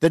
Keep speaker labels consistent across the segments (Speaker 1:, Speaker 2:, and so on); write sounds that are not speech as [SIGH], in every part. Speaker 1: The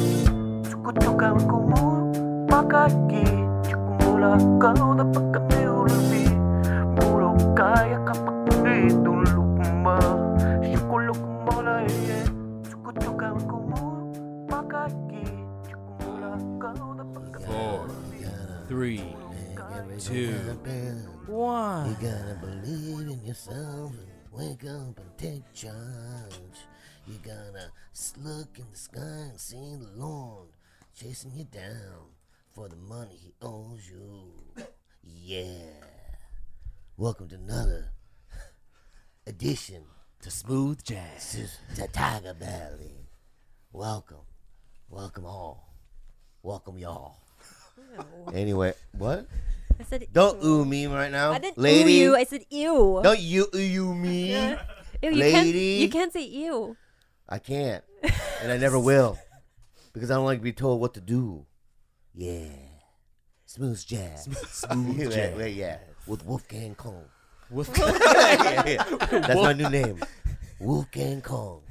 Speaker 2: Cucutukan ko mo Makaki Mula ka na pagkamiulubi Puro kaya kapag hindi tulukma Sikulok mo na iye Cucutukan ko mo Makaki Mula ka na pagkamiulubi
Speaker 3: Four, three, two, one.
Speaker 4: You gotta believe in yourself and wake up and take charge. You gotta s- look in the sky and see the Lord chasing you down for the money he owes you. Yeah. Welcome to another edition
Speaker 3: To smooth jazz.
Speaker 4: to, to Tiger Valley. Welcome. Welcome all. Welcome
Speaker 5: [LAUGHS]
Speaker 4: y'all. Anyway, what?
Speaker 5: I said,
Speaker 4: Don't ooh me right now.
Speaker 5: I didn't
Speaker 4: lady.
Speaker 5: Lady. you. I said, ew.
Speaker 4: Don't you you me?
Speaker 5: Ew, you can't-
Speaker 4: lady.
Speaker 5: you can't say ew.
Speaker 4: I can't, and I never will, because I don't like to be told what to do. Yeah, smooth jazz, [LAUGHS] smooth
Speaker 3: jazz.
Speaker 4: yeah, yeah, with Wolfgang Kong.
Speaker 3: Wolf-
Speaker 4: [LAUGHS] Yeah, yeah. That's my new name, Wolfgang Kong.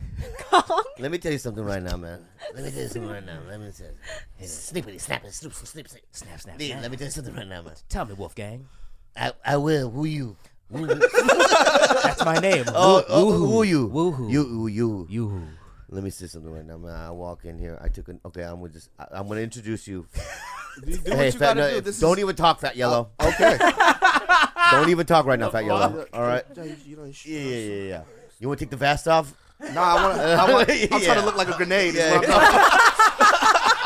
Speaker 4: Kong. Let me tell you something right now, man. Let me tell you something right now. Let me tell you. Snippity, snappity, snoop, snip, snip.
Speaker 3: snap, snap,
Speaker 4: Dude,
Speaker 3: snap.
Speaker 4: Let me tell you something right now, man.
Speaker 3: Tell me, Wolfgang.
Speaker 4: I, I will. Who you? Woo you.
Speaker 3: That's my name.
Speaker 4: [LAUGHS] Oh,
Speaker 3: Woo-
Speaker 4: oh,
Speaker 3: woohoo.
Speaker 4: who you?
Speaker 3: Woohoo.
Speaker 4: You, you, you.
Speaker 3: Yoo-hoo.
Speaker 4: Let me say something right now, man. I walk in here. I took an okay. I'm gonna just. I, I'm gonna introduce you.
Speaker 6: [LAUGHS] You do
Speaker 4: hey,
Speaker 6: what you
Speaker 4: fat,
Speaker 6: gotta
Speaker 4: no,
Speaker 6: do.
Speaker 4: if-
Speaker 6: This is- Oh,
Speaker 4: don't even talk, fat yellow.
Speaker 6: Okay.
Speaker 4: [LAUGHS] don't even talk right now, fat yellow. All right.
Speaker 6: You don't sh-
Speaker 4: Yeah, yeah, yeah, yeah. You want to take the vest off?
Speaker 6: Nah, I want. I want.
Speaker 4: [LAUGHS]
Speaker 6: I'm trying
Speaker 4: Yeah.
Speaker 6: to look like a grenade. is
Speaker 4: Yeah.
Speaker 6: what I'm talking about.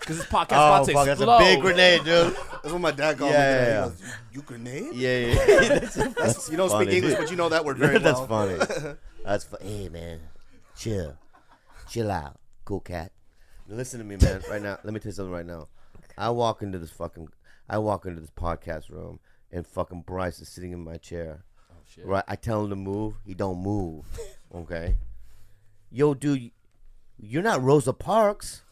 Speaker 3: Because this podcast
Speaker 4: Oh,
Speaker 3: about to
Speaker 4: fuck, that's a
Speaker 3: explode.
Speaker 4: big grenade, dude.
Speaker 6: [LAUGHS] That's what my dad called
Speaker 4: Yeah,
Speaker 6: me.
Speaker 4: yeah,
Speaker 6: He goes, "You- you grenade?
Speaker 4: Yeah, yeah. yeah. That's,
Speaker 6: [LAUGHS] That's, you don't
Speaker 4: funny,
Speaker 6: speak English,
Speaker 4: dude.
Speaker 6: but you know that word
Speaker 4: [LAUGHS]
Speaker 6: very
Speaker 4: That's
Speaker 6: well.
Speaker 4: funny.
Speaker 6: [LAUGHS]
Speaker 4: That's fu- hey man, chill, chill out, cool cat. Listen to me, man. Right now, let me tell you something. Right now, I walk into this fucking, I walk into this podcast room, and fucking Bryce is sitting in my chair.
Speaker 6: Oh,
Speaker 4: Right, I tell him to move. He don't move. [LAUGHS] Okay, yo, dude, you're not Rosa Parks.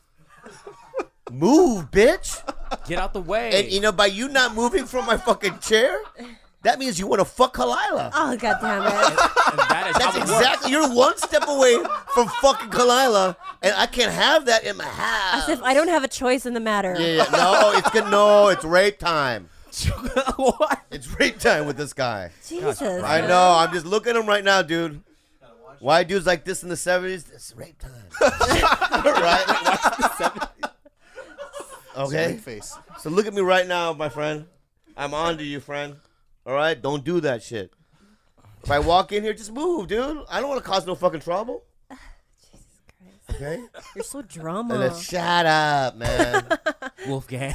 Speaker 4: Move, bitch.
Speaker 3: Get out the
Speaker 4: And
Speaker 3: way.
Speaker 4: you know, by you not moving from my fucking chair, that means you want to fuck
Speaker 7: Uh-huh.
Speaker 4: Kalila.
Speaker 5: Oh,
Speaker 4: [LAUGHS]
Speaker 5: God damn it.
Speaker 3: And that is
Speaker 4: That's
Speaker 3: how it works.
Speaker 4: exactly. You're one step away from fucking Kalila, and I can't have that in my house.
Speaker 5: As if I don't have a choice in the matter.
Speaker 4: yeah, yeah, no, it's good. No, it's rape time.
Speaker 3: [LAUGHS] what?
Speaker 4: It's rape time with this guy.
Speaker 5: Jesus.
Speaker 4: I know. I'm just looking at him right now, dude. Why dudes like this in the '70s? It's rape time, right? Okay.
Speaker 6: Big face.
Speaker 4: So look at me right now, my friend. I'm on to you, friend. All right, don't do that shit. If I walk in here, just move, dude. I don't want to cause no fucking trouble. Okay.
Speaker 5: You're so drama.
Speaker 4: And then, shut up, man.
Speaker 3: Wolfgang.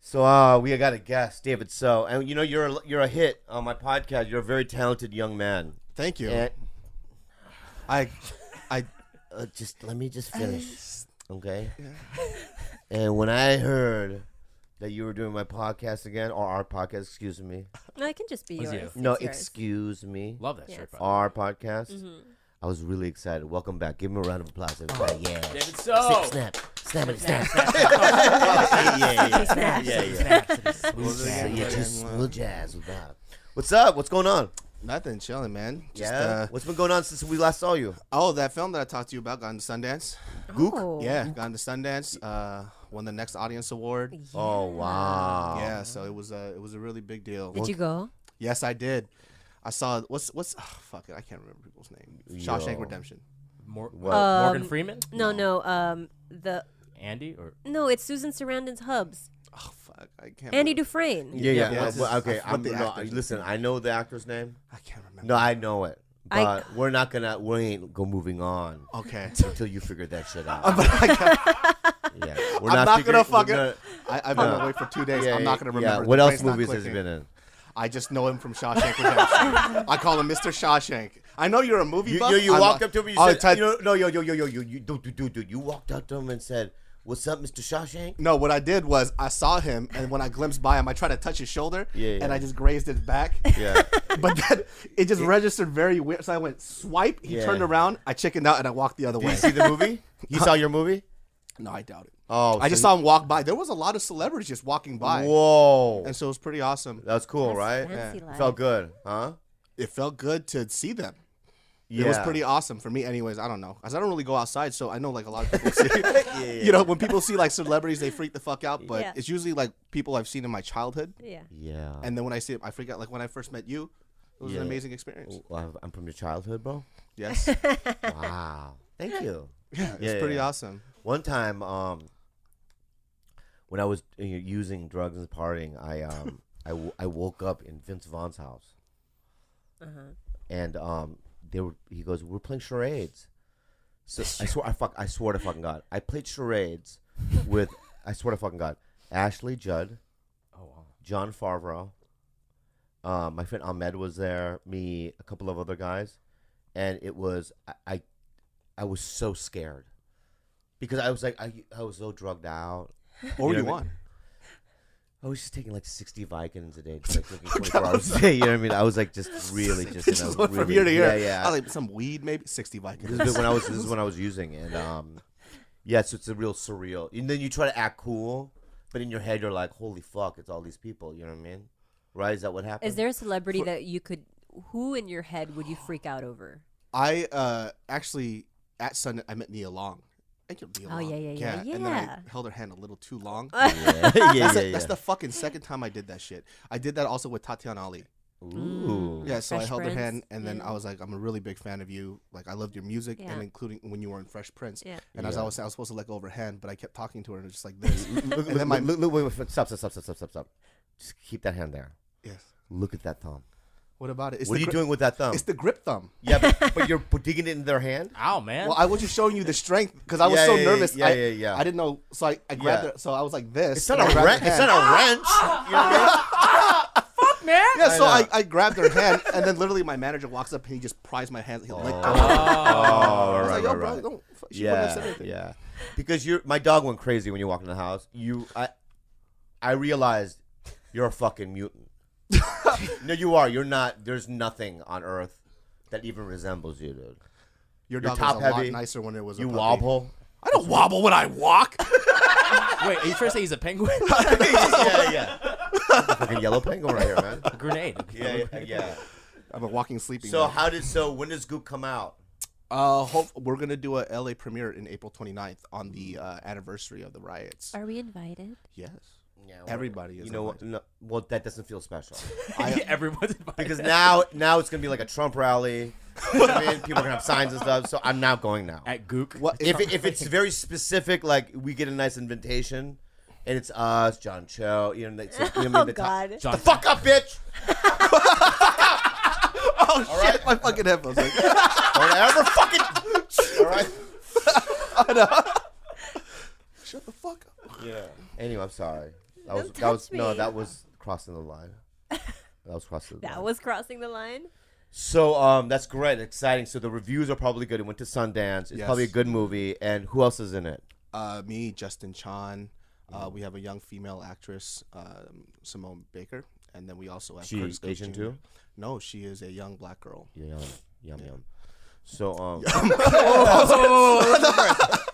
Speaker 4: so uh, we got a guest, David. So, and you know you're a, you're a hit on my podcast. You're a very talented young man.
Speaker 6: Thank you.
Speaker 4: And,
Speaker 6: I, I.
Speaker 4: [LAUGHS] uh, just let me just finish, okay? And when I heard that you were doing my podcast again, or our podcast, excuse me,
Speaker 5: no, I can just be yours.
Speaker 3: you?
Speaker 5: It's
Speaker 4: no,
Speaker 5: yours.
Speaker 4: excuse me,
Speaker 3: Love that
Speaker 5: Yes. Mm-hmm.
Speaker 3: shirt, by the way.
Speaker 4: our podcast. I was really excited. Welcome back. Give him a round of applause, everybody. Yeah.
Speaker 3: David So.
Speaker 4: Snap, snap, snap, snap, snap. yeah, yeah, yeah, yeah, yeah. Yeah, yeah, just smooth jazz with Bob. What's up? What's going on?
Speaker 6: Nothing, chilling, man. Just,
Speaker 4: yeah.
Speaker 6: Uh,
Speaker 4: What's been going on since we last saw you?
Speaker 6: oh, that film that I talked to you about got into Sundance.
Speaker 5: Oh.
Speaker 6: Yeah, got into Sundance. Uh, won the next audience award.
Speaker 4: Oh wow.
Speaker 6: Yeah, so it was a it was a really big deal.
Speaker 5: Did you go?
Speaker 6: Yes, I did. I saw what's what's oh, fuck it. I can't remember people's name. Shawshank
Speaker 4: Yo.
Speaker 6: Redemption.
Speaker 3: Mor-
Speaker 4: What?
Speaker 5: Um,
Speaker 3: Morgan Freeman?
Speaker 5: No, no. Um, the
Speaker 3: Andy or
Speaker 5: no, it's Susan Sarandon's hubs.
Speaker 6: Oh fuck, I can't.
Speaker 5: Andy
Speaker 6: remember.
Speaker 5: Dufresne.
Speaker 4: Yeah, yeah.
Speaker 6: yeah,
Speaker 4: well,
Speaker 6: what's
Speaker 4: well,
Speaker 6: his- I
Speaker 4: okay,
Speaker 6: forgot
Speaker 4: I'm,
Speaker 6: the
Speaker 4: no,
Speaker 6: actor's
Speaker 4: listen, I know the actor's name.
Speaker 6: I can't
Speaker 4: [LAUGHS]
Speaker 6: remember.
Speaker 4: No, I know it,
Speaker 5: I-
Speaker 4: but we're not gonna. We ain't go moving on
Speaker 6: Okay. [LAUGHS]
Speaker 4: until you figure that shit out.
Speaker 6: but I can't-
Speaker 4: yeah, we're
Speaker 6: I'm not
Speaker 4: figure-
Speaker 6: gonna
Speaker 4: we're
Speaker 6: fucking.
Speaker 4: gonna-
Speaker 6: I, I've been
Speaker 4: No.
Speaker 6: away for two days.
Speaker 4: yeah,
Speaker 6: I'm not gonna
Speaker 4: yeah,
Speaker 6: remember.
Speaker 4: What
Speaker 6: The
Speaker 4: else
Speaker 6: brain's not
Speaker 4: movies has he
Speaker 6: clicking.
Speaker 4: been in?
Speaker 6: I just know him from Shawshank
Speaker 4: [LAUGHS]
Speaker 6: Redemption. I call him Mr. Shawshank. I know you're a movie
Speaker 4: You,
Speaker 6: buff.
Speaker 4: you, you
Speaker 6: I'm
Speaker 4: walked
Speaker 6: a-
Speaker 4: up to him. You
Speaker 6: I'll
Speaker 4: said,
Speaker 6: tell-
Speaker 4: you know, "No, yo, yo, yo, yo, yo, you, dude, dude, dude, dude." You walked up to him and said, "What's up, Mr. Shawshank?"
Speaker 6: [LAUGHS] No, what I did was I saw him, and when I glimpsed by him, I tried to touch his shoulder,
Speaker 4: Yeah, yeah.
Speaker 6: and I just grazed his back.
Speaker 4: [LAUGHS] Yeah,
Speaker 6: [LAUGHS] But then it just registered very weird. So I went swipe. He
Speaker 4: Yeah.
Speaker 6: turned around. I chickened out, and I walked the other
Speaker 4: did
Speaker 6: way.
Speaker 4: you see the movie? You saw your movie?
Speaker 6: no, I doubt it.
Speaker 4: Oh,
Speaker 6: I just
Speaker 4: so
Speaker 6: saw him walk by. There was a lot of celebrities just walking by,
Speaker 4: Whoa,
Speaker 6: and so it was pretty awesome.
Speaker 4: that was cool, right?
Speaker 5: fancy
Speaker 4: Yeah.
Speaker 5: life.
Speaker 4: Felt good, huh?
Speaker 6: It felt good to see them.
Speaker 4: Yeah.
Speaker 6: It was pretty awesome for me, anyways. I don't know, cause I don't really go outside, so I know like a lot
Speaker 4: [LAUGHS]
Speaker 6: of people see. You know, when people see like celebrities, they freak the fuck out. But
Speaker 5: Yeah.
Speaker 6: it's usually like people I've seen in my childhood,
Speaker 5: Yeah.
Speaker 4: Yeah.
Speaker 6: and then when I see it, I freak out. Like when I first met you, it was
Speaker 4: Yeah. Oh.
Speaker 6: an amazing experience.
Speaker 4: Well, I'm from your childhood,
Speaker 6: [LAUGHS]
Speaker 4: bro.
Speaker 5: [LAUGHS]
Speaker 6: Yes,
Speaker 4: Wow. Thank you.
Speaker 6: yeah, it's
Speaker 4: Yeah,
Speaker 6: pretty
Speaker 4: yeah.
Speaker 6: awesome.
Speaker 4: One time, um, when I was uh, using drugs and partying, I um, I, w- I woke up in Vince Vaughn's house, and um, they were he goes, we're playing charades. So I swear, I fuck, I swear to fucking God, I played charades with, I swear to fucking God, Ashley Judd, John Favreau, uh, my friend Ahmed was there, me, a couple of other guys, and it was I, I, I was so scared because I was like I, I was so drugged out.
Speaker 6: What were
Speaker 4: know
Speaker 6: you
Speaker 4: what I
Speaker 6: on?
Speaker 4: I was just taking like sixty Vicodins a day, just, like
Speaker 6: [LAUGHS]
Speaker 4: drinking twenty four hours a day. You know what I mean? I was like just really just, in
Speaker 6: It
Speaker 4: a
Speaker 6: [LAUGHS] just went from
Speaker 4: really-
Speaker 6: year to year.
Speaker 4: Yeah, yeah.
Speaker 6: I was like some weed, maybe sixty Vikings.
Speaker 4: This is when I was. This
Speaker 6: [LAUGHS]
Speaker 4: is when I was using, and um, yeah. So it's a real surreal. And then you try to act cool, but in your head you're like, "Holy fuck, it's all these people." You know what I mean? Right? Is that what happened?
Speaker 5: Is there a celebrity that you could? Who in your head would you freak out over?
Speaker 6: I uh actually at Sun I met Nia Long. Thank you, Nia
Speaker 5: Oh,
Speaker 6: Long.
Speaker 5: yeah, yeah, yeah,
Speaker 6: And then I
Speaker 5: yeah.
Speaker 6: held her hand a little
Speaker 5: [LAUGHS]
Speaker 6: too long.
Speaker 4: Yeah, [LAUGHS] yeah,
Speaker 6: [LAUGHS] that's,
Speaker 4: yeah,
Speaker 6: the, that's
Speaker 4: yeah.
Speaker 6: the fucking second time I did that shit. I did that also with Tatiana Ali.
Speaker 4: Ooh.
Speaker 6: Yeah, so I
Speaker 5: Fresh
Speaker 6: held her
Speaker 5: Prince,
Speaker 6: hand, and then
Speaker 5: yeah.
Speaker 6: I was like, "I'm a really big fan of you. Like, I loved your music,
Speaker 5: Yeah.
Speaker 6: and including when you were in Fresh Prince."
Speaker 5: Yeah.
Speaker 6: And as
Speaker 4: Yeah.
Speaker 6: I was, I was supposed to let go of her hand, but I kept talking to her, and it was just like
Speaker 4: [LAUGHS]
Speaker 6: this.
Speaker 4: Look,
Speaker 6: and
Speaker 4: look,
Speaker 6: then my
Speaker 4: look, look, wait, wait, stop, stop, stop, stop, stop, stop, stop. Just keep that hand there.
Speaker 6: yes.
Speaker 4: Look at that thumb.
Speaker 6: What about it? It's
Speaker 4: what are
Speaker 6: the
Speaker 4: you
Speaker 6: gri-
Speaker 4: doing with that thumb?
Speaker 6: It's the grip thumb.
Speaker 4: yeah, but, but you're digging it in their hand.
Speaker 3: Ow, man.
Speaker 6: Well, I was just showing you the strength because I was
Speaker 4: Yeah,
Speaker 6: so
Speaker 4: yeah, yeah,
Speaker 6: nervous.
Speaker 4: yeah,
Speaker 6: I,
Speaker 4: yeah, yeah.
Speaker 6: I didn't know, so I, I grabbed
Speaker 4: Yeah.
Speaker 6: her. So I was like this.
Speaker 4: It's not
Speaker 6: and I
Speaker 4: a
Speaker 6: grabbed
Speaker 4: wrench.
Speaker 6: her
Speaker 4: It's
Speaker 6: hand.
Speaker 4: not a wrench. You know what I mean?
Speaker 6: Yeah, so
Speaker 4: know.
Speaker 6: I, I grabbed her hand, and then literally my manager walks up and he just pries my hands. He licked them.
Speaker 4: Oh,
Speaker 6: I was
Speaker 4: right,
Speaker 6: like, yo,
Speaker 4: right,
Speaker 6: bro,
Speaker 4: right.
Speaker 6: don't. f- She wouldn't have said
Speaker 4: yeah,
Speaker 6: anything.
Speaker 4: yeah. Because you're my dog went crazy when you walked in the house. You, I, I realized you're a fucking
Speaker 6: [LAUGHS]
Speaker 4: mutant. no, you are. You're not. There's nothing on earth that even resembles you, dude. You're
Speaker 6: Your dog
Speaker 4: top
Speaker 6: was a
Speaker 4: heavy.
Speaker 6: lot nicer when it was.
Speaker 4: You
Speaker 6: a puppy. [LAUGHS]
Speaker 4: wobble.
Speaker 6: I don't wobble when I walk.
Speaker 3: Wait, are you trying to say he's
Speaker 4: [LAUGHS]
Speaker 3: a penguin?
Speaker 4: yeah, [LAUGHS] yeah. fucking yellow penguin right here, man.
Speaker 3: Grenade.
Speaker 4: [LAUGHS] Yeah, yeah, yeah.
Speaker 6: I'm a walking sleeping.
Speaker 4: So
Speaker 6: dog.
Speaker 4: how did so when does Goop come out?
Speaker 6: Uh, hope we're gonna do a LA premiere in April 29th on the uh, anniversary of the riots.
Speaker 5: Are we invited?
Speaker 6: Yes.
Speaker 4: Yeah,
Speaker 6: Everybody is
Speaker 4: You know what?
Speaker 6: invited.
Speaker 4: No, well, that doesn't feel
Speaker 6: [LAUGHS]
Speaker 4: special
Speaker 3: [LAUGHS] Everyone's invited.
Speaker 4: because now now it's gonna be like a Trump rally. You know what I mean? people are gonna have signs and stuff. So I'm not going now.
Speaker 3: at Gook.
Speaker 6: What
Speaker 4: if, it, if
Speaker 6: [LAUGHS]
Speaker 4: it's very specific, like we get a nice invitation, and it's us, John Cho, you know, that's you know, what I mean?
Speaker 5: [LAUGHS] Oh
Speaker 4: the top-
Speaker 5: God.
Speaker 3: John,
Speaker 4: the fuck up, bitch!
Speaker 6: [LAUGHS] oh shit, my fucking headphones.
Speaker 4: [LAUGHS]
Speaker 6: [LAUGHS] Like,
Speaker 4: Don't ever fucking. All right.
Speaker 6: Shut the fuck up.
Speaker 4: Yeah. Anyway, I'm sorry. That was that
Speaker 5: touch
Speaker 4: was no,
Speaker 5: me.
Speaker 4: that was crossing the line. That was crossing the
Speaker 5: That
Speaker 4: line.
Speaker 5: was crossing the line.
Speaker 4: So um, that's great, exciting. So the reviews are probably good. It went to Sundance. It's
Speaker 6: Yes.
Speaker 4: probably a good movie. And who else is in it?
Speaker 6: Uh, me, Justin Chan. Uh, we have a young female actress, um, Simone Baker, and then we also have
Speaker 4: She
Speaker 6: Curtis Cook
Speaker 4: Asian
Speaker 6: Jr..
Speaker 4: too?
Speaker 6: No, she is a young black girl.
Speaker 4: Yum, yum, yum. So um, [LAUGHS]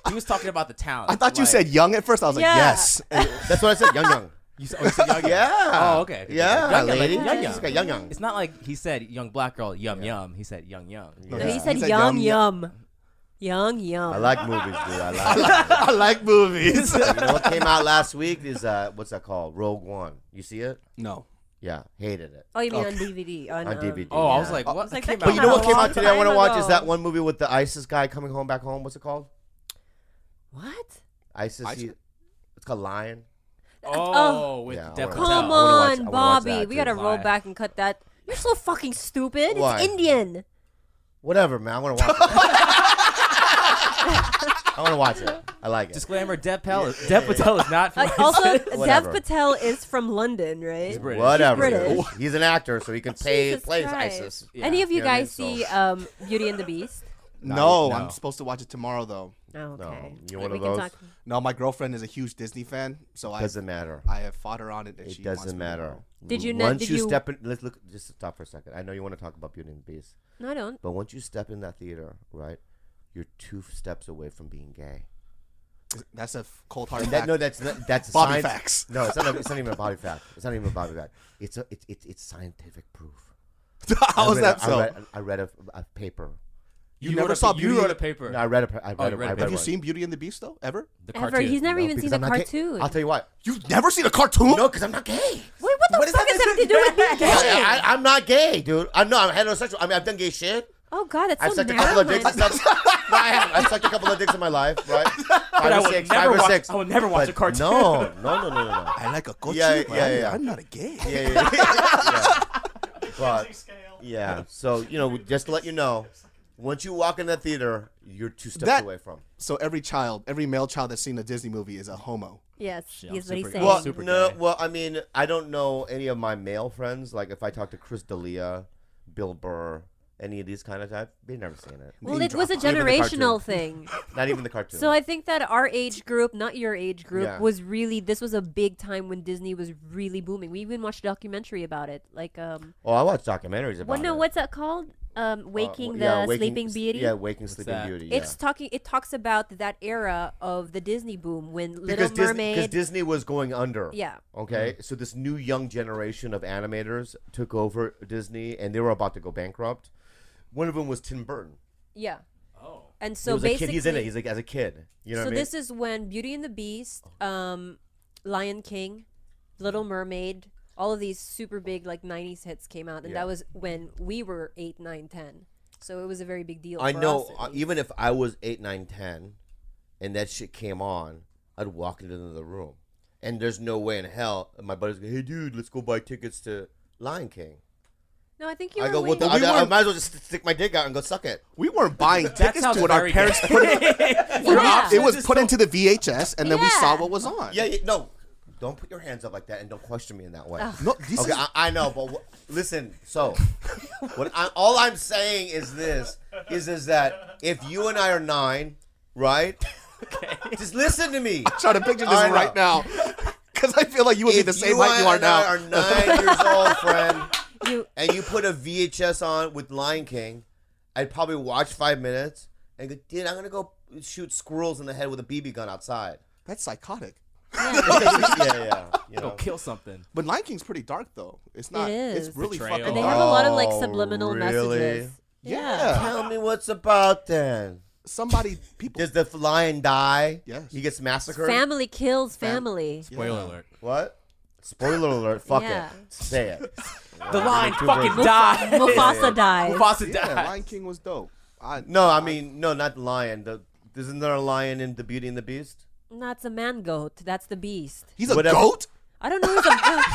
Speaker 3: he was talking about the talent.
Speaker 6: I thought you said young at first. I was
Speaker 5: Yeah.
Speaker 6: like, yes. And
Speaker 4: that's what I said. Young, young.
Speaker 3: You said, oh, you said young, young.
Speaker 4: Yeah.
Speaker 3: Oh, okay. okay,
Speaker 4: Yeah,
Speaker 3: okay. Young, young,
Speaker 4: lady.
Speaker 3: like, young,
Speaker 4: She's
Speaker 3: young.
Speaker 4: got young, young.
Speaker 3: It's not like he said young black girl, yum, yum. He said young, young.
Speaker 5: [LAUGHS] No,
Speaker 6: Yeah.
Speaker 5: he said
Speaker 6: He said
Speaker 5: young
Speaker 6: yum,
Speaker 5: yum. Young yum.
Speaker 4: I like movies, dude. I like.
Speaker 6: [LAUGHS] I like movies. [LAUGHS]
Speaker 4: you know what came out last week is uh, what's that called? Rogue One. You see it?
Speaker 6: no.
Speaker 4: Yeah, hated it.
Speaker 5: Oh, you mean on DVD? On,
Speaker 4: On
Speaker 5: um,
Speaker 4: DVD.
Speaker 3: Oh, I was
Speaker 4: yeah.
Speaker 3: like, what?
Speaker 5: was like,
Speaker 3: came
Speaker 5: that
Speaker 3: out
Speaker 4: But you know what
Speaker 5: a
Speaker 4: came
Speaker 5: long
Speaker 4: out today? I want to
Speaker 5: time
Speaker 4: watch is
Speaker 5: ago.
Speaker 4: that one movie with the ISIS guy coming home back home. What's it called?
Speaker 5: What?
Speaker 4: ISIS.
Speaker 6: ISIS?
Speaker 4: he- it's called Lion.
Speaker 3: Oh, with
Speaker 4: Yeah, I
Speaker 3: Dev
Speaker 4: wanna-
Speaker 3: Patel.
Speaker 5: Come
Speaker 4: I wanna watch- I
Speaker 5: on,
Speaker 4: wanna watch
Speaker 5: Bobby.
Speaker 4: that
Speaker 5: We
Speaker 4: too.
Speaker 5: gotta roll
Speaker 3: Why?
Speaker 5: back and cut that. You're so fucking stupid.
Speaker 4: Why?
Speaker 5: It's Indian.
Speaker 4: Whatever, man. I want to watch it. [LAUGHS] I want to watch it. I like it.
Speaker 3: Disclaimer: Dev
Speaker 5: [LAUGHS]
Speaker 3: Patel, is, Dev Patel is not. From
Speaker 5: Like, Uh, also, Dev
Speaker 4: Whatever.
Speaker 5: Patel is from London, right?
Speaker 3: He's British.
Speaker 4: Whatever.
Speaker 5: British.
Speaker 4: dude. He's an actor, so he can pay
Speaker 5: Jesus
Speaker 4: plays
Speaker 5: Christ.
Speaker 4: ISIS.
Speaker 5: Any of you
Speaker 4: You know what I
Speaker 5: guys
Speaker 4: mean?
Speaker 5: see
Speaker 4: So-
Speaker 5: um, Beauty and
Speaker 4: [LAUGHS]
Speaker 5: the Beast?
Speaker 6: No,
Speaker 3: No.
Speaker 6: I'm supposed to watch it tomorrow though.
Speaker 5: Oh, okay.
Speaker 4: you're
Speaker 5: We
Speaker 4: Um, one of
Speaker 5: can
Speaker 4: those.
Speaker 5: talk-
Speaker 6: No, my girlfriend is a huge Disney fan, so I
Speaker 4: Doesn't matter.
Speaker 6: I have fought her on it. And she
Speaker 4: It
Speaker 6: wants me
Speaker 4: doesn't
Speaker 6: to
Speaker 4: matter.
Speaker 6: go.
Speaker 5: Did you know-
Speaker 4: Once
Speaker 5: did
Speaker 4: you
Speaker 5: you-
Speaker 4: step in, let's look. Just stop for a second. I know you want to talk about Beauty and the Beast,
Speaker 5: No, I don't.
Speaker 4: but once you step in that theater, right, you're two steps away from being gay.
Speaker 6: That's a f- cold hard
Speaker 4: That,
Speaker 6: fact.
Speaker 4: no, that's not, that's
Speaker 6: Bobby
Speaker 4: science-
Speaker 6: facts.
Speaker 4: No, it's not. A, it's not even a body fact. It's not even a body fact. It's a. It's it's, it's scientific proof.
Speaker 6: [LAUGHS] How
Speaker 4: I
Speaker 6: is
Speaker 4: read
Speaker 6: that
Speaker 4: a- I
Speaker 6: so?
Speaker 4: read, I read a, a paper.
Speaker 6: You never saw
Speaker 3: you
Speaker 6: Beauty
Speaker 3: wrote
Speaker 6: and-
Speaker 3: a paper.
Speaker 4: No, I read a. pa- I read,
Speaker 3: Oh, you
Speaker 4: a, I
Speaker 3: read a
Speaker 4: read
Speaker 3: paper.
Speaker 6: Have you
Speaker 4: one.
Speaker 6: seen Beauty and the Beast though? Ever?
Speaker 3: the
Speaker 5: Ever.
Speaker 3: cartoon.
Speaker 5: He's never
Speaker 4: No,
Speaker 5: even
Speaker 4: because
Speaker 5: seen the
Speaker 4: I'm not gay.
Speaker 5: cartoon.
Speaker 4: I'll tell you what.
Speaker 6: You've never seen a cartoon?
Speaker 4: No, because I'm not gay.
Speaker 5: Wait, what the fuck does that have to do with
Speaker 4: [LAUGHS]
Speaker 5: being gay?
Speaker 4: I, I, I'm not gay, dude. I know I'm heterosexual. I mean, I've done gay shit.
Speaker 5: Oh God, that's
Speaker 4: I've
Speaker 5: so
Speaker 4: sucked a couple of dicks and
Speaker 5: narrow-minded.
Speaker 4: stuff. no, I have. I've sucked a couple of dicks in my life,
Speaker 3: [LAUGHS]
Speaker 4: right? Five
Speaker 3: I
Speaker 4: or
Speaker 3: would
Speaker 4: six,
Speaker 3: never
Speaker 4: five or
Speaker 3: watch-
Speaker 4: six.
Speaker 3: I would never watch
Speaker 4: But
Speaker 3: a cartoon.
Speaker 4: No, no, no, no,
Speaker 3: [LAUGHS]
Speaker 4: no. no.
Speaker 6: I like a cartoon.
Speaker 4: Yeah,
Speaker 6: but
Speaker 4: yeah,
Speaker 6: I'm-
Speaker 4: yeah.
Speaker 6: I'm not a gay.
Speaker 4: Yeah, yeah, yeah.
Speaker 3: [LAUGHS]
Speaker 4: yeah. But, yeah. So you know, just to let you know, once you walk in that theater, you're two steps
Speaker 6: That-
Speaker 4: away from.
Speaker 6: So every child, every male child that's seen a Disney movie is a homo.
Speaker 5: Yes, he's what he's
Speaker 3: super-
Speaker 5: saying.
Speaker 4: Well,
Speaker 3: super
Speaker 4: no.
Speaker 3: gay.
Speaker 4: Well, I mean, I don't know any of my male friends. Like, if I talk to Chris D'Elia, Bill Burr, any of these kind of type, they've never seen it.
Speaker 5: Well, it was a
Speaker 4: Even the cartoon. [LAUGHS]
Speaker 5: generational thing.
Speaker 4: Not even the cartoon.
Speaker 5: So I think that our age group, not your age group,
Speaker 4: Yeah.
Speaker 5: was really this was a big time when Disney was really booming. We even watched a documentary about it. Like um
Speaker 4: oh, I watch documentaries about
Speaker 5: what no,
Speaker 4: it.
Speaker 5: what's that called? Um
Speaker 4: Uh,
Speaker 5: Waking the
Speaker 4: yeah, Waking-
Speaker 5: Sleeping Beauty.
Speaker 4: Yeah, Waking Sleeping
Speaker 3: that?
Speaker 4: Beauty.
Speaker 5: It's
Speaker 4: yeah.
Speaker 5: talking it talks about that era of the Disney boom when
Speaker 4: because
Speaker 5: Little
Speaker 4: Disney,
Speaker 5: Mermaid
Speaker 4: because Disney was going under.
Speaker 5: Yeah.
Speaker 4: Okay,
Speaker 3: Mm.
Speaker 4: so this new young generation of animators took over Disney, and they were about to go bankrupt. One of them was Tim Burton.
Speaker 5: Yeah. Oh. And
Speaker 4: he
Speaker 5: so
Speaker 4: was a
Speaker 5: basically
Speaker 4: kid. He's in it. He's like as a kid. You know
Speaker 5: so
Speaker 4: what I mean?
Speaker 5: this is when Beauty and the Beast, um, Lion King, Little Mermaid, all of these super big like '90s hits came out, and
Speaker 4: Yeah.
Speaker 5: that was when we were eight, nine, ten. So it was a very big deal.
Speaker 4: I
Speaker 5: for
Speaker 4: know.
Speaker 5: us, at
Speaker 4: uh,
Speaker 5: least.
Speaker 4: even if I was eight, nine, ten, and that shit came on, I'd walk into the room, and there's no way in hell my buddy's going, "Hey, dude, let's go buy tickets to Lion King."
Speaker 5: no, I think you
Speaker 4: I
Speaker 5: were.
Speaker 4: go, "What
Speaker 5: waiting-
Speaker 4: the? I,
Speaker 6: we
Speaker 4: I
Speaker 6: weren't-
Speaker 4: might as well just stick my dick out and go suck it."
Speaker 6: We weren't buying
Speaker 3: That
Speaker 6: tickets
Speaker 3: sounds
Speaker 6: to it. Our
Speaker 3: very
Speaker 6: parents
Speaker 3: gay.
Speaker 6: put
Speaker 3: [LAUGHS]
Speaker 6: it.
Speaker 5: Yeah.
Speaker 6: It was put into the VHS, and then we saw
Speaker 5: Yeah.
Speaker 6: what was on.
Speaker 4: Yeah, yeah, no, don't put your hands up like that, and don't question me in that way.
Speaker 6: No, this
Speaker 4: Okay,
Speaker 6: is-
Speaker 4: I, I know, but wh- listen. So, what I, all I'm saying is this: is is that if you and I are nine, right? Just listen to me.
Speaker 6: trying to picture this
Speaker 4: I know.
Speaker 6: right now [LAUGHS] because I feel like you would be the same height you are
Speaker 4: and I
Speaker 6: now.
Speaker 4: are nine
Speaker 6: [LAUGHS]
Speaker 4: years old, friend,
Speaker 5: You-
Speaker 4: and you put a VHS on with Lion King, I'd probably watch five minutes and go, dude, I'm gonna go shoot squirrels in the head with a BB gun
Speaker 5: [LAUGHS]
Speaker 4: outside.
Speaker 6: That's psychotic.
Speaker 4: [LAUGHS] yeah, yeah. You
Speaker 3: Go
Speaker 4: know.
Speaker 3: kill something.
Speaker 6: But Lion King's pretty dark though. It's not.
Speaker 5: is.
Speaker 6: It's really
Speaker 3: Betrayal.
Speaker 6: fucking
Speaker 5: and they
Speaker 6: dark.
Speaker 5: have a lot of like
Speaker 4: Oh,
Speaker 5: subliminal
Speaker 4: really?
Speaker 5: messages.
Speaker 6: yeah.
Speaker 4: Tell me what's about then.
Speaker 6: Somebody, people.
Speaker 4: Does the lion die?
Speaker 6: Yes.
Speaker 4: He gets massacred.
Speaker 5: Family kills family.
Speaker 3: Spoiler alert.
Speaker 4: what? Spoiler alert. Fuck
Speaker 5: Yeah.
Speaker 4: it. Say it.
Speaker 3: The line
Speaker 4: two
Speaker 3: fucking
Speaker 4: versions.
Speaker 3: died.
Speaker 5: Mufasa dies.
Speaker 3: [LAUGHS] Mufasa
Speaker 6: yeah,
Speaker 3: died.
Speaker 6: Lion King was dope. I,
Speaker 4: No, I mean, no, not the lion. The, isn't there a lion in The Beauty and the Beast?
Speaker 5: That's a man goat. That's the beast.
Speaker 6: he's a
Speaker 4: Whatever.
Speaker 6: goat.
Speaker 5: I don't know.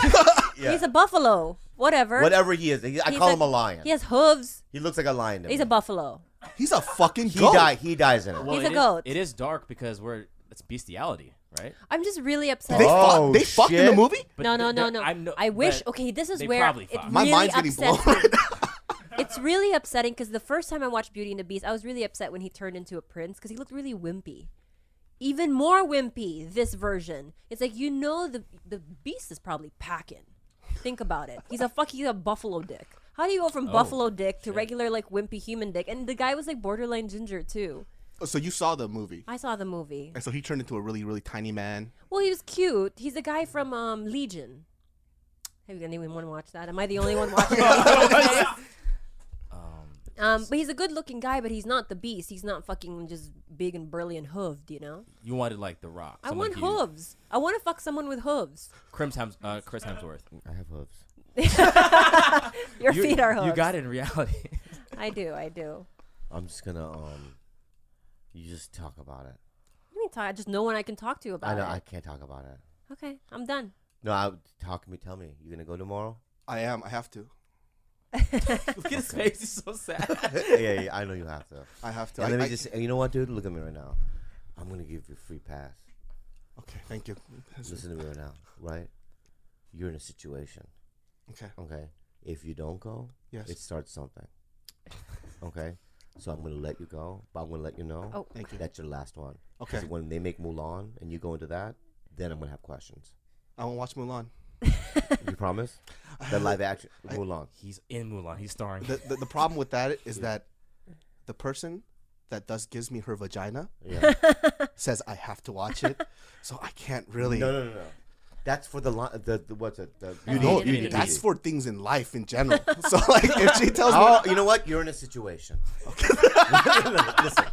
Speaker 5: He's a, he's a buffalo. Whatever.
Speaker 4: Whatever he is, he, I
Speaker 5: He's
Speaker 4: call him a lion.
Speaker 5: He has hooves.
Speaker 4: He looks like a lion. To
Speaker 5: He's
Speaker 4: me.
Speaker 5: a buffalo.
Speaker 6: He's a fucking
Speaker 4: He
Speaker 6: goat.
Speaker 4: die. He dies in it.
Speaker 3: Well,
Speaker 5: He's a
Speaker 3: it is-
Speaker 5: goat.
Speaker 3: It is dark because we're it's bestiality, right?
Speaker 5: I'm just really upset.
Speaker 6: They, fuck-
Speaker 4: Oh,
Speaker 6: they fucked in the
Speaker 4: shit.
Speaker 6: movie.
Speaker 3: But
Speaker 5: no, no,
Speaker 3: th-
Speaker 5: no,
Speaker 3: th-
Speaker 5: no. i
Speaker 3: I'm no-
Speaker 5: wish.
Speaker 3: but
Speaker 5: Okay, this is
Speaker 3: they
Speaker 5: where
Speaker 3: probably
Speaker 5: it
Speaker 3: fucked.
Speaker 6: My
Speaker 5: really
Speaker 6: mind's getting blown
Speaker 5: upsets
Speaker 6: right
Speaker 5: me. [LAUGHS] It's really upsetting because the first time I watched Beauty and the Beast, I was really upset when he turned into a prince because he looked really wimpy. Even more wimpy this version. It's like you know the the beast is probably packing. Think about it. He's a fucking he's a buffalo dick. How do you go from
Speaker 3: Oh,
Speaker 5: buffalo dick to regular like wimpy human dick? And the guy was like borderline ginger too.
Speaker 6: Oh, So you saw the movie,
Speaker 5: I saw the movie.
Speaker 6: and so he turned into a really, really tiny man.
Speaker 5: Well, he was cute. He's a guy from um, Legion. Have anyone want to watch that? Am I the only one watching that? um, but he's a good-looking guy, but he's not the beast. He's not fucking just big and burly and hooved, you know.
Speaker 3: You wanted like the Rock.
Speaker 5: I want hooves. I want to fuck someone with hooves. [LAUGHS]
Speaker 3: Chris, Hems- uh, Chris Hemsworth.
Speaker 4: I have hooves.
Speaker 5: Your
Speaker 3: You-
Speaker 5: feet are hooked.
Speaker 3: You got it in reality. [LAUGHS]
Speaker 5: I do. I do.
Speaker 4: I'm just gonna um. You just talk about it.
Speaker 5: Let me talk. I just know when I can talk to you about
Speaker 4: I know
Speaker 5: it.
Speaker 4: I can't talk about it.
Speaker 5: Okay, I'm done.
Speaker 4: No, I talk to me. Tell me. You gonna go
Speaker 6: [LAUGHS]
Speaker 4: tomorrow?
Speaker 6: I am. I have to.
Speaker 3: Look at his face. He's so sad.
Speaker 4: yeah, yeah, I know you have to.
Speaker 6: I have to.
Speaker 4: And
Speaker 6: I,
Speaker 4: let me
Speaker 6: I-
Speaker 4: just. And you know what, dude? Look at me right now. I'm gonna give you a free pass.
Speaker 6: Okay, thank you.
Speaker 4: Listen to me right now, right? You're in a situation.
Speaker 6: Okay.
Speaker 4: Okay. If you don't go,
Speaker 6: Yes.
Speaker 4: it starts something. Okay. So I'm gonna let you go, but I'm gonna let you know
Speaker 5: Oh.
Speaker 6: Thank you.
Speaker 4: that's your last one. 'Cause
Speaker 6: Okay.
Speaker 4: When they make Mulan and you go into that, then I'm gonna have questions.
Speaker 6: I won't watch Mulan.
Speaker 4: You
Speaker 6: [LAUGHS]
Speaker 4: promise? The live action Mulan.
Speaker 3: [LAUGHS] He's in Mulan. He's starring. [LAUGHS]
Speaker 6: The, the, the problem with that is that the person that does gives me her vagina
Speaker 4: Yeah.
Speaker 6: says I have to watch it, so I can't really.
Speaker 4: no, no, no, no. That's for the li- the, the what's it? The beauty.
Speaker 6: No,
Speaker 4: beauty,
Speaker 6: that's
Speaker 4: beauty.
Speaker 6: for things in life in general. [LAUGHS] So like, if she [LAUGHS] tells me,
Speaker 4: Oh, you know what? You're in a situation. [LAUGHS] Listen.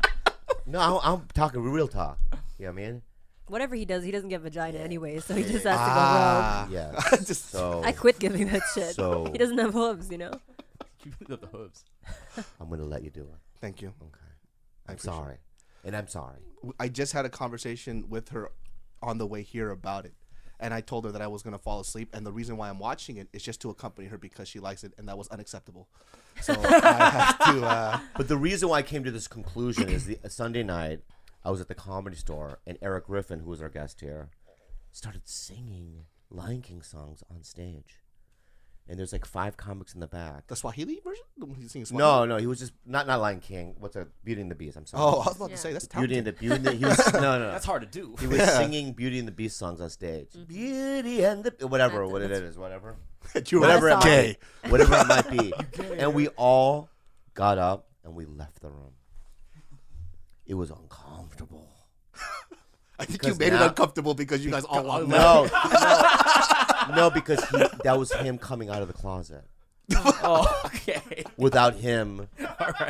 Speaker 4: No, I'm, I'm talking real talk. You know what I mean?
Speaker 5: Whatever he does, he doesn't get vagina anyway, so he just has to go rogue.
Speaker 6: ah, [LAUGHS]
Speaker 4: Yeah.
Speaker 6: just
Speaker 4: So
Speaker 5: I quit giving that shit.
Speaker 4: So-
Speaker 5: [LAUGHS] he doesn't have hooves, you know.
Speaker 3: You really love the hooves.
Speaker 4: I'm gonna let you do it.
Speaker 6: thank you.
Speaker 4: I'm
Speaker 6: appreciate
Speaker 4: sorry, and I'm sorry.
Speaker 6: I just had a conversation with her on the way here about it. And I told her that I was gonna fall asleep, and the reason why I'm watching it is just to accompany her because she likes it, and that was unacceptable. So I have to. Uh,
Speaker 4: But the reason why I came to this conclusion is the Sunday night, I was at the comedy store, and Eric Griffin, who was our guest here, started singing Lion King songs on stage, and there's like five comics in the back.
Speaker 6: the Swahili version? The one he's singing Swahili?
Speaker 4: No, no, he was just not not Lion King. What's a Beauty and the Beast? I'm sorry.
Speaker 6: Oh, I was about
Speaker 4: [LAUGHS]
Speaker 6: to say that's
Speaker 4: Beauty
Speaker 6: talented.
Speaker 4: and the Beauty. And the, he
Speaker 6: [LAUGHS]
Speaker 4: was no, no, no.
Speaker 3: That's hard to do.
Speaker 4: He was singing Beauty and the Beast songs on stage. Beauty and the whatever, what it is, whatever,
Speaker 6: You're
Speaker 4: whatever it
Speaker 5: That's
Speaker 4: might, whatever it might be. And we all got up and we left the room. It was uncomfortable.
Speaker 6: I think you
Speaker 4: Because
Speaker 6: made
Speaker 4: now-
Speaker 6: it uncomfortable because you guys all walked
Speaker 4: No,
Speaker 6: out.
Speaker 4: no, no, because he, that was him coming out of the closet.
Speaker 3: [LAUGHS] oh, okay. [LAUGHS]
Speaker 4: Without him,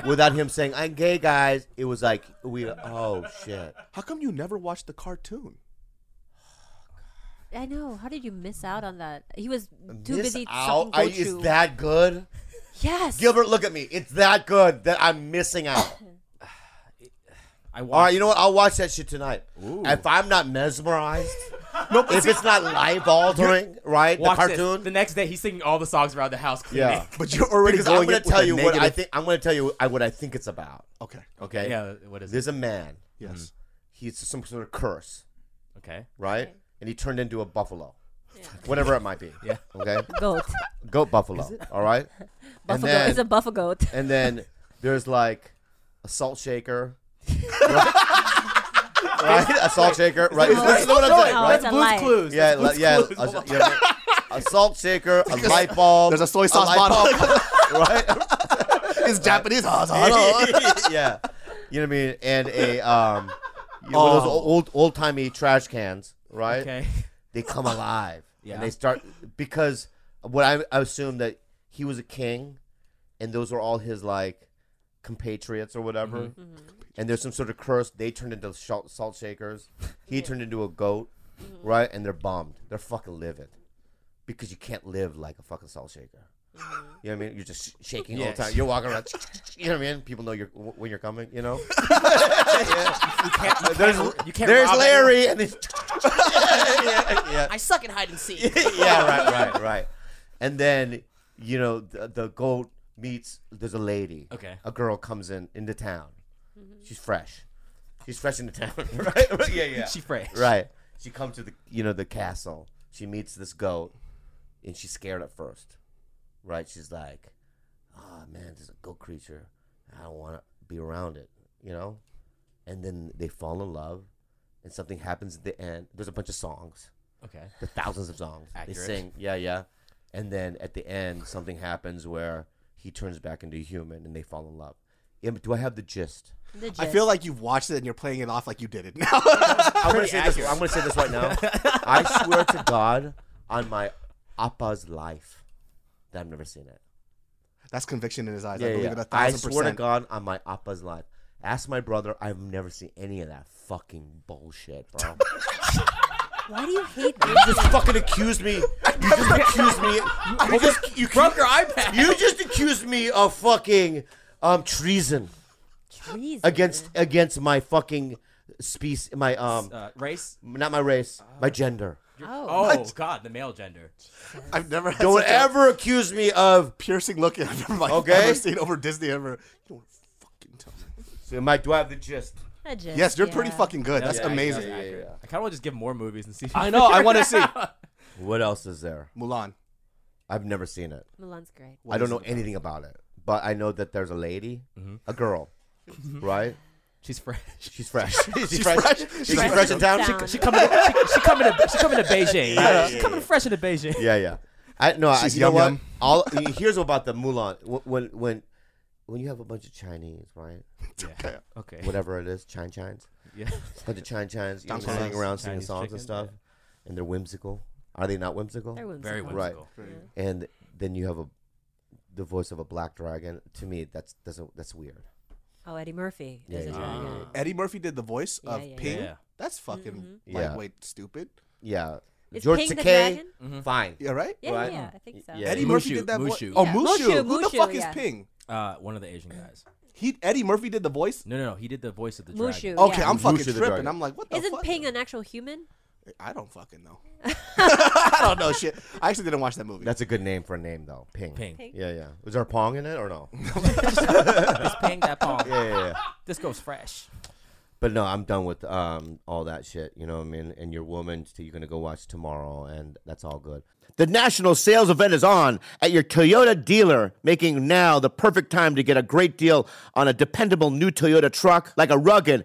Speaker 4: without him saying "I'm gay, guys," it was like we. Oh shit!
Speaker 6: How come you never watched the cartoon?
Speaker 4: [LAUGHS]
Speaker 5: I know. How did you miss out on that? He was too
Speaker 4: Miss
Speaker 5: busy
Speaker 4: out.
Speaker 5: sucking
Speaker 4: Are you-
Speaker 5: Gochu.
Speaker 4: is that good?
Speaker 5: yes.
Speaker 4: Gilbert, look at me. It's that good that I'm missing out.
Speaker 3: I
Speaker 4: All right,
Speaker 3: watched.
Speaker 4: you know what? I'll watch that shit tonight. If I'm not mesmerized, if it's not life altering, right? The
Speaker 3: watch this.
Speaker 4: cartoon.
Speaker 3: The next day, he's singing all the songs around the house. Cleaning.
Speaker 4: yeah,
Speaker 6: But you're already
Speaker 4: because
Speaker 6: going
Speaker 4: I'm gonna
Speaker 6: in with
Speaker 4: tell
Speaker 6: a
Speaker 4: you what I
Speaker 6: negative-
Speaker 4: think. I'm gonna tell you I- what I think it's about.
Speaker 6: Okay. Oh,
Speaker 4: Okay.
Speaker 3: Yeah. What is it?
Speaker 4: There's a man.
Speaker 6: Yes.
Speaker 4: He's some sort of curse,
Speaker 3: Okay.
Speaker 4: right? And he turned into a buffalo, [LAUGHS] whatever it might be.
Speaker 3: Yeah.
Speaker 4: Okay.
Speaker 5: goat.
Speaker 4: Goat buffalo. All right. and
Speaker 5: Buffalo.
Speaker 4: then,
Speaker 5: it's a buffalo goat.
Speaker 4: and then there's like a salt shaker. right? A salt shaker, right?
Speaker 5: that-
Speaker 4: Listen to what I'm
Speaker 5: No,
Speaker 4: saying,
Speaker 5: no,
Speaker 4: right?
Speaker 5: Oh, it's a lie.
Speaker 3: Clues.
Speaker 4: Yeah,
Speaker 3: That's
Speaker 4: like,
Speaker 3: Blue's
Speaker 4: yeah,
Speaker 3: Clues.
Speaker 4: a, yeah, a salt shaker, a light bulb.
Speaker 6: There's a soy sauce
Speaker 4: light bulb,
Speaker 6: [LAUGHS]
Speaker 4: right? [LAUGHS]
Speaker 6: It's Japanese. [LAUGHS] Ah, ah, ah.
Speaker 4: yeah, you know what I mean, and a um, you know,
Speaker 6: Oh.
Speaker 4: those old old timey trash cans, right?
Speaker 3: Okay.
Speaker 4: They
Speaker 3: [LAUGHS]
Speaker 4: come alive,
Speaker 3: Yeah.
Speaker 4: and they start because what I, I assume that he was a king, and those were all his like compatriots or whatever,
Speaker 3: Mm-hmm.
Speaker 4: and there's some sort of curse. They turned into salt, salt shakers. He turned into a goat, right? And they're bummed. They're fucking livid because you can't live like a fucking salt shaker. You know what I mean? You're just sh- shaking all
Speaker 3: Yes.
Speaker 4: the time. You're walking around. You know what I mean? People know you're w- when you're coming. You know.
Speaker 3: You can't.
Speaker 4: [LAUGHS]
Speaker 3: You
Speaker 4: There's
Speaker 3: can't, you can't
Speaker 4: there's
Speaker 3: rob
Speaker 4: Larry, and
Speaker 3: [LAUGHS]
Speaker 4: then yeah, yeah,
Speaker 3: I suck at hide and seek.
Speaker 4: yeah. [LAUGHS] yeah, right, right, right. And then you know the, the goat meets. There's a lady.
Speaker 3: Okay.
Speaker 4: A girl comes in into town.
Speaker 3: Mm-hmm.
Speaker 4: She's fresh. She's fresh into town. [LAUGHS] Right. yeah. Yeah.
Speaker 3: She fresh.
Speaker 4: Right. She comes to the you know the castle. She meets this goat, and she's scared at first. Right. She's like, "Ah man, this is a goat creature. I don't want to be around it." You know. And then they fall in love, and something happens at the end. There's a bunch of songs,
Speaker 3: Okay.
Speaker 4: the thousands of songs they
Speaker 3: Accurate.
Speaker 4: sing. Yeah, yeah. And then at the end, something happens where he turns back into a human, and they fall in love. Yeah, but do I have the gist?
Speaker 5: The
Speaker 6: I
Speaker 5: gist.
Speaker 6: feel like you've watched it and you're playing it off like you did it [LAUGHS] now.
Speaker 4: I'm gonna say this. I'm gonna say this right now. [LAUGHS] I swear to God on my appa's life that I've never seen it.
Speaker 6: That's conviction in his eyes. I
Speaker 4: Yeah,
Speaker 6: believe
Speaker 4: yeah.
Speaker 6: it a
Speaker 4: I
Speaker 6: thousand
Speaker 4: swear to
Speaker 6: percent.
Speaker 4: God on my appa's life. [LAUGHS] Ask my brother. I've never seen any of that fucking bullshit, bro.
Speaker 5: Why do you hate
Speaker 4: You just fucking accused me. You [LAUGHS] just accused me. You just [LAUGHS] you
Speaker 3: Broke your iPad.
Speaker 4: You just accused me of fucking um treason
Speaker 5: trees?
Speaker 4: against against my fucking species, my um,
Speaker 3: Uh, race?
Speaker 4: not my race, my gender.
Speaker 3: Oh God, the male gender.
Speaker 6: I've never had
Speaker 4: Don't
Speaker 6: such a
Speaker 4: ever accuse me of.
Speaker 6: piercing look I've never, like,
Speaker 4: Okay.
Speaker 6: ever seen over Disney ever. You don't fucking tell me.
Speaker 4: So, Mike, do I have the gist?
Speaker 6: Yes, you're pretty fucking good. That's
Speaker 3: Yeah, yeah,
Speaker 6: amazing.
Speaker 3: yeah, yeah, yeah. I kind of want to just give more movies and see. if-
Speaker 8: I know. I want to see.
Speaker 4: What else is there?
Speaker 6: Mulan.
Speaker 4: I've never seen it.
Speaker 5: Milan's great.
Speaker 4: I don't know anything about it, but I know that there's a lady, a girl, right?
Speaker 3: [LAUGHS] She's French.
Speaker 4: She's fresh. Mm-hmm. [LAUGHS] She's, fresh. She's fresh, in town.
Speaker 5: Sound.
Speaker 3: She coming. To, she, she coming. To, she coming to Beijing. She's coming fresh into Beijing.
Speaker 4: Yeah, yeah. I no. I,
Speaker 6: She's
Speaker 4: you know what?
Speaker 6: yum-yum.
Speaker 4: [LAUGHS] All here's about the Mulan. Wh- When when when you have a bunch of Chinese, right?
Speaker 6: Okay.
Speaker 3: Okay.
Speaker 4: Whatever it is, Chin Chins, [LAUGHS]
Speaker 3: Yeah.
Speaker 4: bunch of Chin Chins, you know,
Speaker 6: Chinese.
Speaker 4: singing around, singing
Speaker 3: Chinese
Speaker 4: songs
Speaker 3: chicken,
Speaker 4: and stuff, and they're whimsical. Are they not whimsical?
Speaker 5: They're whimsical.
Speaker 3: Very
Speaker 4: Right.
Speaker 3: whimsical.
Speaker 4: and then you have a the voice of a black dragon. To me, that's doesn't that's weird.
Speaker 5: Oh, Eddie Murphy
Speaker 4: Yeah,
Speaker 5: is a
Speaker 4: yeah,
Speaker 5: dragon.
Speaker 6: Eddie Murphy did the voice
Speaker 5: Yeah,
Speaker 6: of
Speaker 5: yeah, Mm-hmm.
Speaker 6: Ping.
Speaker 3: yeah.
Speaker 6: That's fucking
Speaker 4: Mhm. Yeah.
Speaker 6: like wait stupid.
Speaker 4: Yeah,
Speaker 5: Is
Speaker 4: George
Speaker 5: King the
Speaker 4: Takei,
Speaker 5: dragon?
Speaker 4: fine.
Speaker 6: Yeah, right?
Speaker 5: Yeah,
Speaker 4: Right.
Speaker 5: yeah, I think so.
Speaker 4: Yeah.
Speaker 6: Eddie Murphy
Speaker 3: Mushu,
Speaker 6: did that voice.
Speaker 3: Mushu.
Speaker 6: Oh,
Speaker 5: Yeah,
Speaker 6: Mushu.
Speaker 5: Mushu,
Speaker 6: Who the
Speaker 5: Mushu,
Speaker 6: fuck is
Speaker 5: yeah.
Speaker 6: Ping?
Speaker 3: Uh, one of the Asian guys.
Speaker 6: He Eddie Murphy did the voice.
Speaker 3: No, no, no. He did the voice of the
Speaker 5: Mushu.
Speaker 3: dragon.
Speaker 4: Oh,
Speaker 6: Okay,
Speaker 5: yeah.
Speaker 6: I'm
Speaker 4: Mushu
Speaker 6: fucking
Speaker 4: the
Speaker 6: tripping.
Speaker 4: dragon.
Speaker 6: I'm like, what the
Speaker 5: Isn't
Speaker 6: fuck?
Speaker 5: Ping an actual human?
Speaker 6: I don't
Speaker 5: [LAUGHS]
Speaker 6: fucking know. [LAUGHS] I don't know shit. I actually didn't watch that movie.
Speaker 4: That's a good name for a name though. Ping.
Speaker 3: Ping.
Speaker 4: Yeah, yeah. Was there a pong in it or no? yeah,
Speaker 3: Just paying that pong.
Speaker 4: yeah, yeah.
Speaker 3: This goes fresh.
Speaker 4: But no, I'm done with um all that shit. You know what I mean? And your woman, t- you're gonna go watch tomorrow, and that's all good.
Speaker 1: The national sales event is on at your Toyota dealer, making now the perfect time to get a great deal on a dependable new Toyota truck like a rugged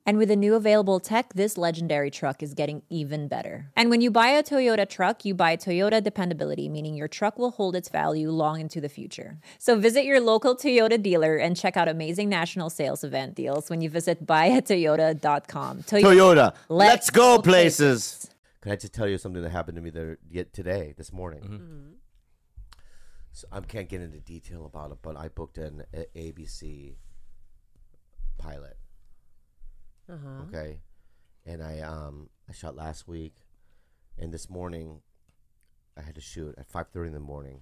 Speaker 7: And with the new available tech, this legendary truck is getting even better. And when you buy a Toyota truck, you buy Toyota dependability, meaning your truck will hold its value long into the future. So visit your local Toyota dealer and check out amazing national sales event deals when you visit buyatoyota.com. Toy-
Speaker 1: Toyota, let's,
Speaker 7: Let's
Speaker 1: go,
Speaker 7: go
Speaker 1: places.
Speaker 4: Can I just tell you something that happened to me there yet today, this morning? Mm-hmm. So I can't get into detail about it, but I booked an a- ABC pilot. Okay, and I um I shot last week, and this morning I had to shoot at five thirty in the morning,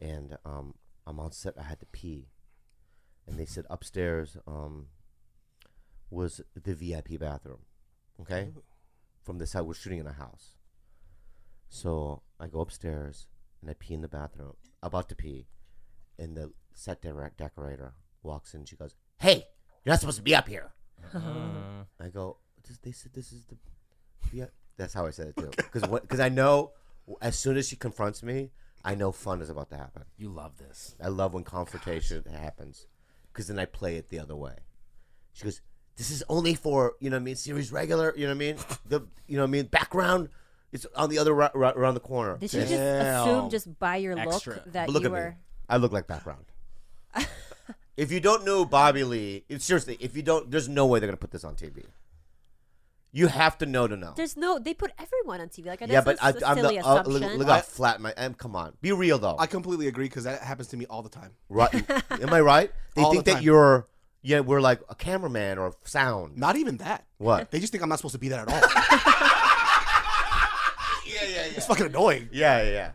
Speaker 4: and um I'm on set. I had to pee, and they said upstairs um was the VIP bathroom. Okay from this side. We're shooting in a house. So I go upstairs and I pee in the bathroom, about to pee, and the set direct decorator walks in. She goes, "Hey, you're not supposed to be up here." I go, "This- "They said this is the." Yeah, that's how I said it too, because because I know as soon as she confronts me, I know fun is about to happen.
Speaker 3: You love this.
Speaker 4: I love when confrontation happens because then I play it the other way. She goes, "This is only for you know what I mean series regular. You know what I
Speaker 5: [LAUGHS]
Speaker 4: mean the you know what I mean background. It's on the other ri- ri- around the corner.
Speaker 5: Did you just assume just by your look
Speaker 3: Extra.
Speaker 5: that
Speaker 4: But look
Speaker 5: you
Speaker 4: at
Speaker 5: were?
Speaker 4: me. I look like background.
Speaker 5: [LAUGHS]
Speaker 4: if you don't know Bobby Lee, it's seriously, if you don't, there's no way they're gonna put this on TV. You have to know to know.
Speaker 5: There's no. They put everyone on TV. Like I
Speaker 4: yeah, but I,
Speaker 5: that's a
Speaker 4: I'm
Speaker 5: silly
Speaker 4: the uh,
Speaker 5: assumption.
Speaker 4: look, look how flat my. Um, come on, be real though.
Speaker 6: I completely agree because that happens to me all the time.
Speaker 4: Right? Am I right? They
Speaker 6: All
Speaker 4: think
Speaker 6: the
Speaker 4: that
Speaker 6: time.
Speaker 4: you're yeah, we're like a cameraman or sound.
Speaker 6: Not even that.
Speaker 4: What?
Speaker 6: They just think I'm not supposed to be there
Speaker 5: [LAUGHS]
Speaker 6: at all. [LAUGHS] yeah, yeah, yeah. It's fucking annoying.
Speaker 4: Yeah, yeah, yeah.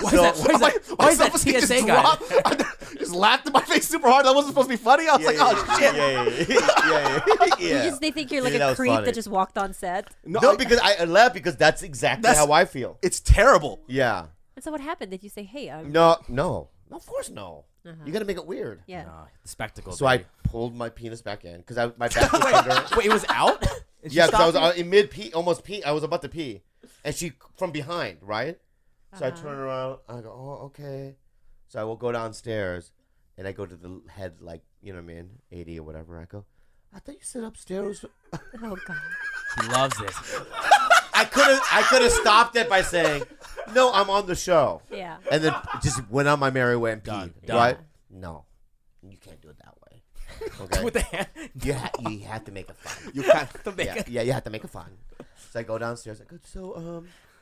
Speaker 6: Why
Speaker 3: that- [LAUGHS] [LAUGHS] why is that- why
Speaker 4: [LAUGHS]
Speaker 3: is that TSA guy?
Speaker 6: just laughed in my face super hard. That wasn't supposed to be funny. I was like, oh shit.
Speaker 4: Yeah, yeah, yeah, yeah, yeah, yeah.
Speaker 5: You just they think you're like
Speaker 4: Yeah, that
Speaker 5: a
Speaker 4: was
Speaker 5: creep
Speaker 4: funny.
Speaker 5: that just walked on set.
Speaker 4: no,
Speaker 6: I-
Speaker 4: because I, I laugh because that's exactly
Speaker 6: That's-
Speaker 4: how I feel.
Speaker 6: it's terrible. [LAUGHS]
Speaker 4: Yeah.
Speaker 5: And so what happened? Did you say, "Hey, I'm
Speaker 4: No, no. Of course, no. You gotta make it weird.
Speaker 5: yeah"?
Speaker 3: Uh, the spectacle.
Speaker 4: So I
Speaker 3: baby.
Speaker 4: pulled my penis back in because my back was under.
Speaker 3: Wait, it was [LAUGHS] out. Did she
Speaker 4: Yeah, because I
Speaker 3: stop
Speaker 4: was
Speaker 3: you?
Speaker 4: uh, in mid pee, almost pee. I was about to pee, and she from behind, right? So I turn around. I go, oh, okay. So I will go downstairs, and I go to the head, like you know, what I mean, eighty or whatever. I go, I thought you said upstairs.
Speaker 5: Oh god.
Speaker 3: He loves this.
Speaker 4: I could have, I could have stopped it by saying, no, I'm on the show.
Speaker 5: Yeah.
Speaker 4: And then just went on my merry way and peed.
Speaker 3: done.
Speaker 4: Right? No, you can't do it that way. Okay.
Speaker 3: With the hand. [LAUGHS]
Speaker 4: you, ha- you have to make a fun.
Speaker 6: You can't.
Speaker 4: yeah, yeah, you have to make a fun. So I go downstairs. I go, so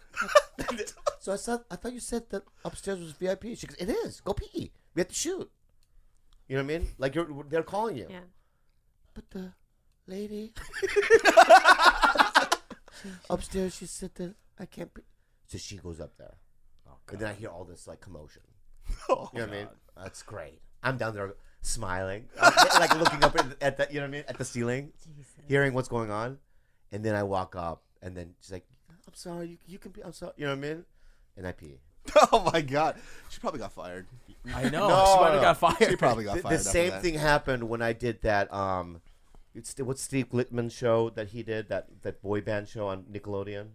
Speaker 4: [LAUGHS] um, so I thought I thought you said that upstairs was VIP. She goes, it is. Go pee. We have to shoot. You know what I mean? Like you're, they're calling you.
Speaker 5: Yeah.
Speaker 4: But the lady upstairs, she said that I can't. Pee. So she goes up there, Oh, and then I hear all this like commotion. you know what I mean? That's great. I'm down there smiling, [LAUGHS] like looking up at, at the you know what I mean at the ceiling, hearing what's going on, and then I walk up, and then she's like, "I'm sorry, you, you can be. I'm sorry, you know what I mean?" And I pee.
Speaker 6: Oh my god, she probably got fired.
Speaker 3: I know.
Speaker 4: No,
Speaker 3: she might
Speaker 4: no.
Speaker 3: have got fired.
Speaker 6: She probably got
Speaker 4: The,
Speaker 6: fired.
Speaker 4: the
Speaker 6: after
Speaker 4: same
Speaker 6: that.
Speaker 4: thing happened when I did that. Um, it's the- what's Steve Glickman show that he did that that boy band show on Nickelodeon.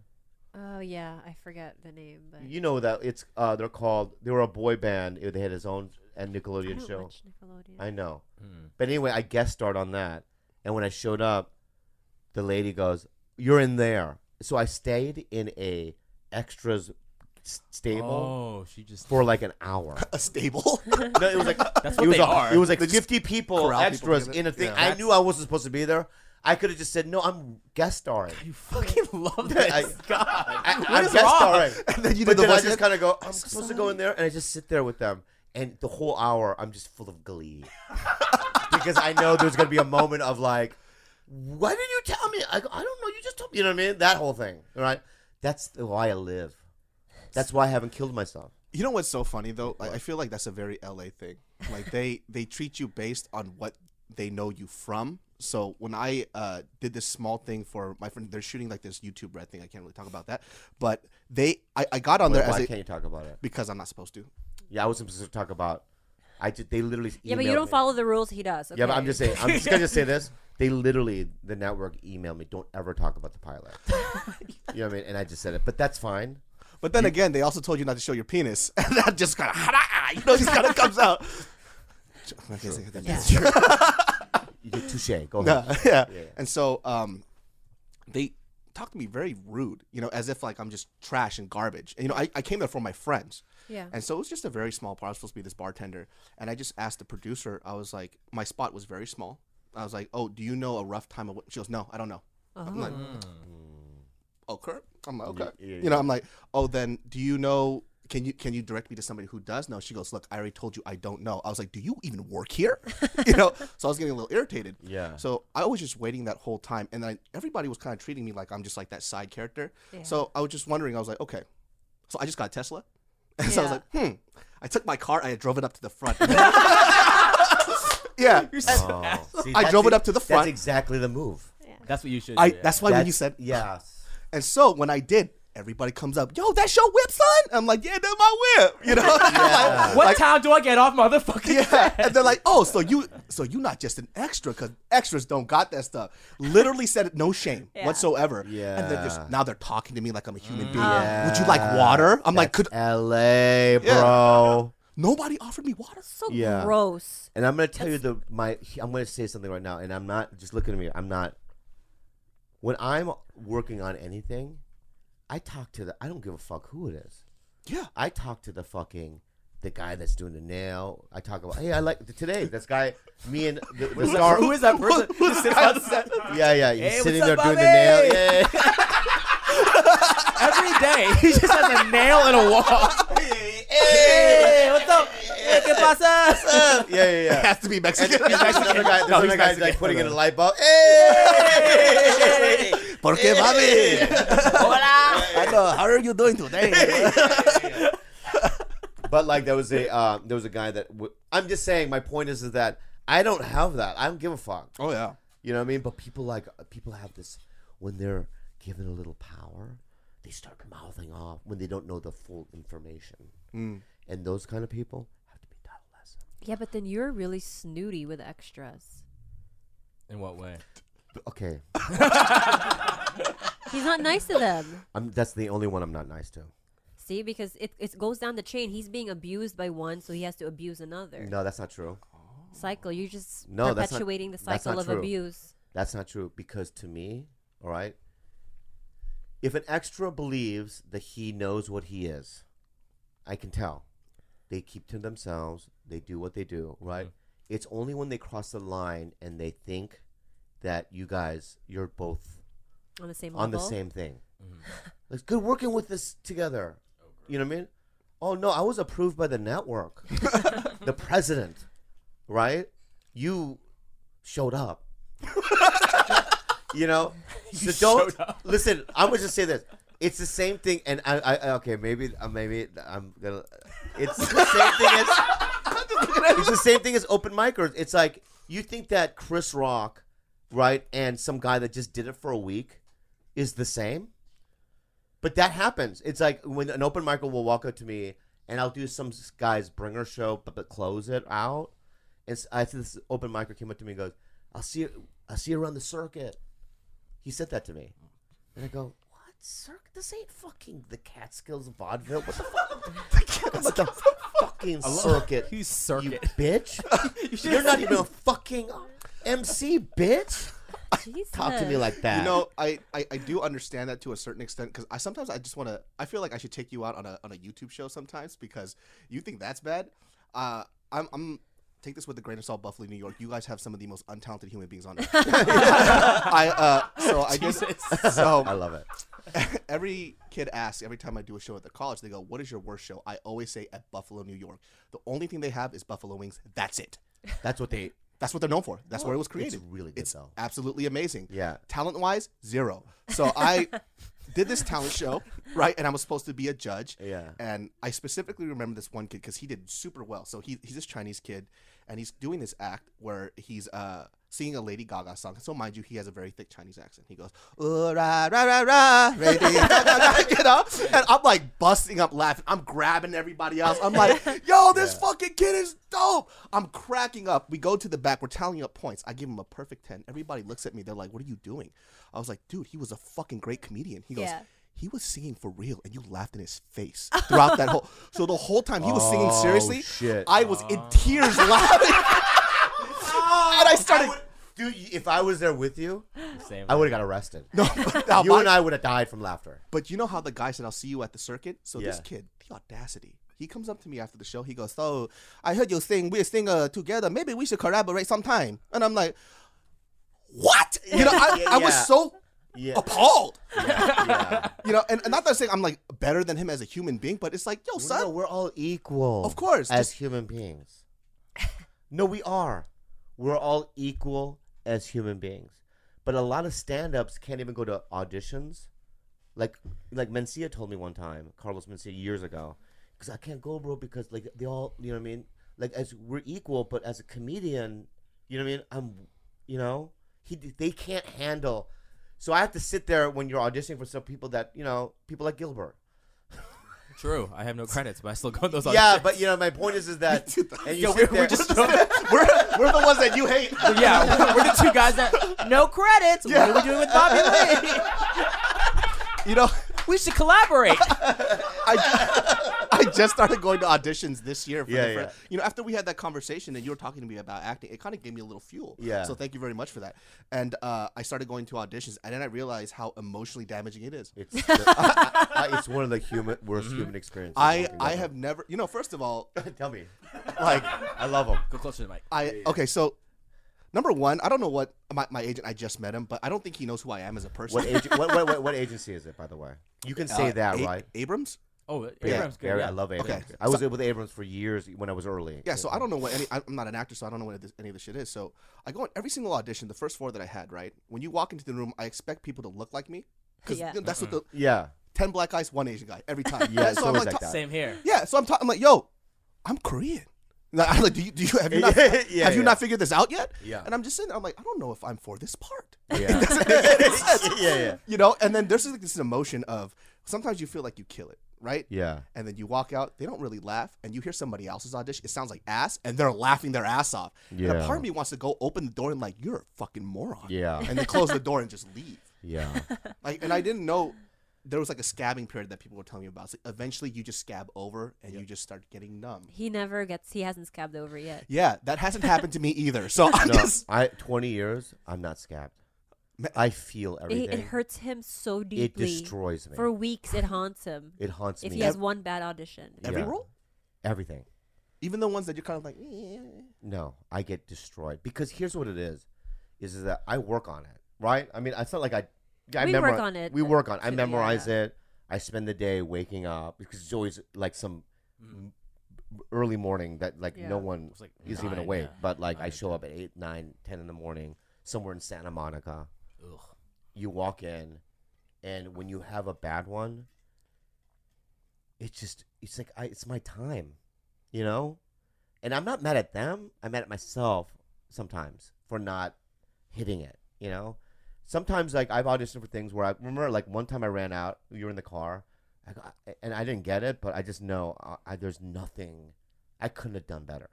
Speaker 5: Oh yeah, I forget the name, but
Speaker 4: You know that it's uh they're called they were a boy band. eh, They had his own and
Speaker 5: I
Speaker 4: Nickelodeon
Speaker 5: don't
Speaker 4: show.
Speaker 5: watch Nickelodeon.
Speaker 4: I know. But anyway, I guest starred on that. And when I showed up, the lady goes, "You're in there." So I stayed in a extras s- stable
Speaker 3: Oh, she just.
Speaker 4: for like an hour.
Speaker 6: A stable.
Speaker 4: [LAUGHS] no, it was like it
Speaker 3: That's what
Speaker 4: was
Speaker 3: they
Speaker 4: a-
Speaker 3: are.
Speaker 4: It was like
Speaker 6: They just
Speaker 4: 50 people
Speaker 6: corral people
Speaker 4: extras
Speaker 6: together.
Speaker 4: in a thing.
Speaker 6: Yeah.
Speaker 4: I knew I wasn't supposed to be there. I could have just said, "No, I'm guest starring."
Speaker 3: you
Speaker 4: [LAUGHS]
Speaker 3: fucking love this.
Speaker 4: I-
Speaker 6: [LAUGHS]
Speaker 3: God.
Speaker 4: I,
Speaker 3: What
Speaker 4: I'm
Speaker 3: is
Speaker 4: guest
Speaker 3: wrong?
Speaker 4: starring.
Speaker 6: and then you
Speaker 4: but
Speaker 6: did the
Speaker 4: then I
Speaker 6: voice.
Speaker 4: just kind of go, I'm supposed to go in there, and I just sit there with them, and the whole hour I'm just full of
Speaker 6: [LAUGHS]
Speaker 4: glee because I know there's gonna be a moment of like, why did you tell me? I, go, I don't know. You just told me. You know what I mean? That whole thing, right? That's the- why I live. That's why I haven't killed myself.
Speaker 6: You know what's so funny though? Like, I feel like that's a very LA thing. Like they they treat you based on what they know you from. So when I uh, did this small thing for my friend, they're shooting like this YouTube red thing. I can't really talk about that, but they I, I got on
Speaker 4: Wait,
Speaker 6: there as
Speaker 4: why
Speaker 6: a,
Speaker 4: can't you talk about it?
Speaker 6: because I'm not supposed to.
Speaker 4: Yeah, I wasn't supposed to talk about. I did. They literally.
Speaker 5: yeah, but you
Speaker 4: emailed
Speaker 5: don't
Speaker 4: me.
Speaker 5: follow the rules. He does.
Speaker 4: Yeah, but I'm
Speaker 5: okay?
Speaker 4: just saying. I'm just gonna just say this. They literally, the network emailed me, "Don't ever talk about the pilot." you know what I mean? And I just said it, but that's fine.
Speaker 6: But then again, they also told you not to show your penis, [LAUGHS] and that just kind of you know just kind of comes [LAUGHS] out. I can't say that.
Speaker 4: You did touche. Go
Speaker 6: Nah,
Speaker 4: ahead.
Speaker 6: yeah. And so um, they talk to me very rude, you know, as if like I'm just trash and garbage. And, you know, I, I came there for my friends.
Speaker 5: Yeah.
Speaker 6: And so it was just a very small part. I was supposed to be this bartender. And I just asked the producer, I was like, my spot was very small. I was like, oh, do you know a rough time of what? She goes, no, I don't know. I'm like, okay. I'm like, okay. You know, I'm like, oh, then do you know? Can you can you direct me to somebody who does know? She goes, look, I already told you I don't know. I was like, do you even work here? [LAUGHS] you know, so I was getting a little irritated.
Speaker 4: Yeah.
Speaker 6: So I was just waiting that whole time, and then everybody was kind of treating me like I'm just like that side character. So I was just wondering. I was like, okay. So I just got a Tesla, and [LAUGHS] so I was
Speaker 5: Yeah.
Speaker 6: like, hmm. I took my car. I drove it up to the front. [LAUGHS] yeah.
Speaker 4: See,
Speaker 6: I
Speaker 4: that's
Speaker 6: drove it
Speaker 4: e-
Speaker 6: up to the
Speaker 4: That's
Speaker 6: front.
Speaker 4: exactly the move.
Speaker 3: That's what you should
Speaker 6: I,
Speaker 3: do. yeah.
Speaker 6: that's why when you said
Speaker 4: yes.
Speaker 6: And so when I did, everybody comes up, yo, that's your whip, son? I'm like, yeah, that's my whip. You know? [LAUGHS] Like-
Speaker 3: what
Speaker 6: like-
Speaker 3: time do I get off, motherfucker?
Speaker 6: yeah. And they're like, oh, so you so you not just an extra, cause extras don't got that stuff. Literally said it, no shame whatsoever. And then
Speaker 4: Yeah.
Speaker 6: just now they're talking to me like I'm a human being. Would you like water? I'm like, could
Speaker 4: L.A. bro.
Speaker 6: nobody offered me water?
Speaker 5: so
Speaker 4: Yeah.
Speaker 5: gross.
Speaker 4: And I'm gonna tell you the my. I'm gonna say something right now, and I'm not just looking at me. I'm not. When I'm working on anything, I talk to the. I don't give a fuck who it is.
Speaker 6: Yeah.
Speaker 4: I talk to the fuking the guy that's doing the nail. I talk about hey, I like today. This guy, me and the, the star.
Speaker 3: Who is
Speaker 4: [LAUGHS]
Speaker 3: that person? Who sits outside?
Speaker 4: Yeah, yeah. He's
Speaker 3: Hey,
Speaker 4: sitting
Speaker 3: what's
Speaker 4: there
Speaker 3: up,
Speaker 4: doing the
Speaker 3: Bobby?
Speaker 4: nail. Yeah, yeah.
Speaker 3: [LAUGHS] Every day,
Speaker 4: [LAUGHS]
Speaker 3: he just has a nail in a wall. hey, what's up? Hey, ¿qué pasa?
Speaker 4: yeah, yeah, yeah.
Speaker 3: [LAUGHS]
Speaker 6: Has to be Mexican.
Speaker 4: There's [LAUGHS] another guy, there's another
Speaker 3: he's
Speaker 4: guy like
Speaker 3: Mexican.
Speaker 4: putting in a light bulb. Hey!
Speaker 3: [LAUGHS]
Speaker 6: Porque, mami? Hello, how are you doing today?
Speaker 3: [LAUGHS]
Speaker 4: but like there was a uh, there was a guy that w- I'm just saying. My point is, is that I don't have that. I don't give a fuck.
Speaker 6: oh yeah.
Speaker 4: You know what I mean? But people like uh, people have this when they're given a little power, they start mouthing off when they don't know the full information. And those kind of people have to be taught a lesson.
Speaker 5: Yeah, but then you're really snooty with extras.
Speaker 3: In what way?
Speaker 4: Okay, [COUGHS]
Speaker 5: He's not nice to them.
Speaker 4: I'm, that's the only one I'm not nice to.
Speaker 5: See, because it, it goes down the chain. He's being abused by one, so he has to abuse another.
Speaker 4: No, that's not true.
Speaker 5: Cycle. You're just
Speaker 4: No, that's not-
Speaker 5: perpetuating
Speaker 4: that's
Speaker 5: the cycle
Speaker 4: not
Speaker 5: of
Speaker 4: true.
Speaker 5: abuse.
Speaker 4: That's not true because to me, all right, If an extra believes that he knows what he is, I can tell. They keep to themselves. They do what they do, right? It's only when they cross the line and they think that you guys, you're both
Speaker 5: on the same
Speaker 4: on the
Speaker 5: level.
Speaker 4: same thing. [LAUGHS] It's good working with this together. you know what I mean? Oh no, I was approved by the network, the president, right? You showed up. you know, so don't [LAUGHS] listen. I'm gonna just say this. It's the same thing, and I, I I- okay, maybe, uh, maybe I'm gonna. It's the same thing as. it's the same thing as open micers. It's like you think that Chris Rock, right, and some guy that just did it for a week, is the same. But that happens. It's like when an open micer will walk up to me and I'll do some s- guy's bringer show, but, but close it out. And s- I see this open micer came up to me and goes, "I'll see you. I'll see you around the circuit." He said that to me, and I go, "What circuit? This ain't fucking the Catskills vaudeville. What the fuck? Talk about the fucking circuit,
Speaker 3: He's
Speaker 4: you
Speaker 6: [LAUGHS]
Speaker 3: circuit.
Speaker 4: bitch. You're not even a fucking MC, bitch. Talk to me
Speaker 5: Jesus.
Speaker 4: like that.
Speaker 6: You [LAUGHS] know, I, I, I do understand that to a certain extent because I sometimes I just want to. I feel like I should take you out on a on a YouTube show sometimes because you think that's bad. Uh, I'm I'm take this with a grain of salt, Buffalo, New York. You guys have some of the most untalented human beings on earth. [LAUGHS] I uh, so I guess so.
Speaker 4: [LAUGHS] I love it.
Speaker 6: every kid asks every time I do a show at the college, they go, "What is your worst show?" I always say at Buffalo, New York. The only thing they have is buffalo wings. That's it.
Speaker 4: That's what they.
Speaker 6: That's what they're known for. That's where it was created.
Speaker 4: really good,
Speaker 6: It's
Speaker 4: though.
Speaker 6: absolutely amazing.
Speaker 4: Yeah.
Speaker 6: Talent wise, zero. So
Speaker 4: [LAUGHS]
Speaker 6: I did this talent show, right? And I was supposed to be a judge.
Speaker 4: Yeah.
Speaker 6: And I specifically remember this one kid because he did super well. So he, he's this Chinese kid, and he's doing this act where he's uh singing a Lady Gaga song. So mind you, he has a very thick Chinese accent. He goes, "Ooh, ra ra ra ra, Lady Gaga," [LAUGHS] you know. And I'm like busting up laughing. I'm grabbing everybody else. I'm like, "Yo, this fucking kid is dope." I'm cracking up. We go to the back. We're tallying up points. I give him a perfect ten. Everybody looks at me. They're like, "What are you doing?" I was like, "Dude, he was a fucking great comedian." He goes
Speaker 5: Yeah.
Speaker 6: he was singing for real and you laughed in his face throughout that whole so the whole time he was singing
Speaker 4: Oh,
Speaker 6: seriously
Speaker 4: shit.
Speaker 6: i was in tears
Speaker 4: [LAUGHS]
Speaker 6: laughing [LAUGHS] and i started
Speaker 4: Dude, y- if I was there with you,
Speaker 3: Same.
Speaker 4: I would have got arrested.
Speaker 6: [LAUGHS] no, now
Speaker 4: you
Speaker 6: my-
Speaker 4: and I would have died from
Speaker 6: [LAUGHS]
Speaker 4: laughter.
Speaker 6: but you know how the guy said i'll see you at the circuit so this
Speaker 4: Yeah.
Speaker 6: kid the audacity he comes up to me after the show he goes so i heard you sing we're singer together maybe we should collaborate sometime and i'm like what you know i,
Speaker 4: Yeah,
Speaker 6: I was
Speaker 4: yeah.
Speaker 6: so
Speaker 4: Yeah.
Speaker 6: appalled
Speaker 4: yeah.
Speaker 6: you know and, and not that i'm saying i'm like better than him as a human being but it's like yo son
Speaker 4: No, we're all equal.
Speaker 6: Of course,
Speaker 4: As
Speaker 6: just-
Speaker 4: human beings. [LAUGHS] No, we are. We're all equal as human beings. But a lot of stand ups can't even go to auditions. Like like Mencia told me one time, Carlos Mencia years ago, because I can't go, bro, because like they all you know what I mean? Like as we're equal, but as a comedian, you know what I mean? I'm you know, he they can't handle so I have to sit there when you're auditioning for some people that, you know, people like Gilbert.
Speaker 3: True. I have no credits, but I still go on those.
Speaker 4: Yeah,
Speaker 3: auditions.
Speaker 4: but you know, my point is, is
Speaker 6: [LAUGHS]
Speaker 4: that and you
Speaker 3: Yo,
Speaker 4: sit there-
Speaker 3: we're, we're
Speaker 4: [LAUGHS]
Speaker 3: just
Speaker 6: we're, we're the ones that you hate
Speaker 3: [LAUGHS] yeah. We're, we're the two guys that no credits. What are we doing with Bobby Lee?
Speaker 6: you know
Speaker 3: We should collaborate.
Speaker 6: I, I just started going to auditions this year. For
Speaker 4: Yeah,
Speaker 6: the fir-
Speaker 4: yeah.
Speaker 6: You know, after we had that conversation and you were talking to me about acting, it kind of gave me a little fuel.
Speaker 4: Yeah.
Speaker 6: So thank you very much for that. And uh, I started going to auditions, and then I realized how emotionally damaging it is.
Speaker 4: it's, the- I- I- I- it's one of the human worst human experiences.
Speaker 6: Mm-hmm. I
Speaker 4: walking
Speaker 6: I
Speaker 4: down
Speaker 6: have never, you know, first
Speaker 4: [LAUGHS]
Speaker 6: of all,
Speaker 4: the- [LAUGHS] tell me,
Speaker 6: like
Speaker 4: I love him.
Speaker 3: [LAUGHS] Go closer to the mic.
Speaker 6: I okay, so number one, I don't know what my, my agent. I just met him, but I don't think he knows who I am as a person.
Speaker 4: What, ag- what, what, what what agency is it, by the way? You can say
Speaker 6: [LAUGHS] Uh,
Speaker 4: that,
Speaker 6: A-
Speaker 4: right?
Speaker 6: Abrams.
Speaker 3: Oh,
Speaker 4: Yeah,
Speaker 3: Abraham's good.
Speaker 4: Ari-
Speaker 3: Yeah.
Speaker 4: I love Abrams.
Speaker 6: Okay.
Speaker 4: I was with Abrams for years when I was early.
Speaker 6: Yeah, so I don't know what any. I- I'm not an actor, so I don't know what this, any of this shit is. So I go on every single audition, the first four that I had. Right when you walk into the room, I expect people to look like me because
Speaker 5: Yeah.
Speaker 6: that's what the [LAUGHS]
Speaker 4: Yeah,
Speaker 6: ten black guys, one Asian guy every time.
Speaker 4: [LAUGHS] Yeah, it's
Speaker 6: so I'm
Speaker 4: always
Speaker 6: like,
Speaker 4: like
Speaker 6: ta-
Speaker 4: that.
Speaker 3: [LAUGHS] Same here.
Speaker 6: yeah, so I'm talking. I'm like, yo, I'm Korean. [LAUGHS] Like, I'm like, do you, do you have you not, have
Speaker 4: [LAUGHS] Yeah,
Speaker 6: you
Speaker 4: yeah.
Speaker 6: not figured this out yet?
Speaker 4: Yeah.
Speaker 6: And I'm just sitting. there, I'm like, I don't know if I'm for this part. [LAUGHS]
Speaker 4: yeah, [LAUGHS] yeah, yeah,
Speaker 6: You know. And then there's like this emotion of sometimes you feel like you kill it, right?
Speaker 4: yeah.
Speaker 6: and then you walk out, they don't really laugh, and you hear somebody else's audition, it sounds like ass, and they're laughing their ass off. And a
Speaker 4: Yeah.
Speaker 6: part of me wants to go open the door and like, you're a fucking moron.
Speaker 4: Yeah.
Speaker 6: And
Speaker 4: [LAUGHS]
Speaker 6: then close the door and just leave.
Speaker 4: yeah.
Speaker 6: Like and I didn't know there was like a scabbing period that people were telling me about. It's like eventually you just scab over and you just start getting numb.
Speaker 5: He never gets. He hasn't scabbed over yet.
Speaker 4: [LAUGHS]
Speaker 6: Yeah, that hasn't happened to me either. So [LAUGHS] I'm
Speaker 4: No,
Speaker 6: just
Speaker 4: I twenty years. I'm not scabbed. I feel
Speaker 5: It,
Speaker 4: everything.
Speaker 5: it hurts him so deeply.
Speaker 4: destroys me.
Speaker 5: For weeks, it haunts him.
Speaker 4: It haunts
Speaker 5: if
Speaker 4: me.
Speaker 5: he has one bad audition.
Speaker 6: Every
Speaker 4: Yeah.
Speaker 6: role,
Speaker 4: everything.
Speaker 6: even the ones that you're kind of like, "Eh."
Speaker 4: No, I get destroyed because here's what it is: is, that I work on it, right? I mean, it's not like I. I
Speaker 5: We
Speaker 4: memori-
Speaker 5: work on it,
Speaker 4: We
Speaker 5: uh,
Speaker 4: work on. it. I
Speaker 5: too,
Speaker 4: memorize
Speaker 5: yeah.
Speaker 4: it. I spend the day waking up because it's always like some m- early morning that like no
Speaker 5: Yeah.
Speaker 4: one
Speaker 3: It's Mm-hmm. like
Speaker 4: is even
Speaker 3: nine,
Speaker 4: awake.
Speaker 3: yeah,
Speaker 4: But like I
Speaker 3: nine,
Speaker 4: show up at eight, nine, ten in the morning somewhere in Santa Monica. You walk in, and when you have a bad one, it's just it's like I, it's my time, you know, and I'm not mad at them. I'm mad at myself sometimes for not hitting it, you know. Sometimes like I've auditioned for things where I remember like one time I ran out. You were in the car, I got, and I didn't get it, but I just know uh, I, I, there's nothing I couldn't have done better.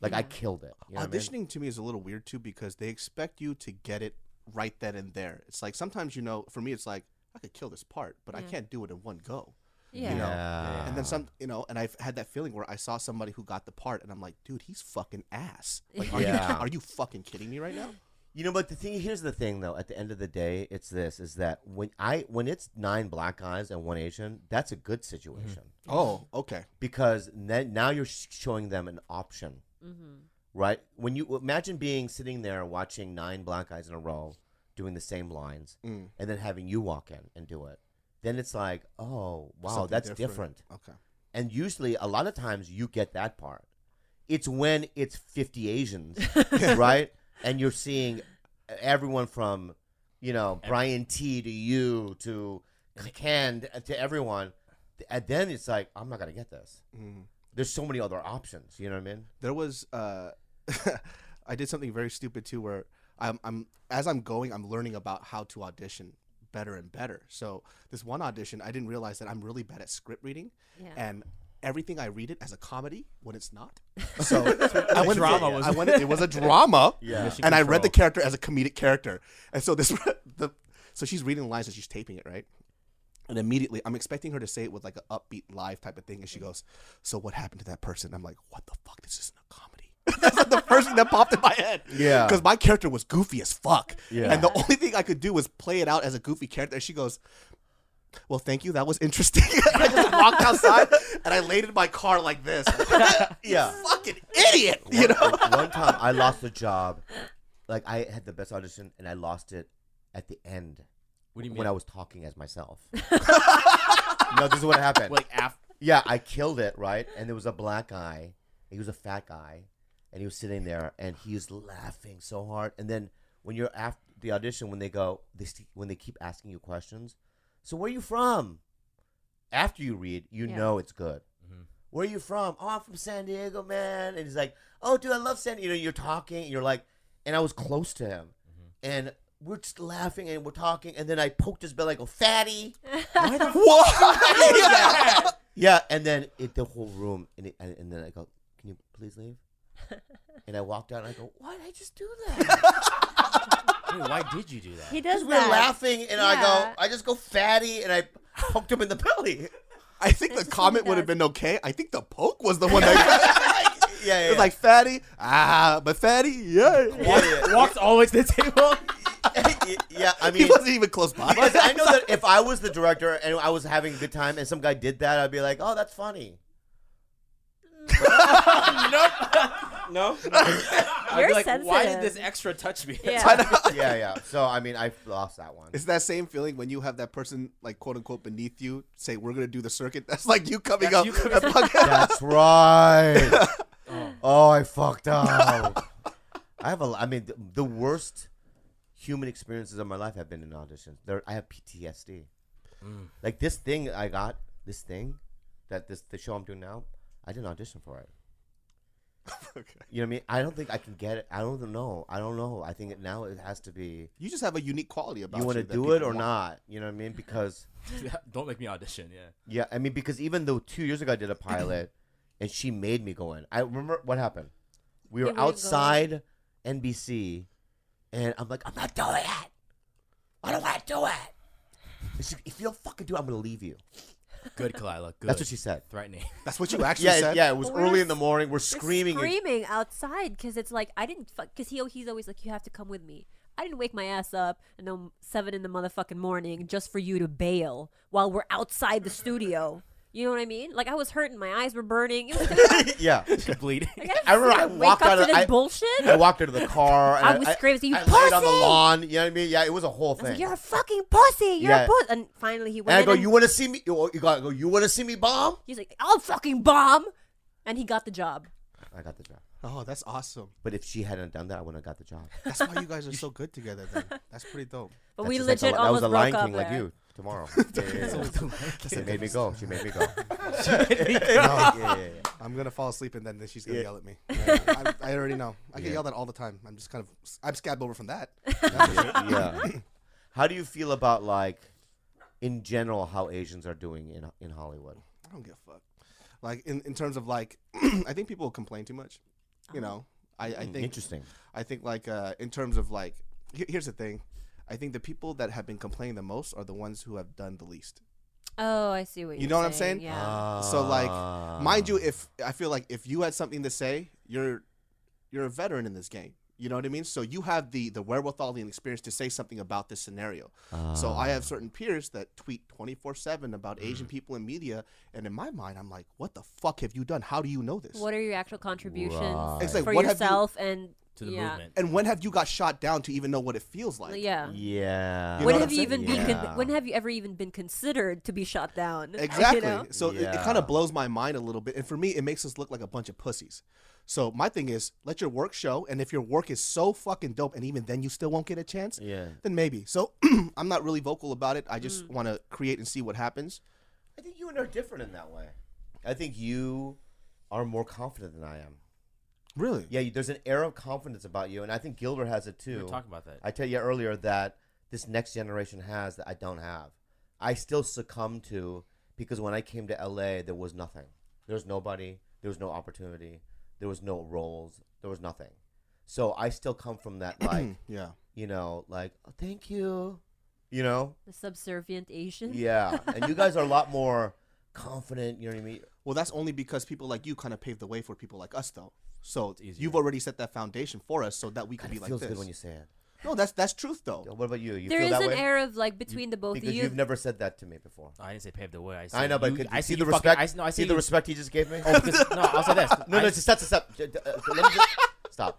Speaker 4: Like I killed it. You know what I mean?
Speaker 6: Auditioning to me is a little weird too because they expect you to get it right then and there. It's like sometimes you know, for me, it's like I could kill this part, but I
Speaker 5: Yeah.
Speaker 6: can't do it in one go.
Speaker 5: Yeah.
Speaker 6: You know?
Speaker 4: Yeah.
Speaker 6: And then some, you know, and I've had that feeling where I saw somebody who got the part, and I'm like, dude, he's fucking ass. Like, are,
Speaker 4: Yeah.
Speaker 6: you, are you fucking kidding me right now?
Speaker 4: You know, but the thing here's the thing though. At the end of the day, it's this: is that when I when it's nine black guys and one Asian, that's a good situation
Speaker 6: Oh, okay.
Speaker 4: because then now you're sh- showing them an option, right? When you imagine being sitting there watching nine black guys in a row doing the same lines,
Speaker 6: Mm.
Speaker 4: and then having you walk in and do it, then it's like, oh wow,
Speaker 6: Something
Speaker 4: that's different.
Speaker 6: Okay.
Speaker 4: And usually, a lot of times, you get that part. It's when it's 50
Speaker 3: [LAUGHS]
Speaker 4: Asians, right? And you're seeing everyone from, you know, Brian T to you to Ken to everyone. And then it's like, I'm not going to get this.
Speaker 3: Mm-hmm.
Speaker 4: There's so many other options. You know what I mean?
Speaker 6: there was uh [LAUGHS] i did something very stupid too where I'm, I'm as i'm going i'm learning about how to audition better and better so this one audition i didn't realize that i'm really bad at script reading
Speaker 5: Yeah.
Speaker 6: and everything i read it as a comedy when it's not so i went
Speaker 3: drama
Speaker 6: drama
Speaker 3: was-
Speaker 6: I went, it was a
Speaker 3: [LAUGHS]
Speaker 6: drama
Speaker 4: Yeah.
Speaker 6: and
Speaker 4: Mission
Speaker 6: i read the
Speaker 3: Control.
Speaker 6: character as a comedic character and so this [LAUGHS] the so she's reading the lines and she's taping it right and immediately, I'm expecting her to say it with like an upbeat live type of thing. And she goes, So what happened to that person? I'm like, What the fuck? This isn't a comedy. [LAUGHS] That's like the first thing that popped in my head.
Speaker 4: Yeah.
Speaker 6: Because my character was goofy as fuck.
Speaker 4: Yeah.
Speaker 6: And the only thing I could do was play it out as a goofy character. And she goes, Well, thank you. That was interesting. [LAUGHS] And I just
Speaker 4: [LAUGHS]
Speaker 6: walked outside and I laid in my car like this.
Speaker 4: Yeah.
Speaker 6: [LAUGHS] Fucking idiot. You know?
Speaker 4: Like, one time I lost a job. Like, I had the best audition and I lost it at the end
Speaker 3: What do you mean?
Speaker 4: when I was talking as
Speaker 3: [LAUGHS]
Speaker 4: myself. no, this is what happened.
Speaker 3: like after.
Speaker 4: Yeah, I killed it, right? And there was a black guy. He was a fat guy, and he was sitting there, and he was laughing so hard. And then when you're after the audition, when they go, they st- when they keep asking you questions, so where are you from? After you read, you
Speaker 5: Yeah.
Speaker 4: know it's good. Where are you from? Oh, I'm from San Diego, man. And he's like, Oh, dude, I love San. You know, you're talking, and you're like, and I was close to him, and we're just laughing and we're talking, and then I poked his belly, I go, Fatty.
Speaker 6: What?
Speaker 4: Yeah, and then it, the whole room, and, it, and, and then I go, "Can you please
Speaker 6: [LAUGHS]
Speaker 4: leave?" and I walked out, and I go, "Why did I just do that?"
Speaker 3: Dude, why did you do that?
Speaker 5: [LAUGHS] He does
Speaker 4: Because we're
Speaker 5: that.
Speaker 4: laughing, and I
Speaker 5: Yeah.
Speaker 4: go, I just go fatty, and I poked him in the [LAUGHS] belly.
Speaker 6: I think the
Speaker 5: That's what he
Speaker 6: comment would have
Speaker 5: does.
Speaker 6: been okay. I think the poke was the one [LAUGHS] that.
Speaker 4: yeah, yeah,
Speaker 6: It's like fatty, ah, but fatty, yeah.
Speaker 4: yeah, yeah,
Speaker 3: Walks always to the
Speaker 6: [LAUGHS]
Speaker 3: table.
Speaker 4: yeah, [LAUGHS] yeah. I
Speaker 6: he
Speaker 4: mean.
Speaker 6: wasn't even close by.
Speaker 4: But
Speaker 6: [LAUGHS]
Speaker 4: I know that if I was the director and I was having a good time and some guy did that, I'd be like, oh, that's funny.
Speaker 3: [LAUGHS] no. I'd
Speaker 5: You're
Speaker 3: be like, why did
Speaker 5: sensitive.
Speaker 3: this extra touch me? [LAUGHS]
Speaker 4: [LAUGHS]
Speaker 5: Yeah.
Speaker 4: Yeah, yeah. So, I mean, I lost that one.
Speaker 6: It's that same feeling when you have that person, like quote unquote, beneath you say, "We're gonna do the circuit." [LAUGHS] That's like you coming
Speaker 3: That's
Speaker 6: up.
Speaker 3: you coming
Speaker 6: That's fucking-
Speaker 4: That's right. oh, I fucked up. I have a. I mean, the, the worst human experiences of my life have been in auditions. There, I have PTSD. Like this thing I got, this thing that this the show I'm doing now. I didn't audition for it. You know what I mean? I don't think I can get it. I don't know. I don't know. I think it, now it has to be.
Speaker 6: you just have a unique quality about
Speaker 4: You
Speaker 6: want to
Speaker 4: do it or not? You know what I mean? Because
Speaker 3: Don't make me audition. Yeah.
Speaker 4: yeah, I mean because even though two years ago I did a pilot, [CLEARS THROAT] and she made me go in. I remember what happened. We
Speaker 5: Yeah,
Speaker 4: were
Speaker 5: we were going.
Speaker 4: outside NBC, and I'm like, I'm not doing it. I don't want to do it. And she- if you don't fucking do it, I'm gonna leave you.
Speaker 3: Good, Kalila. Good.
Speaker 4: That's what she said.
Speaker 3: Threatening. [LAUGHS]
Speaker 6: That's what you
Speaker 4: [LAUGHS]
Speaker 6: actually
Speaker 4: Yeah,
Speaker 6: said.
Speaker 4: yeah. It was
Speaker 5: We're
Speaker 4: early
Speaker 5: s-
Speaker 4: in the morning. We're
Speaker 5: They're
Speaker 4: screaming. and-
Speaker 5: oh, screaming outside because it's like I didn't because he he's always like you have to come with me. I didn't wake my ass up and then seven in the motherfucking morning just for you to bail while we're outside the studio. You know what I mean? Like I was hurting, my eyes were
Speaker 4: [LAUGHS]
Speaker 5: burning. It was
Speaker 4: [LAUGHS] yeah.
Speaker 3: bleeding.
Speaker 4: I remember I
Speaker 5: wake
Speaker 4: walked
Speaker 5: up
Speaker 4: out
Speaker 5: to
Speaker 4: of
Speaker 5: this
Speaker 4: I,
Speaker 5: bullshit?
Speaker 4: I walked into the car. And
Speaker 5: I was screaming, "You
Speaker 4: I laid on the
Speaker 5: pussy!"
Speaker 4: lawn. You know what I mean? Yeah, it was a whole
Speaker 5: I was
Speaker 4: thing.
Speaker 5: like, "You're a fucking pussy. You're
Speaker 4: Yeah.
Speaker 5: a pussy." And finally, he went.
Speaker 4: and I
Speaker 5: in
Speaker 4: go,
Speaker 5: and
Speaker 4: you want to see me? You, you gotta go. You want to see me bomb?
Speaker 5: He's like, "I'll fucking bomb," and he got the job.
Speaker 4: I got the job.
Speaker 6: Oh, that's awesome.
Speaker 4: But if she hadn't done that, I wouldn't have got the job.
Speaker 6: That's why you
Speaker 3: [LAUGHS]
Speaker 6: guys are so good together. Then that's
Speaker 4: [LAUGHS]
Speaker 6: pretty dope.
Speaker 5: But
Speaker 4: That's
Speaker 5: we
Speaker 4: just like
Speaker 5: legit
Speaker 4: the li-
Speaker 5: almost
Speaker 4: that was a
Speaker 5: broke
Speaker 4: Lion King
Speaker 5: up.
Speaker 4: like
Speaker 5: there.
Speaker 4: you [LAUGHS] tomorrow. Yeah, yeah, yeah. She made
Speaker 3: [LAUGHS]
Speaker 4: me go. She made me go. No, Oh, yeah, yeah, yeah.
Speaker 6: I'm gonna fall asleep and then she's gonna
Speaker 4: Yeah.
Speaker 6: yell
Speaker 4: [LAUGHS]
Speaker 6: at me. I, I already know. I get
Speaker 4: Yeah.
Speaker 6: yelled at all the time. I'm just kind of I'm scabbed over
Speaker 4: [LAUGHS]
Speaker 6: from that.
Speaker 4: [LAUGHS] yeah. How do you feel about like, in general, how Asians are doing in in Hollywood?
Speaker 6: I don't give a fuck. Like in, in terms of like, [CLEARS THROAT] I think people complain too much. You know, I, I think
Speaker 4: Uh-huh. Hmm. Interesting.
Speaker 6: I think like uh, in terms of like, he- here's the thing. I think the people that have been complaining the most are the ones who have done the least.
Speaker 5: Oh, I see what
Speaker 6: You
Speaker 5: you're
Speaker 6: know what I'm saying?
Speaker 5: Yeah.
Speaker 6: so like,
Speaker 4: Ah.
Speaker 6: mind you, if I feel like if you had something to say, you're you're a veteran in this game. You know what I mean? So you have the the wherewithal and experience to say something about this scenario.
Speaker 4: Ah.
Speaker 6: So I have certain peers that tweet 24 7 about Asian people in media. And in my mind, I'm like, what the fuck have you done? How do you know this?
Speaker 5: what are your actual contributions
Speaker 4: Right. It's
Speaker 6: like,
Speaker 5: for
Speaker 6: what have you-
Speaker 5: yourself and
Speaker 3: to the
Speaker 5: yeah.
Speaker 3: movement.
Speaker 6: and when have you got shot down to even know what it feels like?
Speaker 5: Yeah.
Speaker 4: yeah.
Speaker 6: You know
Speaker 5: when
Speaker 6: what
Speaker 5: have
Speaker 6: I'm
Speaker 5: you even
Speaker 6: saying?
Speaker 5: been?
Speaker 4: Yeah.
Speaker 5: Con- when have you ever even been considered to be shot down? [LAUGHS] You
Speaker 6: Exactly.
Speaker 5: know?
Speaker 6: So it,
Speaker 4: Yeah.
Speaker 6: kind of blows my mind a little bit. And for me, it makes us look like a bunch of pussies. So my thing is, let your work show. And if your work is so fucking dope, and even then you still won't get a chance,
Speaker 4: Yeah.
Speaker 6: then maybe. So [CLEARS THROAT] I'm not really vocal about it. I just
Speaker 5: Mm.
Speaker 6: want to create and see what happens.
Speaker 4: I think you and I are different in that way. I think you are more confident than I am.
Speaker 6: Really?
Speaker 4: Yeah, you- there's an air of confidence about you, and I think Gilbert has it too.
Speaker 3: We were talking about that.
Speaker 4: I tell you earlier that this next generation has that I don't have. I still succumb to because when I came to LA, there was nothing. There was nobody. There was no opportunity. There was no roles. There was nothing. So I still come from that,
Speaker 6: [CLEARS THROAT]
Speaker 4: like,
Speaker 6: Mm, Yeah.
Speaker 4: you know, like, oh, thank you, you
Speaker 5: [LAUGHS]
Speaker 4: know,
Speaker 5: The subservient Asian.
Speaker 4: yeah. And you guys are a lot more confident. You know what I mean?
Speaker 6: Well, that's only because people like you kind of paved the way for people like us, though. So
Speaker 3: easier.
Speaker 6: you've already set that foundation for us, so that we can
Speaker 4: God,
Speaker 6: be
Speaker 4: it
Speaker 6: like
Speaker 4: feels
Speaker 6: this.
Speaker 4: good when you say it.
Speaker 6: No, that's that's truth
Speaker 4: Yo,
Speaker 6: though.
Speaker 4: What about you? You
Speaker 5: There
Speaker 4: feel
Speaker 5: is
Speaker 4: that
Speaker 5: an
Speaker 4: way?
Speaker 5: air of like between the both
Speaker 4: because
Speaker 5: of you.
Speaker 4: you've never said that to me before.
Speaker 3: I didn't say paved the way. I, said
Speaker 4: I know, but
Speaker 3: you-
Speaker 4: could you
Speaker 3: I
Speaker 4: see
Speaker 3: said
Speaker 4: the
Speaker 3: you fucking-
Speaker 4: respect.
Speaker 3: I s- no, I
Speaker 4: see
Speaker 3: see
Speaker 4: the
Speaker 3: [LAUGHS] you-
Speaker 4: respect he just gave me.
Speaker 3: Oh, because, no, I'll say this.
Speaker 4: [LAUGHS] No,
Speaker 3: I-
Speaker 4: no, just stop, stop,
Speaker 3: [LAUGHS]
Speaker 4: stop. Uh, uh, let me just- [LAUGHS] stop.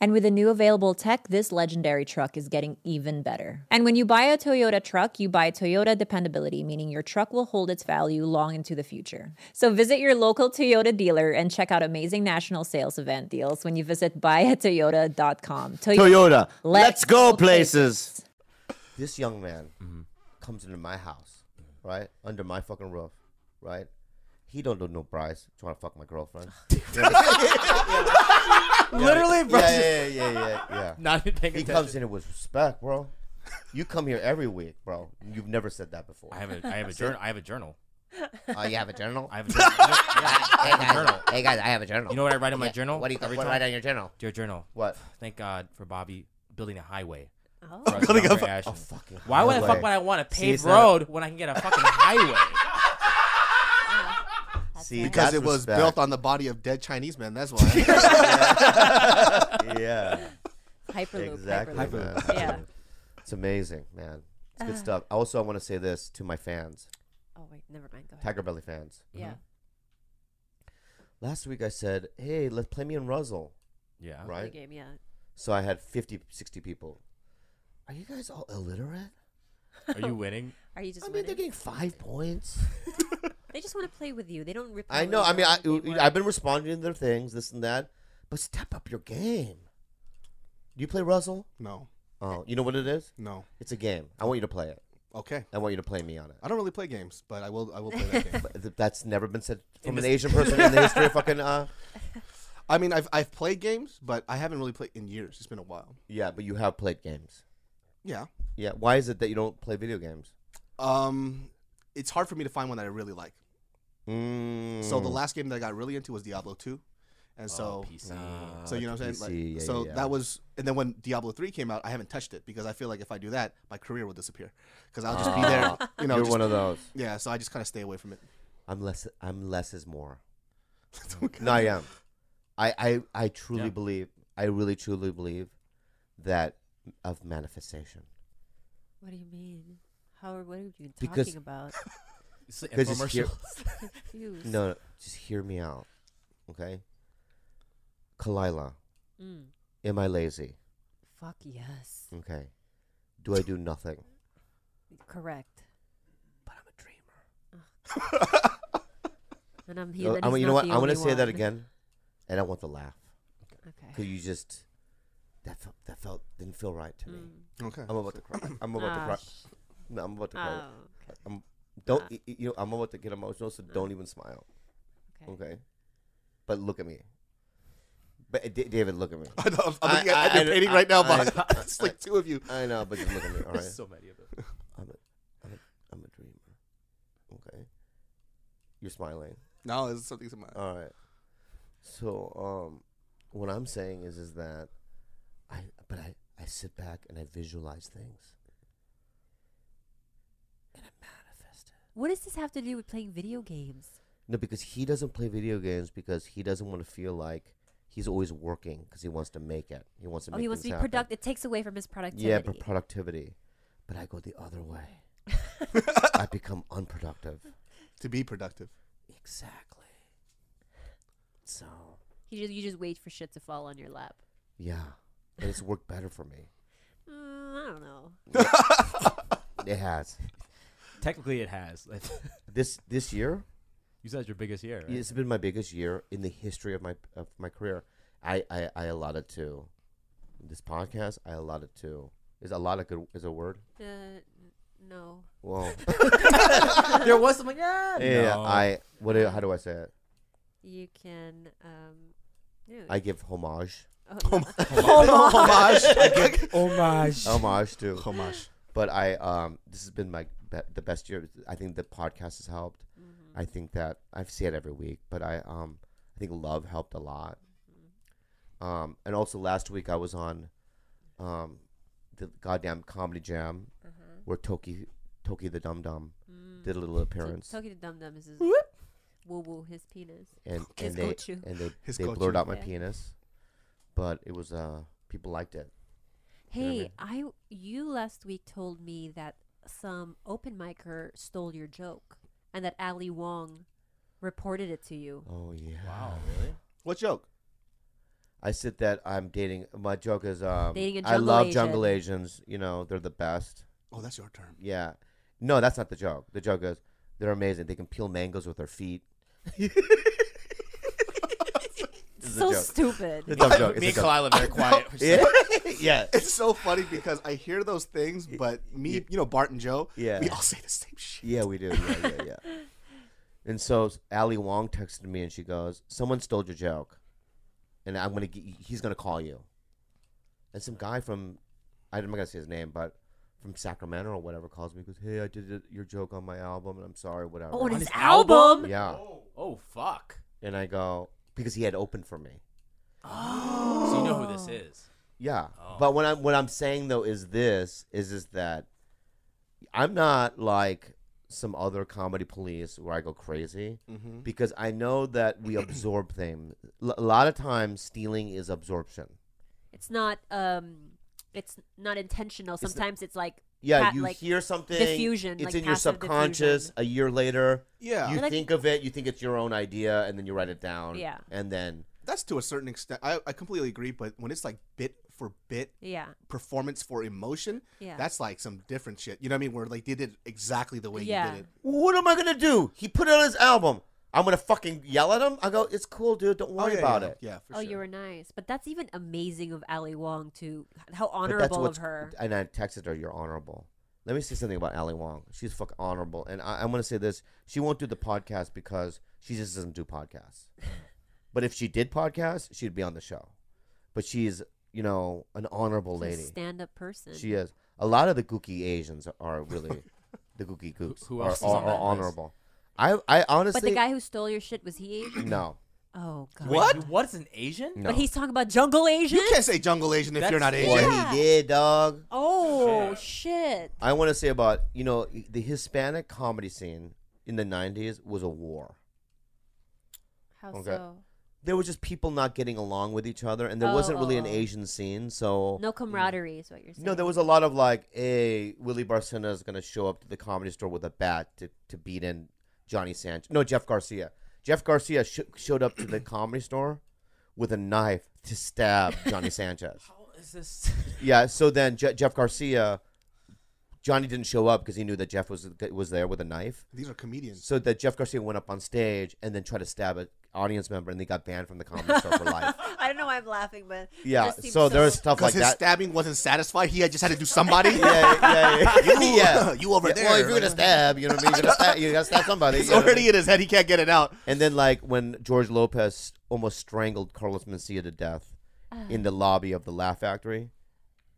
Speaker 7: And with the new available tech, this legendary truck is getting even better. And when you buy a Toyota truck, you buy Toyota dependability, meaning your truck will hold its value long into the future. So visit your local Toyota dealer and check out amazing national sales event deals when you visit buyatoyota.com.
Speaker 1: Toyota, let's go places.
Speaker 4: This young man
Speaker 3: Mm-hmm.
Speaker 4: comes into my house, right under my fucking roof, right. He don't do no brides trying to fuck my
Speaker 3: [LAUGHS]
Speaker 4: girlfriend. [LAUGHS]
Speaker 3: literally, bro.
Speaker 4: yeah, yeah, yeah, yeah, yeah. yeah.
Speaker 3: [LAUGHS] Not even paying
Speaker 4: He
Speaker 3: attention.
Speaker 4: comes in with respect, bro. You come here every week, bro. You've never said that before.
Speaker 3: I have a, I
Speaker 4: [LAUGHS]
Speaker 3: have a journal. I have a journal.
Speaker 4: Uh, you have a journal.
Speaker 3: I have
Speaker 4: [LAUGHS]
Speaker 3: a journal. You know- yeah,
Speaker 4: hey guys, hey guys, I have a journal.
Speaker 3: You know what I write in my journal?
Speaker 4: What do you
Speaker 3: every
Speaker 4: what do I
Speaker 3: time?
Speaker 4: write on your journal?
Speaker 3: Dear journal.
Speaker 4: What?
Speaker 3: Thank God for Bobby building a highway.
Speaker 5: Oh.
Speaker 3: for
Speaker 4: [LAUGHS]
Speaker 3: us
Speaker 4: Building
Speaker 3: younger
Speaker 4: a-
Speaker 3: Ashens.
Speaker 4: a fucking
Speaker 3: Why would I
Speaker 4: highway.
Speaker 3: fuck when I want a paved
Speaker 4: it's not a-
Speaker 3: road when I can get a
Speaker 4: [LAUGHS]
Speaker 3: fucking highway?
Speaker 4: See,
Speaker 6: Because
Speaker 4: that's
Speaker 6: it was
Speaker 4: respect.
Speaker 6: built on the body of dead Chinese men.
Speaker 4: [LAUGHS]
Speaker 6: That's why. [LAUGHS]
Speaker 4: Yeah,
Speaker 5: Hyperloop.
Speaker 4: exactly.
Speaker 5: Hyperloop.
Speaker 4: man.
Speaker 5: Yeah.
Speaker 4: It's amazing, man. It's
Speaker 6: Ah.
Speaker 4: good stuff. Also, I want to say this to my fans,
Speaker 5: Oh wait, never mind. Go ahead.
Speaker 4: Tiger Belly fans.
Speaker 5: Yeah.
Speaker 4: Last week I said, hey, let's play me and Ruzzle,
Speaker 3: Yeah.
Speaker 5: The
Speaker 4: right?
Speaker 5: game. Yeah.
Speaker 4: So I had 50, 60 people. Are you guys all illiterate?
Speaker 3: Are you [LAUGHS] winning?
Speaker 5: Are you just?
Speaker 4: I mean,
Speaker 5: winning?
Speaker 4: they're getting five
Speaker 6: [LAUGHS]
Speaker 4: points.
Speaker 5: They just want to play with you. They don't.
Speaker 4: I know. I mean, I, I've been responding to their things, this and that. But step up your game. Do you play Ruzzle?
Speaker 6: no,
Speaker 4: Oh, you know what it is?
Speaker 6: no.
Speaker 4: It's a game. I want you to play it.
Speaker 6: Okay.
Speaker 4: I want you to play me on it.
Speaker 6: I don't really play games, but I will. I will play that game. [LAUGHS]
Speaker 4: [LAUGHS] But th- that's never been said from an Asian person in the history of fucking. Uh,
Speaker 6: I mean, I've I've played games, but I haven't really played in years. It's been a while.
Speaker 4: Yeah, but you have played games.
Speaker 6: Yeah.
Speaker 4: Yeah. Why is it that you don't play video games?
Speaker 6: Um, it's hard for me to find one that I really like.
Speaker 4: Mm. Oh,
Speaker 6: So the last game that I got really into was Diablo 2. And so
Speaker 3: PC.
Speaker 6: so you know what I'm saying?
Speaker 4: PC,
Speaker 6: Like,
Speaker 4: yeah,
Speaker 6: so
Speaker 4: yeah, yeah.
Speaker 6: that was and then when Diablo 3 came out, I haven't touched it because I feel like if I do that, my career will disappear cuz I'll just be there, you know,
Speaker 4: Ah, You're
Speaker 6: just-
Speaker 4: one of those.
Speaker 6: Yeah, so I just kind of stay away from it.
Speaker 4: I'm less. I'm less is more. no, I am. I I, I truly
Speaker 3: Yeah.
Speaker 4: believe. I really truly believe that of manifestation.
Speaker 5: What do you mean? Howard, what are you talking
Speaker 4: Because- [LAUGHS]
Speaker 5: about?
Speaker 3: It's an
Speaker 4: Because it's here-
Speaker 3: [LAUGHS] infomercial.
Speaker 5: Confused.
Speaker 4: No, no, just hear me out, okay? Kalila,
Speaker 5: Mm.
Speaker 4: am I lazy?
Speaker 5: Fuck yes.
Speaker 4: Okay. Do I do nothing?
Speaker 5: Correct. But I'm a
Speaker 4: No,
Speaker 5: dreamer. and I'm here.
Speaker 4: I'm- you know what? Uh, I
Speaker 5: want to
Speaker 4: say that again, and I want the laugh. Cause
Speaker 5: Okay. [SIGHS]
Speaker 4: you just that felt that felt didn't feel right to
Speaker 5: Mm.
Speaker 4: me.
Speaker 6: Okay.
Speaker 4: [LAUGHS] I'm about to cry. I'm about to
Speaker 5: Ah,
Speaker 4: cry.
Speaker 5: sh-
Speaker 4: No, I'm about to cry.
Speaker 5: oh, Uh. okay.
Speaker 4: I'm don't y- y- you know I'm about to get emotional, so don't even smile.
Speaker 5: Uh. Okay.
Speaker 4: Okay. But look at me. But uh, D- David, look at me.
Speaker 6: I know, I'm, I'm
Speaker 4: I-
Speaker 6: looking at,
Speaker 4: I-
Speaker 6: at your
Speaker 4: I-
Speaker 6: painting right now,
Speaker 4: I-
Speaker 6: but [LAUGHS] it's like two of you.
Speaker 4: I know, but just look at me.
Speaker 6: [LAUGHS]
Speaker 4: All right.
Speaker 3: so many of them.
Speaker 4: I'm a, I'm a, I'm a dreamer. Okay. You're smiling.
Speaker 6: No, it's something's in my
Speaker 4: All right. So, um, what I'm saying is, is that I, but I, I sit back and I visualize things.
Speaker 5: What does this have to do with playing video games?
Speaker 4: No, because he doesn't play video games because he doesn't want to feel like he's always working because he wants to make it. He wants to.
Speaker 5: Oh,
Speaker 4: make
Speaker 5: he wants to
Speaker 4: things
Speaker 5: be
Speaker 4: happen.
Speaker 5: productive. It takes away from his productivity.
Speaker 4: Yeah, but productivity. But I go the other
Speaker 5: [LAUGHS]
Speaker 4: way. I become unproductive.
Speaker 6: to be [LAUGHS] productive.
Speaker 4: Exactly. So
Speaker 5: He just, you just wait for shit to fall on your lap.
Speaker 4: yeah, and it's worked better for me.
Speaker 5: Mm, I don't know.
Speaker 4: It has
Speaker 3: Technically, it has.
Speaker 4: this this year.
Speaker 3: [LAUGHS] you said it's your biggest year. Right?
Speaker 4: It's been my biggest year in the history of my of my career. I I, I allotted to this podcast. I allotted to is a lot of good is a word.
Speaker 5: Uh, n- no.
Speaker 4: Well,
Speaker 3: [LAUGHS] there was some like, yeah.
Speaker 4: yeah.
Speaker 3: [LAUGHS] no.
Speaker 4: I what do, how do I say it?
Speaker 5: You can. Um, no.
Speaker 4: I give homage
Speaker 5: oh, no.
Speaker 4: [LAUGHS]
Speaker 6: Homage.
Speaker 3: Oh
Speaker 4: Oh.
Speaker 3: homage.
Speaker 4: homage to
Speaker 6: Homage.
Speaker 4: but I um this has been my be- the best year. I think the podcast has helped.
Speaker 5: Mm-hmm.
Speaker 4: I think that I see it every week, but I um I think love helped a lot.
Speaker 5: Mm-hmm.
Speaker 4: Um and also last week I was on um the goddamn comedy jam
Speaker 5: Mm-hmm.
Speaker 4: where Toki Toki the Dum Dum did a little
Speaker 5: So
Speaker 4: appearance
Speaker 5: Talking Mm. to Dum Dum is his woo woo, his penis.
Speaker 4: and
Speaker 5: His
Speaker 4: and they
Speaker 5: gochu.
Speaker 4: and they
Speaker 6: His
Speaker 4: they
Speaker 6: gochu.
Speaker 4: blurred out my
Speaker 5: Yeah.
Speaker 4: penis, but it was uh people liked it.
Speaker 5: Hey, I you last week told me that some open micer stole your joke and that Ali Wong reported it to you.
Speaker 4: Oh yeah.
Speaker 3: Wow, really?
Speaker 6: What joke?
Speaker 4: I said that I'm dating. My joke is um,
Speaker 5: Dating a
Speaker 4: I
Speaker 5: jungle
Speaker 4: love
Speaker 5: agent.
Speaker 4: jungle Asians. You know, they're the best.
Speaker 6: Oh, that's your term.
Speaker 4: Yeah. No, that's not the joke. The joke is they're amazing. They can peel mangoes with their feet. It's a
Speaker 5: so
Speaker 4: joke.
Speaker 5: stupid.
Speaker 4: [LAUGHS] It's a joke. It's
Speaker 3: [LAUGHS] Me
Speaker 4: a
Speaker 3: and
Speaker 4: joke. [LAUGHS]
Speaker 3: Kalila are very quiet. We're just
Speaker 4: Yeah.
Speaker 3: like,
Speaker 4: yeah.
Speaker 6: It's so funny because I hear
Speaker 4: [LAUGHS]
Speaker 6: those things, but me, you know, Bart and Joe,
Speaker 4: Yeah.
Speaker 6: we all say the same shit.
Speaker 4: Yeah, we do. Yeah, yeah, yeah. and so Ali Wong texted me and she goes, "Someone stole your joke, and I'm gonna. Get, he's gonna call you." And some guy from, I'm not gonna say his name, but from Sacramento or whatever, calls me. Goes, "Hey, I did your joke on my album, and I'm sorry, whatever."
Speaker 5: Oh, on his
Speaker 3: his
Speaker 5: album.
Speaker 4: yeah.
Speaker 3: Oh, oh, fuck.
Speaker 4: And I go because he had opened for me.
Speaker 3: So you know who this is.
Speaker 4: Yeah. But when I'm what I'm saying though is this is is that I'm not like some other comedy police where I go crazy because I know that we absorb [CLEARS THROAT] things. L- a lot of times stealing is absorption.
Speaker 5: It's not um it's not intentional. Sometimes it's, like
Speaker 4: Yeah,
Speaker 5: pat-
Speaker 4: you
Speaker 5: like,
Speaker 4: hear something.
Speaker 5: diffusion,
Speaker 4: It's
Speaker 5: like
Speaker 4: in your
Speaker 5: passive
Speaker 4: subconscious.
Speaker 5: diffusion.
Speaker 4: A year later,
Speaker 6: Yeah.
Speaker 4: you
Speaker 5: like-
Speaker 4: think of it. You think it's your own idea, and then you write it down.
Speaker 5: Yeah.
Speaker 4: and then
Speaker 6: That's to a certain extent. I, I completely agree, but when it's like bit for bit
Speaker 5: yeah.
Speaker 6: performance for emotion,
Speaker 5: Yeah.
Speaker 6: that's like some different shit. You know what I mean? Where like they did it exactly the way
Speaker 5: Yeah.
Speaker 6: you did it.
Speaker 4: what am I gonna do? He put it on his album. I'm gonna fucking yell at him. I go, it's cool, dude.
Speaker 3: Oh,
Speaker 4: Don't worry
Speaker 6: yeah,
Speaker 4: about
Speaker 6: yeah,
Speaker 4: it.
Speaker 6: Yeah, for
Speaker 5: oh,
Speaker 6: sure.
Speaker 5: you were nice. But that's even amazing of Ali Wong to how
Speaker 4: But
Speaker 5: honorable of her.
Speaker 4: And I texted her, "You're honorable." Let me say something about Ali Wong. She's fucking honorable,
Speaker 5: [LAUGHS]
Speaker 4: and I, I'm gonna say this: she won't do the podcast because she just doesn't do podcasts. But if she did podcast, she'd be on the show. But she's, you know, an honorable lady.
Speaker 5: Stand up person.
Speaker 4: She is. A lot of the gooky Asians are
Speaker 5: [LAUGHS]
Speaker 4: really the gooky gooks.
Speaker 3: who
Speaker 4: are,
Speaker 3: else is
Speaker 4: are,
Speaker 3: on that
Speaker 4: are
Speaker 3: list?
Speaker 4: honorable. I I honestly
Speaker 5: but the guy who stole your shit was he Asian?
Speaker 4: [CLEARS THROAT] no
Speaker 5: Oh god.
Speaker 3: What? What's an Asian?
Speaker 4: no.
Speaker 5: But he's talking about jungle
Speaker 4: [LAUGHS]
Speaker 5: Asian.
Speaker 6: You can't say jungle Asian if you're
Speaker 3: That's-
Speaker 6: not Asian.
Speaker 4: what
Speaker 5: Yeah.
Speaker 4: he did, dog.
Speaker 5: Oh shit.
Speaker 4: I want to say about you know the Hispanic comedy scene in the '90s was a war.
Speaker 5: How
Speaker 4: Okay.
Speaker 5: so?
Speaker 4: There were just people not getting along with each other, and there
Speaker 5: Oh,
Speaker 4: wasn't really
Speaker 5: oh,
Speaker 4: an
Speaker 5: oh.
Speaker 4: Asian scene. So
Speaker 5: No camaraderie is what you're saying.
Speaker 4: Mm. No, there was a lot of like, hey, Willie Barcena is gonna show up to the comedy store with a bat to, to beat in Johnny Sanchez. No, Jeff Garcia. Jeff Garcia sh- showed up to the comedy store with a knife to stab Johnny Sanchez.
Speaker 3: How is this?
Speaker 4: Yeah. So then Je- Jeff Garcia, Johnny didn't show up because he knew that Jeff was was there with a knife.
Speaker 6: These are comedians.
Speaker 4: So that Jeff Garcia went up on stage and then tried to stab an audience member, and they got banned from the comedy store for
Speaker 5: [LAUGHS]
Speaker 4: life.
Speaker 5: I don't know why I'm laughing, but
Speaker 4: Yeah.
Speaker 5: That
Speaker 4: So,
Speaker 5: seems
Speaker 4: there's stuff like
Speaker 6: Because his
Speaker 4: that.
Speaker 6: stabbing wasn't satisfied. He had just had to
Speaker 4: [LAUGHS]
Speaker 6: do somebody.
Speaker 4: yeah, yeah, yeah.
Speaker 6: [LAUGHS] You-
Speaker 4: yeah.
Speaker 6: you over
Speaker 4: Yeah,
Speaker 6: there.
Speaker 4: Well, if you're gonna stab, you know what I mean. You're gonna stab, you gotta stab somebody.
Speaker 6: [LAUGHS] It's
Speaker 4: you know what I
Speaker 6: already
Speaker 4: mean?
Speaker 6: in his head. He can't get it out.
Speaker 4: And then like when George Lopez almost strangled Carlos Mencia to death in the lobby of the Laugh Factory.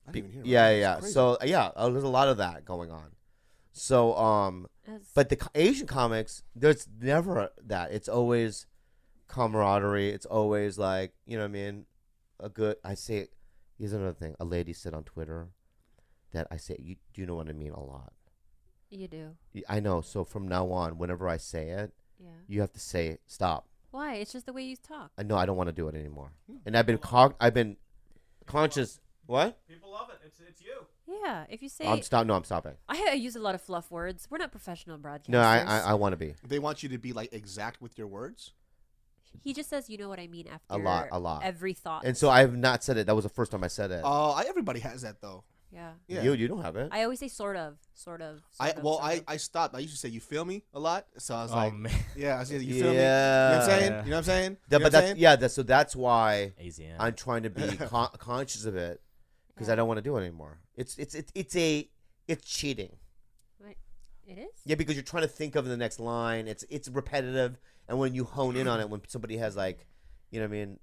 Speaker 6: I didn't even hear about
Speaker 4: Yeah,
Speaker 6: that.
Speaker 4: yeah.
Speaker 6: That's crazy.
Speaker 4: So yeah, uh, there's a lot of that going on. So um,
Speaker 5: That's-
Speaker 4: but the co- Asian comics, there's never that. It's always camaraderie. It's always like you know what I mean. A good. I say. Here's another thing. A lady said on Twitter that I say you do you know what I mean a lot.
Speaker 5: you do.
Speaker 4: Y- I know. So from now on, whenever I say it,
Speaker 5: Yeah.
Speaker 4: you have to say stop.
Speaker 5: Why? It's just the way you talk.
Speaker 4: I know I don't want to do it anymore. And I've been cog- I've been conscious. What?
Speaker 5: Yeah. If you say
Speaker 4: I'm stop. No, I'm stopping.
Speaker 5: I, I use a lot of fluff words. We're not professional broadcasters.
Speaker 4: No, I I, I want to be.
Speaker 6: They want you to be like exact with your words.
Speaker 5: He just says, "You know what I mean." After
Speaker 4: A lot, a lot.
Speaker 5: Every thought.
Speaker 4: And so I have not said it. That was the first time I said it.
Speaker 6: Oh, I everybody has that though.
Speaker 5: yeah.
Speaker 6: Yeah.
Speaker 4: You you don't have it.
Speaker 5: I always say sort of, sort of.
Speaker 6: I
Speaker 5: sort of,
Speaker 6: well,
Speaker 5: sort
Speaker 6: I,
Speaker 5: of.
Speaker 6: I stopped. I used to say "you feel me" a lot, so I was
Speaker 3: Oh,
Speaker 6: like,
Speaker 3: man.
Speaker 6: [LAUGHS] "Yeah, I was like, you
Speaker 4: yeah.
Speaker 6: feel me." You know what I'm saying?
Speaker 3: Yeah.
Speaker 6: You know what I'm
Speaker 4: That-
Speaker 6: saying? You know
Speaker 4: but
Speaker 6: what I'm
Speaker 4: that's
Speaker 6: saying?
Speaker 4: yeah. That, so that's why
Speaker 3: Asian.
Speaker 4: I'm trying to be con- conscious of it because I don't want to do it anymore. It's it's it's it's a it's cheating.
Speaker 5: Wait, it is.
Speaker 4: Yeah, because you're trying to think of the next line. It's it's repetitive, and when you hone in on it, when somebody has like, you know, what I mean,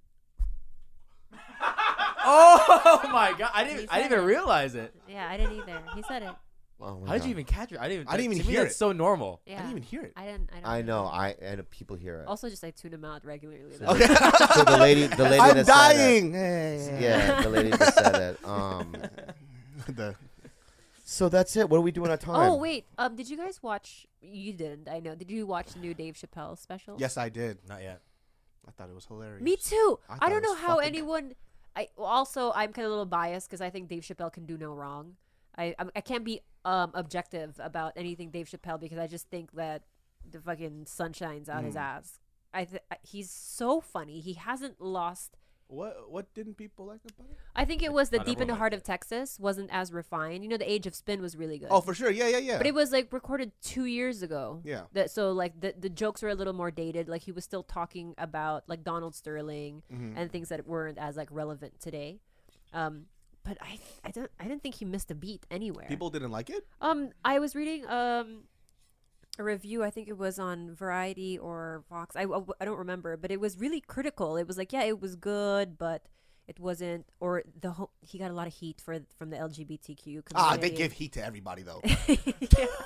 Speaker 3: Oh [LAUGHS] my god! I didn't.
Speaker 5: You
Speaker 3: I didn't
Speaker 5: said
Speaker 3: even
Speaker 5: it.
Speaker 3: realize it.
Speaker 5: Yeah, I didn't either. He said it.
Speaker 4: oh my
Speaker 3: How did
Speaker 4: God.
Speaker 3: you even catch it? I didn't.
Speaker 6: I didn't even
Speaker 3: to me,
Speaker 6: hear
Speaker 3: that's
Speaker 6: it.
Speaker 3: so normal.
Speaker 5: Yeah.
Speaker 6: I didn't even hear it. [LAUGHS]
Speaker 5: I didn't. I, don't
Speaker 4: I know. Oh, I and people hear it.
Speaker 5: Also, just I tune him out regularly. though.
Speaker 4: Okay. so the
Speaker 5: [LAUGHS]
Speaker 4: lady, the lady
Speaker 6: I'm
Speaker 4: that said it-
Speaker 6: dying. Yeah. [LAUGHS]
Speaker 4: yeah, the lady that said it. Um,
Speaker 6: The-
Speaker 4: so that's it. What are we doing our time?
Speaker 5: Oh wait, um, did you guys watch? You didn't, I know. Did you watch the new Dave Chappelle special?
Speaker 6: yes, I did.
Speaker 3: Not yet.
Speaker 6: I thought it was hilarious.
Speaker 5: Me too.
Speaker 6: I
Speaker 5: I,
Speaker 6: thought it
Speaker 5: don't know
Speaker 6: was
Speaker 5: how
Speaker 6: fucking-
Speaker 5: anyone. I well, also I'm kind of a little biased because I think Dave Chappelle can do no wrong. I I'm- I can't be um objective about anything Dave Chappelle because I just think that the fucking sun shines out his
Speaker 6: Mm.
Speaker 5: ass. I th- I- he's so funny. He hasn't lost.
Speaker 6: What What didn't people like about it?
Speaker 5: I think it was the
Speaker 3: not
Speaker 5: deep in
Speaker 3: everyone
Speaker 5: the
Speaker 3: liked
Speaker 5: heart of
Speaker 3: it.
Speaker 5: Texas wasn't as refined. You know, the Age of Spin was really good.
Speaker 6: Oh, for sure. Yeah, yeah, yeah.
Speaker 5: But it was like recorded two years ago.
Speaker 6: Yeah.
Speaker 5: That so like the the jokes were a little more dated. Like he was still talking about like Donald Sterling
Speaker 6: Mm-hmm.
Speaker 5: and things that weren't as like relevant today. Um, but I I don't I didn't think he missed a beat anywhere.
Speaker 6: people didn't like it.
Speaker 5: Um, I was reading um a review. I think it was on Variety or Vox. I I- I don't remember, but it was really critical. It was like yeah, it was good, but. It wasn't, or the whole, he got a lot of heat for from the LGBTQ community.
Speaker 6: Ah, they give heat to
Speaker 5: [LAUGHS]
Speaker 6: everybody though.
Speaker 5: yeah,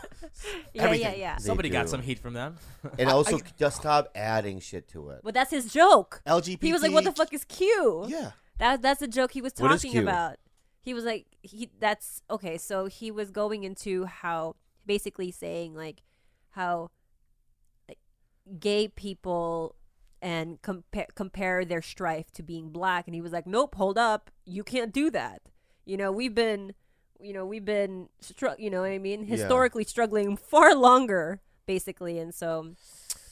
Speaker 5: yeah,
Speaker 6: everything.
Speaker 5: yeah.
Speaker 4: They
Speaker 3: Somebody got
Speaker 4: do.
Speaker 3: some heat
Speaker 4: [LAUGHS]
Speaker 3: from them. [LAUGHS]
Speaker 4: And also, just stop adding shit to it.
Speaker 5: But that's his joke.
Speaker 6: LGBT.
Speaker 5: He was like, "What the fuck is Q?"
Speaker 6: Yeah.
Speaker 5: That that's the joke he was
Speaker 4: What is
Speaker 5: talking
Speaker 4: Q?
Speaker 5: about. He was like, he that's okay. So he was going into how basically saying like how like, gay people and compare compare their strife to being black, and he was like, "Nope, hold up, you can't do that." You know, we've been, you know, we've been, stru- you know what I mean, historically struggling far longer, basically, and so.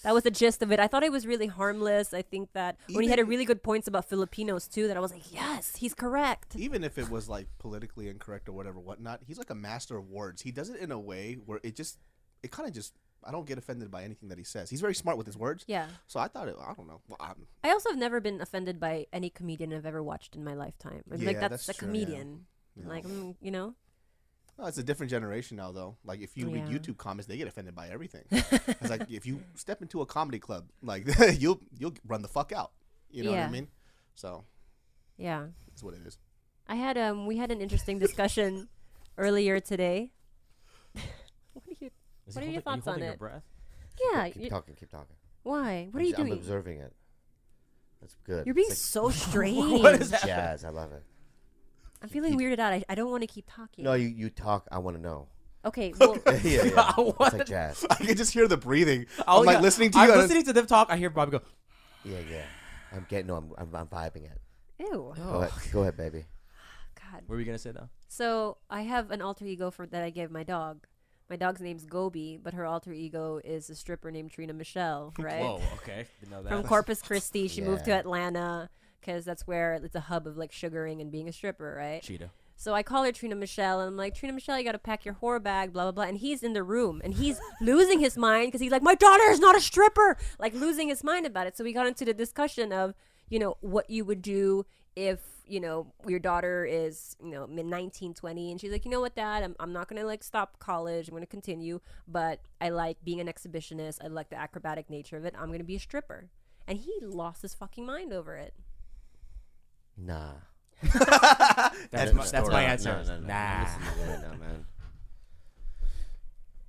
Speaker 5: That was the gist of it. I thought it was really harmless. I think that when he had a
Speaker 6: Even-
Speaker 5: really good points about Filipinos too, that I was like, yes, he's correct.
Speaker 6: Even if it was like politically incorrect or whatever, whatnot, he's like a master of words. He does it in a way where it just, it kind of just. I don't get offended by anything that he says. He's very smart with his words.
Speaker 5: Yeah.
Speaker 6: So I thought it. I don't know. Well, I'm,
Speaker 5: I also have never been offended by any comedian I've ever watched in my lifetime. I'm like,
Speaker 6: Yeah,
Speaker 5: that's,
Speaker 6: that's
Speaker 5: a
Speaker 6: true, yeah.
Speaker 5: comedian. Like, mm, you know?
Speaker 6: Oh, it's a different generation now, though. Like if you read
Speaker 5: Yeah.
Speaker 6: YouTube comments, they get offended
Speaker 5: [LAUGHS]
Speaker 6: by [LAUGHS] everything. it's like if you step into a comedy club, like you'll you'll run the fuck out. You know what
Speaker 5: Yeah.
Speaker 6: I mean? So
Speaker 5: Yeah.
Speaker 6: that's what it is. [LAUGHS]
Speaker 5: I had um we had an interesting discussion [LAUGHS] earlier today. [LAUGHS] what are you
Speaker 3: Is
Speaker 5: What
Speaker 3: he
Speaker 5: are your
Speaker 3: holding- you
Speaker 5: thoughts on
Speaker 3: holding your
Speaker 5: it?
Speaker 3: breath?
Speaker 5: Yeah,
Speaker 4: Keep
Speaker 5: you-
Speaker 4: talking. Keep talking.
Speaker 5: why? What are you
Speaker 4: I'm
Speaker 5: doing?
Speaker 4: observing it. That's good.
Speaker 5: You're being
Speaker 4: It's
Speaker 5: so
Speaker 3: [LAUGHS]
Speaker 5: strange.
Speaker 3: What is
Speaker 4: like [LAUGHS]
Speaker 3: that?
Speaker 4: jazz. I love it.
Speaker 5: I'm feeling weirded out. I, I don't want to keep talking.
Speaker 4: No, you, you talk. I want to
Speaker 5: [LAUGHS]
Speaker 4: know.
Speaker 5: okay, well,
Speaker 4: yeah, yeah.
Speaker 3: [LAUGHS]
Speaker 4: It's
Speaker 3: wanna-
Speaker 4: like jazz.
Speaker 6: I can just hear the breathing.
Speaker 3: Oh,
Speaker 6: I'm like
Speaker 3: yeah.
Speaker 6: listening to you.
Speaker 3: I'm
Speaker 6: and-
Speaker 3: listening to them talk. I hear Bobby go.
Speaker 4: Yeah, yeah. I'm getting. No, I'm, I'm, I'm vibing it.
Speaker 5: ew.
Speaker 4: Go ahead, go ahead, baby.
Speaker 5: God.
Speaker 3: What were you gonna say though?
Speaker 5: So I have an alter ego for that I gave my dog. My dog's name's Gobi, but her alter ego is a stripper named Trina Michelle,
Speaker 3: [LAUGHS]
Speaker 5: right?
Speaker 3: Whoa. Okay. Didn't know that.
Speaker 5: From Corpus Christi, she moved to
Speaker 4: Yeah.
Speaker 5: Atlanta because that's where it's a hub of like sugaring and being a stripper, right?
Speaker 3: Cheetah.
Speaker 5: So I call her Trina Michelle, and I'm like, Trina Michelle, you gotta pack your whore bag, blah blah blah. And he's in the room, and
Speaker 4: [LAUGHS]
Speaker 5: he's losing his mind because he's like, my daughter is not a stripper, like losing his mind about it. So we got into the discussion of, you know, what you would do if you know your daughter is you know mid 19 20 and she's like you know what dad I'm, I'm not gonna like stop college i'm gonna continue but i like being an exhibitionist i like the acrobatic nature of it i'm gonna be a stripper and he lost his fucking mind over it
Speaker 4: Nah.
Speaker 3: That's
Speaker 4: End
Speaker 3: my,
Speaker 4: of
Speaker 3: that's
Speaker 4: story.
Speaker 3: my answer.
Speaker 4: No, no, no,
Speaker 3: Nah.
Speaker 4: Listen to me right now, man.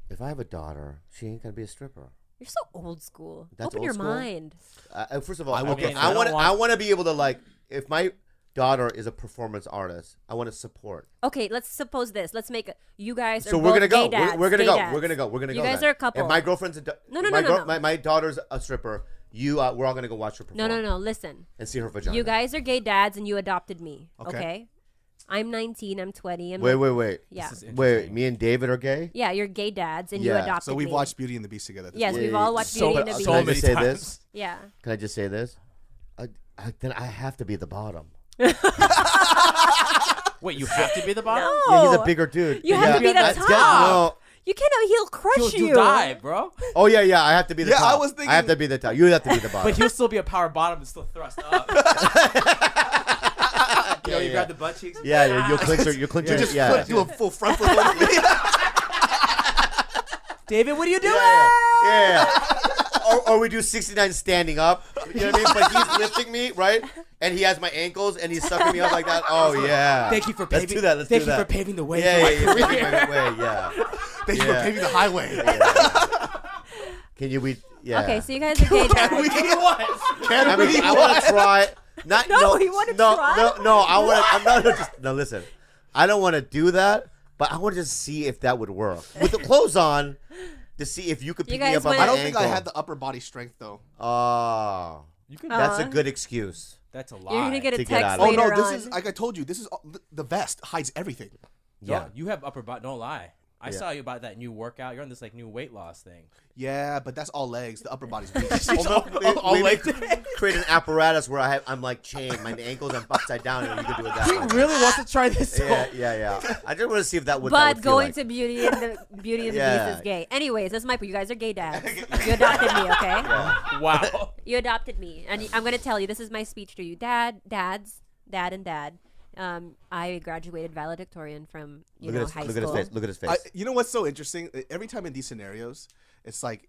Speaker 4: If I have a daughter, she ain't gonna be a stripper.
Speaker 5: you're so old school
Speaker 4: That's
Speaker 5: open
Speaker 4: old
Speaker 5: your
Speaker 4: school?
Speaker 5: mind
Speaker 4: Uh, uh, first of all, I,
Speaker 6: would-
Speaker 4: okay,
Speaker 3: Okay, so I
Speaker 4: I
Speaker 3: don't
Speaker 4: want.
Speaker 3: want-
Speaker 4: I want to be able to like. If my daughter is a performance artist, I want to support.
Speaker 5: Okay, let's suppose this. Let's make a, you guys. Are
Speaker 4: So we're gonna
Speaker 5: both
Speaker 4: go.
Speaker 5: gay
Speaker 4: We're,
Speaker 5: dads,
Speaker 4: we're gonna
Speaker 5: gay
Speaker 4: go.
Speaker 5: dads.
Speaker 4: We're gonna go. We're gonna
Speaker 5: You
Speaker 4: go.
Speaker 5: guys
Speaker 4: then.
Speaker 5: are a couple.
Speaker 4: If my girlfriend's a da-
Speaker 5: No, no,
Speaker 4: my
Speaker 5: no,
Speaker 4: girl-
Speaker 5: no, no.
Speaker 4: My, my daughter's a stripper. You, uh, we're all gonna go watch her perform.
Speaker 5: No, no, no. Listen,
Speaker 4: And see her vagina.
Speaker 5: you guys are gay dads, and you adopted me. Okay.
Speaker 6: Okay.
Speaker 5: I'm 19. I'm 20. I'm
Speaker 4: Wait, wait, wait.
Speaker 5: Yeah.
Speaker 3: This is
Speaker 4: Wait,
Speaker 3: interesting.
Speaker 4: me and David are gay.
Speaker 5: Yeah, you're gay dads, and you
Speaker 4: Yeah,
Speaker 5: adopted
Speaker 6: So we've
Speaker 5: me.
Speaker 6: watched Beauty and the Beast together.
Speaker 5: Yes, we've all watched
Speaker 3: So,
Speaker 5: Beauty and the
Speaker 3: so
Speaker 5: Beast.
Speaker 4: Can I
Speaker 3: many
Speaker 4: just say
Speaker 3: times.
Speaker 4: this?
Speaker 5: yeah.
Speaker 4: Can I just say this? I, I, then I have to be the bottom.
Speaker 3: Wait, you have to be the bottom.
Speaker 4: Yeah, he's
Speaker 5: No.
Speaker 4: a bigger dude.
Speaker 5: You have to be the
Speaker 4: I-
Speaker 5: top.
Speaker 4: no.
Speaker 5: You cannot. He'll crush
Speaker 3: You'll,
Speaker 5: you.
Speaker 3: you'll die, bro.
Speaker 4: Oh yeah, yeah. I have to be the
Speaker 6: Yeah,
Speaker 4: top.
Speaker 6: I was
Speaker 4: I have to
Speaker 6: thinking-
Speaker 4: be the top. You have to be the bottom.
Speaker 3: But he'll still be a power bottom and still thrust
Speaker 4: [LAUGHS]
Speaker 3: up. [LAUGHS] you know, you grab the butt cheeks.
Speaker 4: yeah, yeah. You'll clinch her. You'll clinch her.
Speaker 6: You just
Speaker 4: yeah.
Speaker 6: flip, do a full front flip. [LAUGHS] over me.
Speaker 3: David, what are you doing?
Speaker 4: Yeah. or, or we do 69 standing up. You know what I mean? But he's lifting me, right? And he has my ankles and he's sucking me up like that. Oh, yeah.
Speaker 3: Thank you for
Speaker 4: Let's
Speaker 3: paving.
Speaker 4: do that. Let's
Speaker 3: thank
Speaker 4: do
Speaker 3: you
Speaker 4: that.
Speaker 3: for paving the way.
Speaker 4: Yeah,
Speaker 3: for
Speaker 4: yeah,
Speaker 3: my
Speaker 4: yeah.
Speaker 3: career.
Speaker 4: yeah. Wait, yeah.
Speaker 6: Thank you
Speaker 4: Yeah.
Speaker 6: for paving the highway.
Speaker 4: Can you be. Yeah.
Speaker 5: Okay, so
Speaker 4: [LAUGHS]
Speaker 5: you guys are gay
Speaker 3: [LAUGHS]
Speaker 5: dads.
Speaker 3: What?
Speaker 4: I mean, I want to try. Not,
Speaker 5: [LAUGHS] No,
Speaker 4: no,
Speaker 5: you wanna
Speaker 4: no,
Speaker 5: try?
Speaker 4: No, no, I want to. I'm not no, just. No, listen. I don't want to do that, but I want to just see if that would work.
Speaker 5: [LAUGHS]
Speaker 4: With the clothes on, to see if you could
Speaker 5: You
Speaker 4: pick me
Speaker 5: guys
Speaker 4: up on
Speaker 5: wanna-
Speaker 4: my
Speaker 6: I don't think I
Speaker 4: ankle.
Speaker 6: had the upper body strength though.
Speaker 4: Oh.
Speaker 3: You can,
Speaker 4: That's a
Speaker 5: Aw.
Speaker 4: good excuse.
Speaker 3: that's a lie.
Speaker 5: You're gonna get a
Speaker 4: To get
Speaker 5: text
Speaker 4: out of
Speaker 6: Oh
Speaker 4: it.
Speaker 5: later
Speaker 6: no, this
Speaker 5: on.
Speaker 6: is like I told you. This is all- th- the vest hides everything.
Speaker 4: Yeah.
Speaker 3: you have upper body. Don't lie. I saw you about that new workout. You're on this like new weight loss
Speaker 4: [LAUGHS]
Speaker 3: thing.
Speaker 6: Yeah, but that's all legs. The upper [LAUGHS] body's weak.
Speaker 3: [LAUGHS]
Speaker 4: Although they- they didn't create an apparatus where I have, I'm like chained, my ankles I'm upside down, and you can do it that
Speaker 3: He
Speaker 4: way.
Speaker 5: [LAUGHS]
Speaker 3: really wants to try this.
Speaker 4: Yeah, yeah, yeah. I just want to see if that would. that
Speaker 5: But
Speaker 4: would feel
Speaker 5: going
Speaker 4: like.
Speaker 5: to Beauty and the Beauty and
Speaker 4: [LAUGHS]
Speaker 5: the
Speaker 4: Yeah.
Speaker 5: Beast is gay. Anyways, that's my point. You guys are gay dads. You adopted
Speaker 4: [LAUGHS]
Speaker 5: me, okay?
Speaker 3: Wow.
Speaker 5: You adopted me, and I'm gonna tell you. This is my speech to you, Dad, dads, dad, and dad. Um, I graduated valedictorian from you
Speaker 4: look
Speaker 5: know
Speaker 4: at his,
Speaker 5: high
Speaker 4: look at
Speaker 5: school.
Speaker 4: his face. Look at his face.
Speaker 6: I, you know what's so interesting? E, Every time in these scenarios, it's like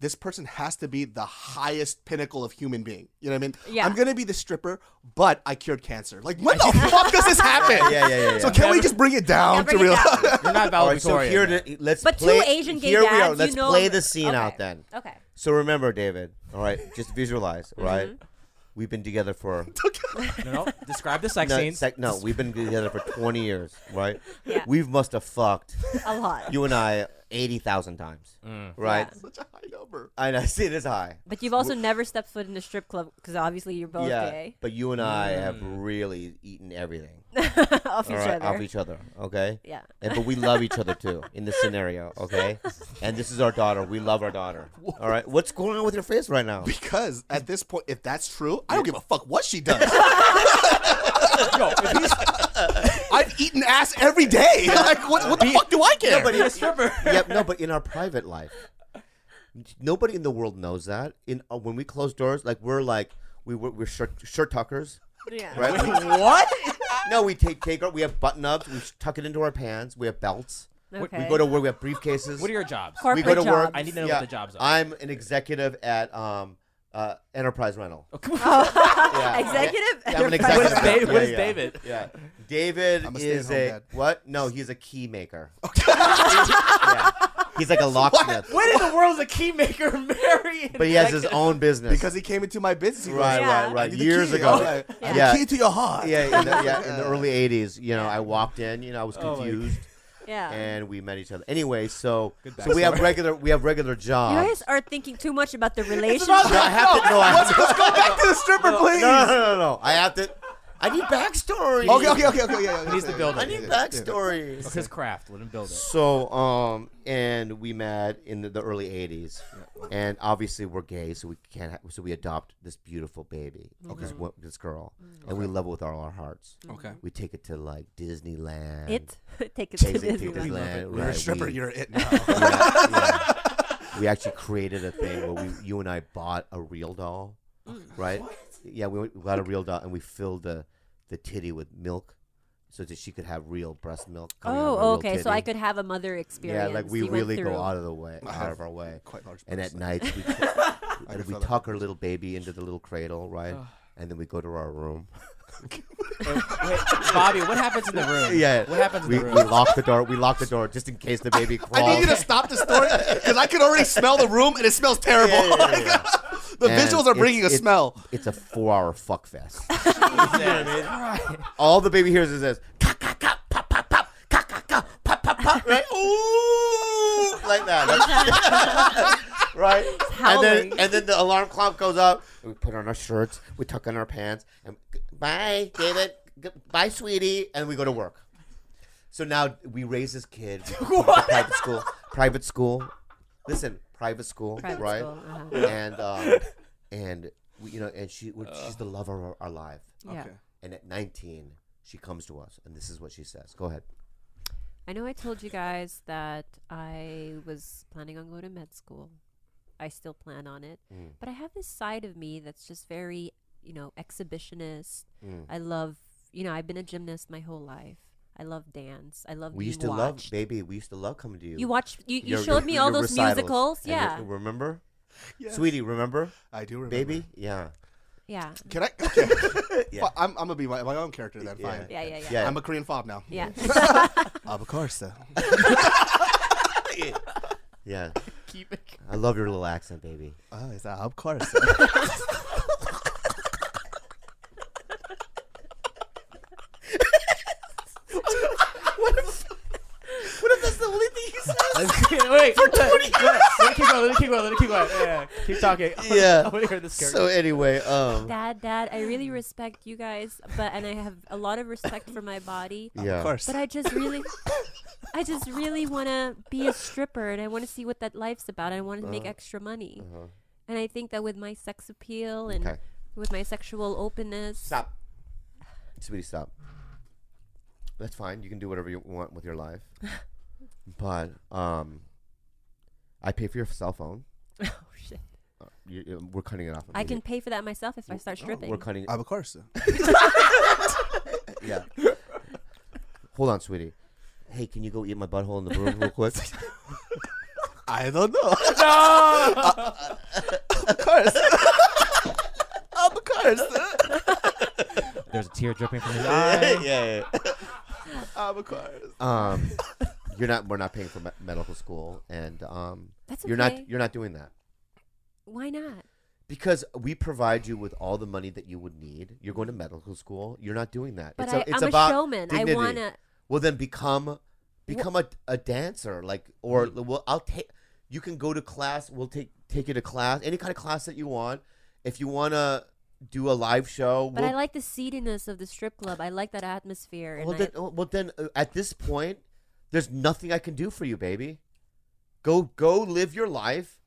Speaker 6: this person has to be the highest pinnacle of human being. You know what I mean?
Speaker 5: Yeah.
Speaker 6: I'm gonna be the stripper, but I cured cancer. Like, when [LAUGHS] the fuck does this happen?
Speaker 4: Yeah, yeah, yeah, yeah.
Speaker 6: So can we just bring it down
Speaker 5: Yeah, bring
Speaker 6: to real? [LAUGHS]
Speaker 5: it down.
Speaker 3: You're not
Speaker 4: All right, so
Speaker 3: valedictorian.
Speaker 4: here, it- let's
Speaker 5: But
Speaker 4: play,
Speaker 5: two Asian gay
Speaker 4: here
Speaker 5: dads.
Speaker 4: we are.
Speaker 5: you
Speaker 4: Let's
Speaker 5: know-
Speaker 4: play the scene
Speaker 5: okay.
Speaker 4: out then.
Speaker 5: Okay. Mm-hmm.
Speaker 4: So remember, David. All right, just visualize. All right? we've been together for
Speaker 3: no, no.
Speaker 4: [LAUGHS]
Speaker 3: Describe the sex
Speaker 4: no,
Speaker 3: scene.
Speaker 4: sec, no, we've been together for 20 years, right?
Speaker 5: Yeah.
Speaker 4: We've must have
Speaker 5: [LAUGHS]
Speaker 4: fucked
Speaker 5: A lot.
Speaker 4: you and I 80,000 times, right?
Speaker 5: Yeah.
Speaker 6: Such a high number.
Speaker 4: I know, [LAUGHS] see, it is high.
Speaker 5: But you've also never stepped foot in a strip club because obviously you're both gay
Speaker 4: But you and I have
Speaker 3: Mm.
Speaker 4: really eaten everything
Speaker 5: [LAUGHS] off each
Speaker 4: all right,
Speaker 5: other.
Speaker 4: off each other. Okay.
Speaker 5: Yeah.
Speaker 4: And, but we love each other too in this scenario.
Speaker 5: [LAUGHS]
Speaker 4: Okay. and this is our daughter. We love our daughter. All right. What's going on with your face right
Speaker 3: [LAUGHS]
Speaker 4: now?
Speaker 6: Because at this point, if that's true, I don't give a fuck what she does.
Speaker 3: Yo,
Speaker 4: [LAUGHS]
Speaker 3: if he's
Speaker 6: I've eaten ass every day. [LAUGHS] Like, what, what the fuck do I care?
Speaker 4: Nobody.
Speaker 3: a stripper. [LAUGHS]
Speaker 4: yeah. No. But in our private life, nobody in the world knows that. In uh, when we close doors, like we're like we we're, we're shirt, shirt tuckers,
Speaker 5: yeah.
Speaker 4: right?
Speaker 3: [LAUGHS]
Speaker 4: We-
Speaker 3: What?
Speaker 4: no, we take take our we have button ups. We tuck it into our pants. We have belts.
Speaker 5: Okay.
Speaker 4: We go to work. We have briefcases.
Speaker 3: What are your jobs?
Speaker 5: Corporate
Speaker 4: we go to work.
Speaker 5: jobs.
Speaker 3: I need to know what the jobs are.
Speaker 4: I'm an executive at um uh, enterprise
Speaker 5: [LAUGHS]
Speaker 4: rental.
Speaker 3: Oh, come
Speaker 4: [LAUGHS]
Speaker 3: on.
Speaker 4: Yeah.
Speaker 5: Executive
Speaker 4: Yeah, I'm an
Speaker 5: enterprise
Speaker 4: executive. rental.
Speaker 3: What is Da- what
Speaker 4: Yeah,
Speaker 3: is
Speaker 4: yeah.
Speaker 3: David?
Speaker 4: Yeah, David
Speaker 6: I'm a
Speaker 4: is a
Speaker 6: stay-at-home dad.
Speaker 4: what? No, he's a key
Speaker 6: [LAUGHS]
Speaker 4: maker. yeah. He's like a locksmith,
Speaker 3: When in the world is a key [LAUGHS] maker marry?
Speaker 4: but he has his own business.
Speaker 6: because he came into my business. He
Speaker 4: right,
Speaker 6: goes,
Speaker 5: Yeah.
Speaker 4: right,
Speaker 6: "I
Speaker 4: right,
Speaker 6: need the
Speaker 4: years
Speaker 6: key."
Speaker 4: ago.
Speaker 6: I'm like, "I have
Speaker 4: Yeah.
Speaker 6: the key to your heart.
Speaker 4: Yeah, in the, yeah,
Speaker 6: [LAUGHS]
Speaker 4: in the early '80s, you know, I walked in, you know, I was
Speaker 3: Oh my
Speaker 4: confused,
Speaker 5: [LAUGHS] Yeah.
Speaker 4: and we met each other. Anyway, so
Speaker 3: Good
Speaker 4: so we have
Speaker 3: backstory.
Speaker 4: regular we have regular
Speaker 5: You
Speaker 4: jobs.
Speaker 5: guys are thinking too
Speaker 4: [LAUGHS]
Speaker 5: much about the relationship.
Speaker 4: No, I
Speaker 5: [LAUGHS]
Speaker 4: have to. No, I have to. Let's go
Speaker 6: Back to the stripper, please.
Speaker 4: No, no, no, no. I have to. I need backstory.
Speaker 6: Okay, okay, okay, okay. Yeah, yeah,
Speaker 3: needs
Speaker 6: yeah,
Speaker 3: to build
Speaker 6: yeah,
Speaker 3: it.
Speaker 4: I
Speaker 6: yeah,
Speaker 4: need
Speaker 6: yeah,
Speaker 4: backstory.
Speaker 3: It's his craft. Let him build it.
Speaker 4: So, um, and we met in the, the early '80s, and obviously we're gay, so we can't. Ha- so we adopt this beautiful baby, this wo- this girl, and we love it with all our hearts.
Speaker 6: yeah. Okay.
Speaker 4: We take it to like Disneyland.
Speaker 5: it. [LAUGHS] Take it to
Speaker 4: Take it to
Speaker 5: Disneyland.
Speaker 4: Disneyland.
Speaker 6: You're a
Speaker 4: right,
Speaker 6: stripper.
Speaker 4: we-
Speaker 6: You're it now.
Speaker 4: yeah,
Speaker 5: [LAUGHS]
Speaker 4: yeah. We actually created a thing where we, you and I bought a real doll, right? Yeah, we, went- we got a real doll and we filled the, the titty with milk, so that she could have real breast milk. coming out of a
Speaker 5: Oh,
Speaker 4: real
Speaker 5: okay. So I
Speaker 4: titty.
Speaker 5: could have a mother experience.
Speaker 4: Yeah, like we
Speaker 5: You went
Speaker 4: really go
Speaker 5: through.
Speaker 4: out of the way,
Speaker 6: I
Speaker 4: out
Speaker 6: have
Speaker 4: of our way.
Speaker 6: Uh-huh. Quite large.
Speaker 4: And at
Speaker 6: breasts.
Speaker 4: night,
Speaker 6: [LAUGHS]
Speaker 4: we, and we
Speaker 6: feel that.
Speaker 4: tuck our little baby into the little cradle, right? And then we go to our
Speaker 6: [LAUGHS]
Speaker 4: room.
Speaker 3: Wait, Bobby, what happens in the
Speaker 4: [LAUGHS]
Speaker 3: room?
Speaker 4: Yeah.
Speaker 3: What happens in
Speaker 4: We,
Speaker 3: the
Speaker 4: we
Speaker 3: room?
Speaker 4: lock the door. We lock the door just in case the baby crawls.
Speaker 6: [LAUGHS] I need you to stop the story because I could already smell the room and it smells
Speaker 4: [LAUGHS]
Speaker 6: terrible. [LAUGHS]
Speaker 4: Yeah, yeah, yeah, yeah.
Speaker 6: the
Speaker 4: And
Speaker 6: visuals are
Speaker 4: it's-
Speaker 6: bringing a
Speaker 4: it's-
Speaker 6: smell.
Speaker 4: It's a four-hour fuck fest.
Speaker 3: Jesus. All right.
Speaker 4: All the baby hears is this. "Ka, ka, ka, pop, pop, pop, ka, ka, ka, pop, pop, pop," Right? Ooh, like that. That's- [LAUGHS] right? And then,
Speaker 5: howling.
Speaker 4: and then the alarm clock goes up. We put on our shirts. We tuck in our pants. And g- bye, David. G- Bye, sweetie. And we go to work. So now we raise this
Speaker 5: [LAUGHS]
Speaker 4: kid. We put him to Private school. Private school. Listen, private school,
Speaker 5: Private
Speaker 4: right?
Speaker 5: school, uh-huh.
Speaker 4: And um, and we, you know, and she we're- she's the lover of our- our life.
Speaker 5: Yeah.
Speaker 4: And at 19, she comes to us, and this is what she says. Go ahead.
Speaker 5: I know I told you guys that I was planning on going to med school. I still plan on it.
Speaker 4: Mm.
Speaker 5: But I have this side of me that's just very, you know, exhibitionist.
Speaker 4: Mm.
Speaker 5: I love, you know, I've been a gymnast my whole life. I love dance. I love
Speaker 4: We
Speaker 5: being
Speaker 4: used to
Speaker 5: Oh, watched.
Speaker 4: love, baby. We used to love coming to you.
Speaker 5: You watched, you, you
Speaker 4: Your-
Speaker 5: showed me
Speaker 4: your
Speaker 5: all those
Speaker 4: recitals
Speaker 5: musicals.
Speaker 4: and your-
Speaker 5: Yeah.
Speaker 4: remember, sweetie? Remember,
Speaker 6: I do remember.
Speaker 4: baby? Yeah.
Speaker 5: Yeah.
Speaker 6: Can I? Okay.
Speaker 4: [LAUGHS] Yeah.
Speaker 6: Fi- I'm, I'm gonna be my, my own character then. Fine.
Speaker 5: Yeah, yeah, yeah.
Speaker 4: [LAUGHS] Yeah.
Speaker 6: I'm a Korean fob now.
Speaker 5: Yeah.
Speaker 4: [LAUGHS]
Speaker 6: Of course, Oh, though.
Speaker 4: yeah. I love your little accent, baby.
Speaker 6: Oh, it's a of course.
Speaker 3: [LAUGHS]
Speaker 4: [LAUGHS]
Speaker 3: Wait. For 20 Let it keep going. Let it keep going. Let it keep going. Yeah. Keep talking. [LAUGHS] I wanna-
Speaker 4: Yeah.
Speaker 3: I want to hear this character.
Speaker 4: So anyway, um,
Speaker 5: Dad, Dad, I really respect you guys, but and I have a lot of respect for my
Speaker 4: [LAUGHS]
Speaker 5: body.
Speaker 4: yeah.
Speaker 6: Of course.
Speaker 5: But I just really, I just really want to be a stripper, and I want to see what that life's about. I want to make extra money, and I think that with my sex appeal and
Speaker 4: Okay.
Speaker 5: with my sexual openness,
Speaker 4: Stop, sweetie. Stop. That's fine. You can do whatever you want with your
Speaker 5: [LAUGHS]
Speaker 4: life, but um, I pay for your cell phone.
Speaker 5: [LAUGHS]
Speaker 4: Uh,
Speaker 5: oh shit,
Speaker 4: You, you- we're cutting it off.
Speaker 5: I can
Speaker 4: immediately.
Speaker 5: pay for that myself if I start stripping.
Speaker 4: We're cutting.
Speaker 6: of course.
Speaker 4: Yeah. Hold on, sweetie. Hey, can you go eat my butthole in the room real
Speaker 5: [LAUGHS]
Speaker 4: quick?
Speaker 6: I don't know.
Speaker 3: No.
Speaker 6: of course. of course.
Speaker 3: There's a tear dripping from his eye.
Speaker 4: [LAUGHS] yeah.
Speaker 6: of course.
Speaker 5: [LAUGHS]
Speaker 4: Um, you're not. We're not paying for me- medical school, and um,
Speaker 5: That's
Speaker 4: you're
Speaker 5: okay.
Speaker 4: not. You're not doing that
Speaker 5: Why not?
Speaker 4: because we provide you with all the money that you would need. You're going to medical school. You're not doing that.
Speaker 5: But
Speaker 4: it's
Speaker 5: I,
Speaker 4: a, it's
Speaker 5: I'm
Speaker 4: about
Speaker 5: a showman.
Speaker 4: Dignity.
Speaker 5: I wanna.
Speaker 4: Well, then become become a, a dancer, like or
Speaker 5: Mm.
Speaker 4: well, I'll take. You can go to class. We'll take take you to class, any kind of class that you want. If you wanna do a live show,
Speaker 5: But
Speaker 4: we'll
Speaker 5: I like the seediness of the strip club. I like that atmosphere. And
Speaker 4: Well
Speaker 5: I-
Speaker 4: then, oh, well then, uh, at this point, there's nothing I can do for you, baby. Go, go, live your life,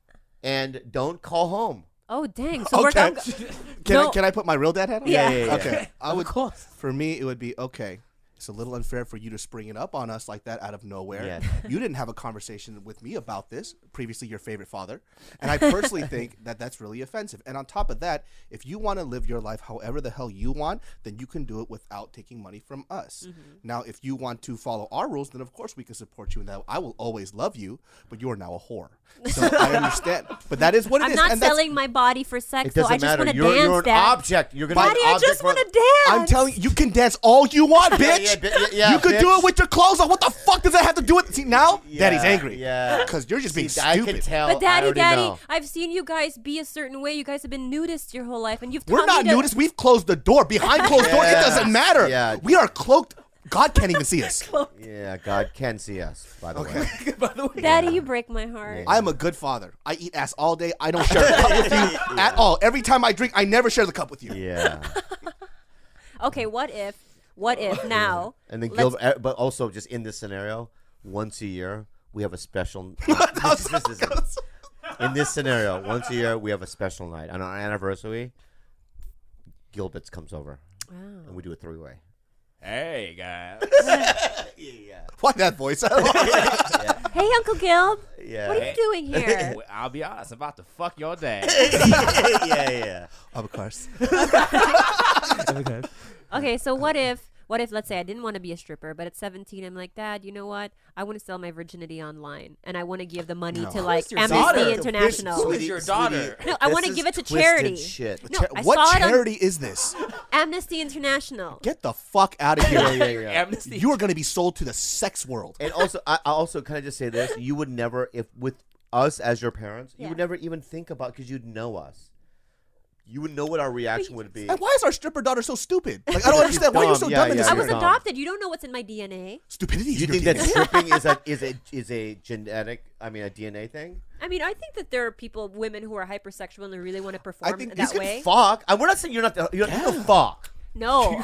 Speaker 4: and don't call home.
Speaker 5: oh dang! So we're
Speaker 6: Okay.
Speaker 5: going.
Speaker 6: Can I
Speaker 5: No.
Speaker 6: can I put my real dad hat on?
Speaker 5: Yeah.
Speaker 4: yeah, yeah.
Speaker 6: Okay. I would.
Speaker 3: course.
Speaker 6: For me, it would be okay. it's a little unfair for you to spring it up on us like that out of nowhere.
Speaker 4: Yes.
Speaker 6: [LAUGHS] You didn't have a conversation with me about this previously, your favorite father. And
Speaker 5: [LAUGHS]
Speaker 6: I personally think that that's really offensive. And on top of that, if you want to live your life however the hell you want, then you can do it without taking money from us.
Speaker 5: Mm-hmm.
Speaker 6: Now, if you want to follow our rules, then of course we can support you. And that I will always love you, but you are now a whore. So
Speaker 5: [LAUGHS]
Speaker 6: I understand. But that is what it
Speaker 5: I'm
Speaker 6: is,
Speaker 5: not
Speaker 6: and that's-
Speaker 5: selling my body for sex,
Speaker 4: It
Speaker 5: so I
Speaker 4: doesn't
Speaker 5: just
Speaker 4: matter.
Speaker 5: want to
Speaker 4: You're,
Speaker 5: dance,
Speaker 4: you're an
Speaker 5: Dad.
Speaker 4: object. You're gonna. be an
Speaker 5: Daddy, I
Speaker 4: object
Speaker 5: just
Speaker 4: for-
Speaker 5: want to dance.
Speaker 6: I'm telling you, you can dance all you want,
Speaker 4: [LAUGHS] Yeah,
Speaker 6: bitch.
Speaker 4: yeah, bi- yeah, yeah,
Speaker 6: you could do
Speaker 4: bitch.
Speaker 6: it with your clothes on. What the fuck does that have to do with? See now, Daddy's
Speaker 4: Yeah,
Speaker 6: angry.
Speaker 4: yeah.
Speaker 6: because you're just being
Speaker 4: See, I
Speaker 6: stupid.
Speaker 4: can tell.
Speaker 5: But
Speaker 4: I
Speaker 5: daddy,
Speaker 4: already
Speaker 5: daddy,
Speaker 4: know.
Speaker 5: I've seen you guys be a certain way. You guys have been nudists your whole life, and you've
Speaker 6: We're
Speaker 5: taught
Speaker 6: not
Speaker 5: me to-
Speaker 6: nudists. We've closed the door
Speaker 4: [LAUGHS]
Speaker 6: behind closed door. It
Speaker 4: Yeah.
Speaker 6: doesn't matter.
Speaker 4: Yeah.
Speaker 6: we are cloaked. God can't even
Speaker 5: [LAUGHS]
Speaker 6: see us.
Speaker 4: Yeah, God can see us. By the way.
Speaker 3: By the way,
Speaker 5: Daddy, you break my heart.
Speaker 6: I am a good father. I eat ass all day. I don't
Speaker 4: [LAUGHS]
Speaker 6: share a cup with you at all. Every time I drink, I never share the cup with
Speaker 5: [LAUGHS]
Speaker 6: you.
Speaker 4: Yeah.
Speaker 5: Okay, what if? What if now?
Speaker 4: And then
Speaker 5: let's-
Speaker 4: Gilbert, eh, but also just in this scenario, once a year we have a
Speaker 3: [LAUGHS]
Speaker 4: special. this, this is it. in this scenario, once a year we have a special night on our anniversary. Gilbert's comes over, and we do a three-way.
Speaker 3: hey guys,
Speaker 6: Why that voice?
Speaker 5: Hey, Uncle Gilb,
Speaker 4: Yeah.
Speaker 5: what are you doing here?
Speaker 3: Well, I'll be honest. I'm about to fuck your dad.
Speaker 4: yeah, yeah.
Speaker 6: of course.
Speaker 5: okay, so what if? What if, let's say, I didn't want to be a stripper, but at 17, I'm like, Dad, you know what? I want to sell my virginity online, and I want to give the money to like
Speaker 3: Who's your daughter? The
Speaker 5: Amnesty
Speaker 3: Who
Speaker 5: International.
Speaker 3: is your daughter?
Speaker 5: No, I
Speaker 4: This
Speaker 5: want to
Speaker 4: is
Speaker 5: give it to
Speaker 4: twisted
Speaker 5: charity.
Speaker 4: shit.
Speaker 5: No, I saw
Speaker 6: what
Speaker 5: it on
Speaker 6: charity is this?
Speaker 5: Amnesty International.
Speaker 6: Get the fuck out of
Speaker 4: Yeah, [LAUGHS] [LAUGHS]
Speaker 6: here.
Speaker 4: yeah, yeah.
Speaker 3: [LAUGHS] Amnesty.
Speaker 6: You are going to be sold to the sex world.
Speaker 4: And also, I, I also kind of just say this: you would never, if with us as your parents, you would
Speaker 5: Yeah.
Speaker 4: never even think about because you'd know us. You would know what our reaction would be.
Speaker 6: And why is our stripper daughter so stupid? Like,
Speaker 4: [LAUGHS]
Speaker 6: I don't understand. Why are you so
Speaker 4: dumb. Yeah,
Speaker 6: dumb in
Speaker 4: yeah,
Speaker 6: this
Speaker 4: yeah.
Speaker 5: I
Speaker 6: area?
Speaker 5: was
Speaker 4: You're dumb.
Speaker 5: adopted. You don't know what's in my DNA.
Speaker 6: Stupidity. is
Speaker 4: You
Speaker 6: your
Speaker 4: think that
Speaker 6: DNA.
Speaker 4: stripping is [LAUGHS] a is a is a genetic? I mean, a DNA thing.
Speaker 5: I mean, I think that there are people, women who are hypersexual and really want to perform
Speaker 4: I think you
Speaker 5: that
Speaker 4: can
Speaker 5: way.
Speaker 4: fuck. I, we're not saying you're not. The, you're not you can fuck. [LAUGHS]
Speaker 5: no,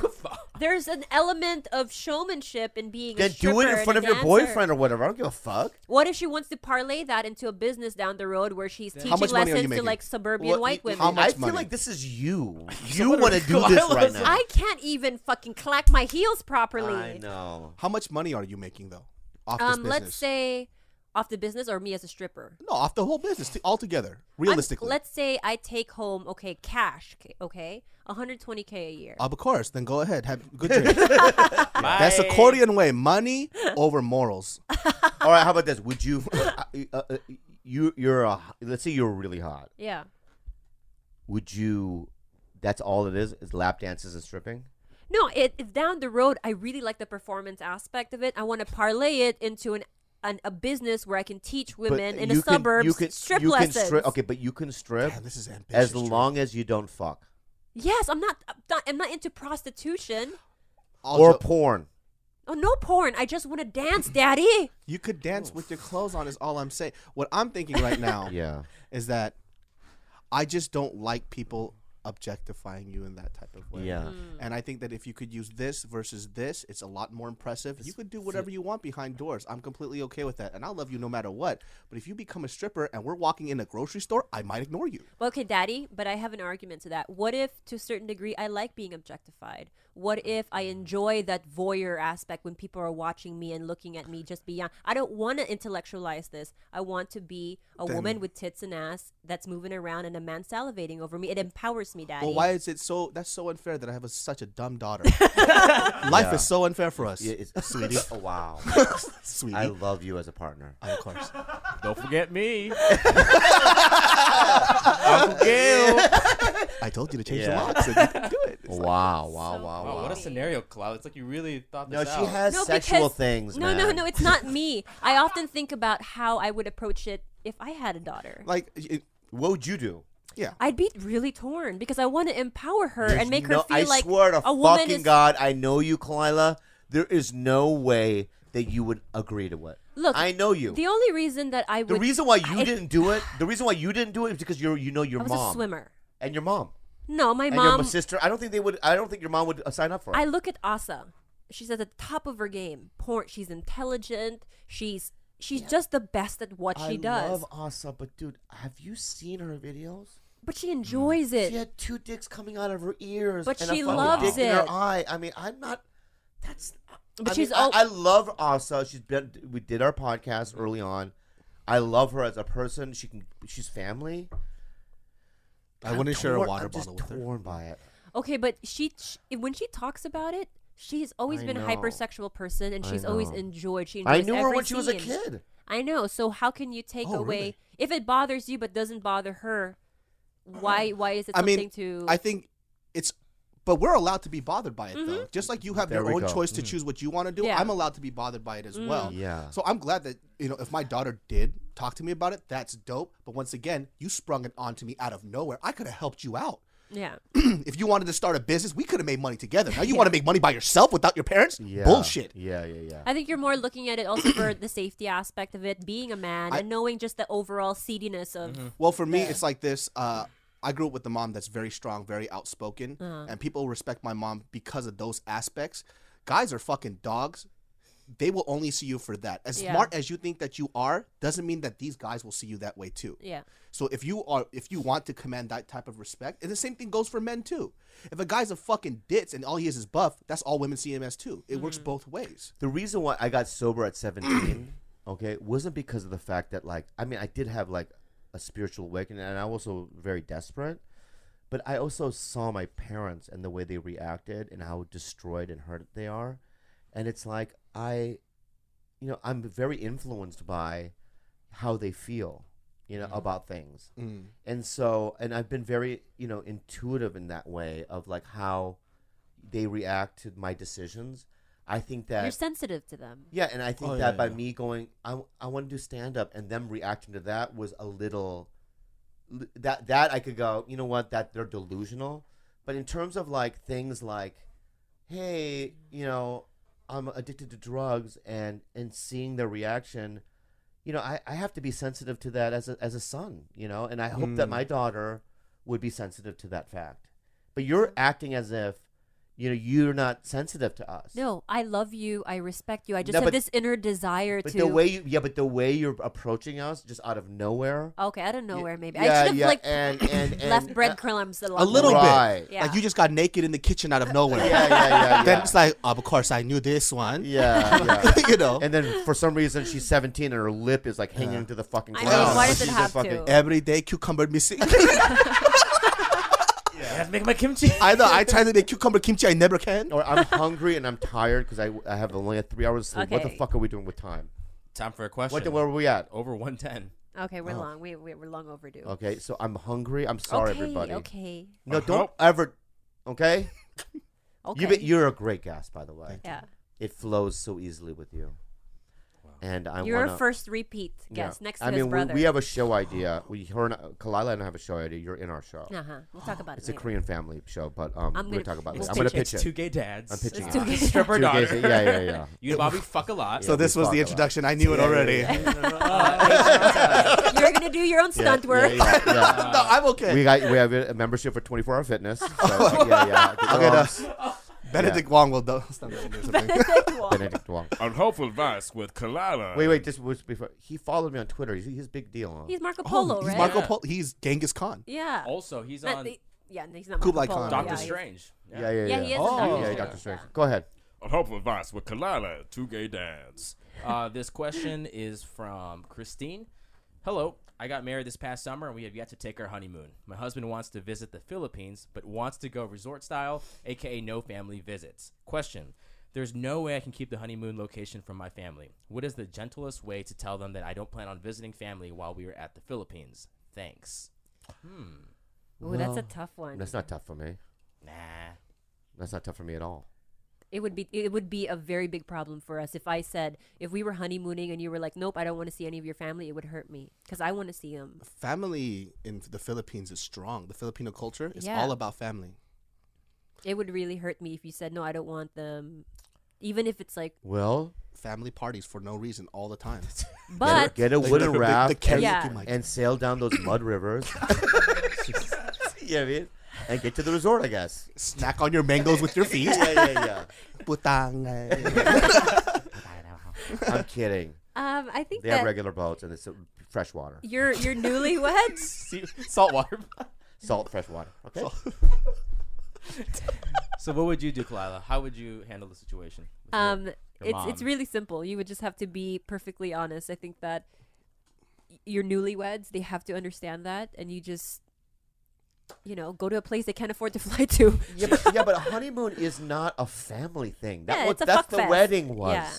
Speaker 5: there's an element of showmanship in being.
Speaker 4: Then
Speaker 5: a
Speaker 4: do it
Speaker 5: stripper
Speaker 4: in front of
Speaker 5: and a
Speaker 4: your
Speaker 5: dancer.
Speaker 4: boyfriend or whatever. I don't give a fuck.
Speaker 5: What if she wants to parlay that into a business down the road where she's teaching
Speaker 6: much money are you
Speaker 5: lessons to
Speaker 6: making?
Speaker 5: like suburban
Speaker 4: Well,
Speaker 5: white
Speaker 4: you-
Speaker 5: women?
Speaker 6: how much
Speaker 4: I feel
Speaker 6: money?
Speaker 4: like this is
Speaker 5: [LAUGHS]
Speaker 4: you. You want to do this right now.
Speaker 5: I can't even fucking clack my heels properly.
Speaker 4: I know.
Speaker 6: How much money are you making, though? Off this
Speaker 5: Um,
Speaker 6: business?
Speaker 5: let's say off the business or me as a stripper.
Speaker 6: No, off the whole business t- altogether.
Speaker 5: I'm-
Speaker 6: Realistically.
Speaker 5: let's say I take home okay cash, k- okay, 120k a
Speaker 4: Uh,
Speaker 5: year.
Speaker 6: of course. Then go ahead.
Speaker 4: [LAUGHS]
Speaker 6: Have good drink.
Speaker 3: My-
Speaker 6: That's the
Speaker 5: [LAUGHS]
Speaker 6: Korean way. Money over morals.
Speaker 4: All right. How about this? Would you?
Speaker 5: [LAUGHS]
Speaker 4: Uh, uh, uh, you you're a. Let's say you're really hot.
Speaker 5: yeah.
Speaker 4: Would you? That's all it is. Is lap dances and stripping.
Speaker 5: No, it, it's down the road. I really like the performance aspect of it. I want to parlay it into an, an a business where I can teach
Speaker 4: But
Speaker 5: women in
Speaker 4: you
Speaker 5: the
Speaker 4: can-
Speaker 5: suburbs
Speaker 4: you can,
Speaker 5: strip
Speaker 4: you
Speaker 5: lessons.
Speaker 4: Can strip, okay, but you can strip
Speaker 6: Damn, this is ambitious.
Speaker 4: as
Speaker 6: Drew.
Speaker 4: long as you don't fuck
Speaker 5: Yes, I'm not, I'm not. I'm not into prostitution.
Speaker 6: Also,
Speaker 4: or porn.
Speaker 5: Oh, no porn. I just want to dance, Daddy.
Speaker 6: you could dance with your clothes on. Is all I'm saying. What I'm thinking right now
Speaker 4: [LAUGHS] Yeah.
Speaker 6: is that I just don't like people objectifying you in that type of way.
Speaker 4: Yeah.
Speaker 6: And I think that if you could use this versus this, it's a lot more impressive. You could do whatever you want behind doors. I'm completely okay with that. And I'll love you no matter what. But if you become a stripper and we're walking in a grocery store, I might ignore you.
Speaker 5: Okay, Daddy. But I have an argument to that. What if, to a certain degree, I like being objectified? What if
Speaker 4: Mm.
Speaker 5: I enjoy that voyeur aspect when people are watching me and looking at me just beyond? I don't want to intellectualize this. I want to be a woman with tits and ass that's moving around and a man salivating over me. It empowers me, Daddy.
Speaker 6: Well, why is it so? That's so unfair that I have a, such a dumb daughter. Life is so unfair for us.
Speaker 4: Yeah, it's, [LAUGHS] sweetie. Oh, wow.
Speaker 6: Sweetie.
Speaker 4: I love you as a partner.
Speaker 6: of course.
Speaker 3: Don't
Speaker 4: [LAUGHS]
Speaker 3: forget me. Uncle Gil.
Speaker 6: I told you to change
Speaker 4: Yeah.
Speaker 6: the locks and you didn't do it. It's
Speaker 4: Wow, wow,
Speaker 5: so
Speaker 4: wow,
Speaker 3: Wow,
Speaker 4: wow.
Speaker 3: Oh, what a scenario, Cloud. It's like you really thought
Speaker 4: No,
Speaker 3: this
Speaker 4: she
Speaker 3: out.
Speaker 4: has sexual things.
Speaker 5: No, no, no. It's not me. I often think about how I would approach it if I had a daughter.
Speaker 6: Like, it,
Speaker 4: What would you do?
Speaker 6: yeah.
Speaker 5: I'd be really torn because I want to empower her and make
Speaker 4: no,
Speaker 5: her feel
Speaker 4: I
Speaker 5: like
Speaker 4: swear to
Speaker 5: a woman
Speaker 4: fucking
Speaker 5: is.
Speaker 4: God, I know you, Kalila. There is no way that you would agree to it.
Speaker 5: Look,
Speaker 4: I know you.
Speaker 5: The only reason that I would
Speaker 4: The reason why you
Speaker 5: I-
Speaker 4: didn't do it, the reason why you didn't do it is because you're, you know, your
Speaker 5: I was
Speaker 4: mom
Speaker 5: a swimmer.
Speaker 4: and your mom
Speaker 5: No, my
Speaker 4: and
Speaker 5: mom.
Speaker 4: your sister. I don't think they would. I don't think your mom would uh, sign up for it.
Speaker 5: I look at Asa. She's at the top of her game. Porn. She's intelligent. She's she's just the best at what she
Speaker 4: I
Speaker 5: does.
Speaker 4: love Asa, but dude, have you seen her videos?
Speaker 5: But she enjoys it.
Speaker 4: She had two dicks coming out of her ears,
Speaker 5: But
Speaker 4: and a
Speaker 5: she
Speaker 4: fucking
Speaker 5: loves
Speaker 4: dick in her
Speaker 5: it.
Speaker 4: eye. I mean, I'm not. That's
Speaker 5: But
Speaker 4: I
Speaker 5: she's
Speaker 4: mean,
Speaker 5: all.
Speaker 4: I, I love Asa. She's been. We did our podcast early on. I love her as a person. She can. She's family.
Speaker 6: I wouldn't share a
Speaker 4: Torn-
Speaker 6: water
Speaker 4: I'm
Speaker 6: bottle
Speaker 4: just
Speaker 6: with her.
Speaker 4: Torn by it.
Speaker 5: okay, but she, sh when she talks about it, she's always
Speaker 4: I
Speaker 5: been a
Speaker 4: know.
Speaker 5: hypersexual person, and
Speaker 4: I
Speaker 5: she's always
Speaker 4: know.
Speaker 5: enjoyed. She
Speaker 4: I
Speaker 5: enjoys
Speaker 4: knew her
Speaker 5: every
Speaker 4: when she was a
Speaker 5: scene.
Speaker 4: kid.
Speaker 5: I know. So how can you take
Speaker 6: Oh,
Speaker 5: away
Speaker 6: really?
Speaker 5: if it bothers you but doesn't bother her? Why? Why is it
Speaker 6: I
Speaker 5: something
Speaker 6: mean,
Speaker 5: to?
Speaker 6: I think it's, but we're allowed to be bothered by it though. Just like you have
Speaker 4: There
Speaker 6: your
Speaker 4: we
Speaker 6: own
Speaker 4: go. Mm.
Speaker 6: choice to choose what you want to do,
Speaker 5: Mm-hmm. Yeah. Mm.
Speaker 6: I'm allowed to be bothered by it as well.
Speaker 4: Yeah.
Speaker 6: So I'm glad that you know if my daughter did talk to me about it, that's dope. But once again, you sprung it onto me out of nowhere. I could have helped you out. [CLEARS THROAT]
Speaker 5: yeah.
Speaker 6: if you wanted to start a business, we could have made money together. Now you want to make money by yourself without your parents? Bullshit.
Speaker 4: Yeah, yeah, yeah.
Speaker 5: I think you're more looking at it also for the safety aspect of it, being a man,
Speaker 6: I-
Speaker 5: and knowing just the overall seediness of.
Speaker 6: Well, for me, it's like this. Uh, I grew up with a mom that's very strong, very outspoken,
Speaker 5: Uh-huh.
Speaker 6: and people respect my mom because of those aspects. Guys are fucking dogs. They will only see you for that. As
Speaker 5: Yeah.
Speaker 6: smart as you think that you are, doesn't mean that these guys will see you that way too.
Speaker 5: Yeah.
Speaker 6: So if you are, if you want to command that type of respect, and the same thing goes for men too. If a guy's a fucking ditz and all he is is buff, that's all women see him as too. It works
Speaker 5: Mm-hmm.
Speaker 6: both ways.
Speaker 4: the reason why I got sober at 17, [CLEARS THROAT] okay, wasn't because of the fact that like I mean I did have like a spiritual awakening and I was also very desperate, but I also saw my parents and the way they reacted and how destroyed and hurt they are, and it's like I, you know, I'm very influenced by how they feel, you know, about things,
Speaker 5: Mm.
Speaker 4: and so and I've been very you know intuitive in that way of like how they react to my decisions. I think that
Speaker 5: You're sensitive to them.
Speaker 4: yeah, and I think
Speaker 6: Oh,
Speaker 4: that
Speaker 6: yeah,
Speaker 4: by
Speaker 6: yeah.
Speaker 4: me going, I, I want to do stand up, and them reacting to that was a little l- that that I could go, you know what, that they're delusional. But in terms of like things like, hey, you know, I'm addicted to drugs, and and seeing their reaction, you know, I, I have to be sensitive to that as a as a son, you know, and I hope
Speaker 6: Mm.
Speaker 4: that my daughter would be sensitive to that fact. But you're acting as if, you know, you're not sensitive to us.
Speaker 5: No, I love you. I respect you. I just
Speaker 4: No,
Speaker 5: have
Speaker 4: but-
Speaker 5: this inner desire
Speaker 4: But
Speaker 5: to.
Speaker 4: the way you, yeah, but the way you're approaching us, just out of nowhere.
Speaker 5: okay, out of nowhere, maybe
Speaker 4: yeah,
Speaker 5: I should have
Speaker 4: yeah,
Speaker 5: like [COUGHS]
Speaker 4: and, and, and uh,
Speaker 5: left breadcrumbs along
Speaker 6: A
Speaker 5: the
Speaker 6: little
Speaker 5: way.
Speaker 4: Right.
Speaker 6: bit.
Speaker 5: Yeah.
Speaker 6: Like you just got naked in the
Speaker 5: [LAUGHS]
Speaker 6: kitchen out of nowhere.
Speaker 4: Yeah, [LAUGHS] yeah, yeah, yeah.
Speaker 6: Then it's like, "Oh, of course, I knew this one.
Speaker 4: yeah, yeah.
Speaker 6: you know.
Speaker 4: [LAUGHS] And then for some reason she's 17 and her lip is like hanging to the fucking
Speaker 5: I
Speaker 4: ground.
Speaker 5: mean, why does it
Speaker 4: She's a
Speaker 5: have
Speaker 4: fucking-
Speaker 5: to?
Speaker 6: everyday cucumber [LAUGHS] missing.
Speaker 3: Let's make my kimchi.
Speaker 4: [LAUGHS]
Speaker 6: I know. I try to make cucumber kimchi. I never can.
Speaker 4: Or I'm hungry and I'm tired because I, I have only had three hours of sleep. What
Speaker 5: Okay.
Speaker 4: the fuck are we doing with time?
Speaker 3: Time for a question.
Speaker 4: What the, where are we at?
Speaker 3: Over 110.
Speaker 5: Okay, we're long. We, we we're long overdue.
Speaker 4: Oh. Okay, so I'm hungry. I'm sorry,
Speaker 5: okay,
Speaker 4: everybody.
Speaker 5: Okay.
Speaker 4: No, don't ever.
Speaker 5: [LAUGHS]
Speaker 4: Okay,
Speaker 5: Okay.
Speaker 4: You've been, you're a great guest, by the way.
Speaker 5: yeah.
Speaker 4: It flows so easily with you. And I
Speaker 5: You're
Speaker 4: want
Speaker 5: a first repeat guest next to
Speaker 4: I
Speaker 5: his
Speaker 4: mean, we-
Speaker 5: brother.
Speaker 4: We, have a show idea. We, her and Kalila and I have a show idea. You're in our show.
Speaker 5: Uh huh.
Speaker 4: [GASPS]
Speaker 5: We'll talk about
Speaker 4: It's a
Speaker 5: it. later.
Speaker 4: Korean family show, but um,
Speaker 5: I'm
Speaker 4: we're gonna
Speaker 5: gonna-
Speaker 4: talk about
Speaker 5: It's
Speaker 4: it. I'm gonna
Speaker 3: It's
Speaker 4: pitch it.
Speaker 3: two gay dads.
Speaker 4: I'm pitching
Speaker 5: [LAUGHS] It's
Speaker 4: it.
Speaker 5: two
Speaker 4: [LAUGHS]
Speaker 3: [LAUGHS]
Speaker 5: gay-
Speaker 3: Stripper
Speaker 4: Two gays-
Speaker 3: daughter.
Speaker 4: yeah, yeah, yeah.
Speaker 3: You and Bobby fuck a lot.
Speaker 4: So
Speaker 6: So
Speaker 4: Yeah, this
Speaker 6: this
Speaker 4: we was
Speaker 6: was
Speaker 4: the fuck a lot.
Speaker 6: the
Speaker 4: introduction.
Speaker 6: introduction. I knew it already.
Speaker 5: You're gonna do your own
Speaker 4: Yeah,
Speaker 5: stunt
Speaker 4: yeah,
Speaker 5: work. [LAUGHS]
Speaker 4: yeah, yeah.
Speaker 6: [LAUGHS] No, I'm okay.
Speaker 4: We got we have a membership for 24 Hour Fitness. So, yeah, yeah.
Speaker 6: okay,
Speaker 4: Um,
Speaker 6: no. Benedict Wong will do [LAUGHS] stop that, do something.
Speaker 4: Benedict Wong.
Speaker 8: on Hopeful Vice with Kalala.
Speaker 4: Wait, wait. Just was before he followed me on Twitter. He's, he's a big deal. Huh?
Speaker 5: He's Marco Polo,
Speaker 6: Oh, he's
Speaker 5: right?
Speaker 6: Marco
Speaker 3: Yeah.
Speaker 6: Polo. He's Genghis Khan.
Speaker 5: Yeah.
Speaker 3: Also, he's
Speaker 5: Not
Speaker 3: on
Speaker 5: the- yeah, he's not
Speaker 6: Kublai
Speaker 5: Marco Polo.
Speaker 6: Khan.
Speaker 3: Doctor
Speaker 5: yeah, he's-
Speaker 3: Strange.
Speaker 4: yeah, yeah, yeah.
Speaker 5: Yeah, he is.
Speaker 3: Oh,
Speaker 5: Oh,
Speaker 4: Yeah,
Speaker 3: yeah.
Speaker 4: Doctor Strange. Go ahead.
Speaker 8: On Hopeful Vice with Kalala, two gay dads.
Speaker 3: Uh, this question is from Christine. Hello. I got married this past summer and we have yet to take our honeymoon. My husband wants to visit the Philippines, but wants to go resort style, aka no family visits. Question There's no way I can keep the honeymoon location from my family. What is the gentlest way to tell them that I don't plan on visiting family while we are at the Philippines? Thanks.
Speaker 5: Ooh, that's a
Speaker 4: Well,
Speaker 5: tough one.
Speaker 4: That's not tough for me.
Speaker 3: Nah.
Speaker 4: That's not tough for me at all.
Speaker 5: It would be it would be a very big problem for us if I said if we were honeymooning and you were like, nope, I don't want to see any of your family. It would hurt me because I want to see them.
Speaker 6: Family in the Philippines is strong. The Filipino culture is
Speaker 5: Yeah.
Speaker 6: all about family.
Speaker 5: It would really hurt me if you said, no, I don't want them. Even if it's like,
Speaker 4: Well,
Speaker 6: Family parties for no reason all the time. [LAUGHS]
Speaker 5: but
Speaker 4: get a wooden
Speaker 6: the- the
Speaker 4: raft and,
Speaker 6: karaoke
Speaker 5: Yeah.
Speaker 6: mic.
Speaker 4: and sail down those mud
Speaker 5: [LAUGHS]
Speaker 4: rivers. [LAUGHS] you know what I mean? And get to the resort, I guess.
Speaker 6: Snack on your mangoes with your feet.
Speaker 4: Yeah, yeah, yeah.
Speaker 6: Putang.
Speaker 4: I'm kidding.
Speaker 5: um, I think
Speaker 4: They have
Speaker 5: that
Speaker 4: regular boats and it's uh, fresh water.
Speaker 5: you're you're
Speaker 3: [LAUGHS]
Speaker 5: newlyweds.
Speaker 3: See, salt water.
Speaker 4: Salt, fresh water. Okay.
Speaker 3: so, what would you do, Kalila? How would you handle the situation?
Speaker 5: Um,
Speaker 3: Your
Speaker 5: it's
Speaker 3: mom.
Speaker 5: it's really simple. You would just have to be perfectly honest. I think that y- your newlyweds they have to understand that, and you just you know go to a place they can't afford to [LAUGHS] fly to.
Speaker 4: Yeah, but, yeah, but a honeymoon is not a family thing. That
Speaker 5: Yeah,
Speaker 4: was,
Speaker 5: it's a
Speaker 4: that's
Speaker 5: fuck
Speaker 4: the
Speaker 5: fest.
Speaker 4: wedding was.
Speaker 5: Yeah.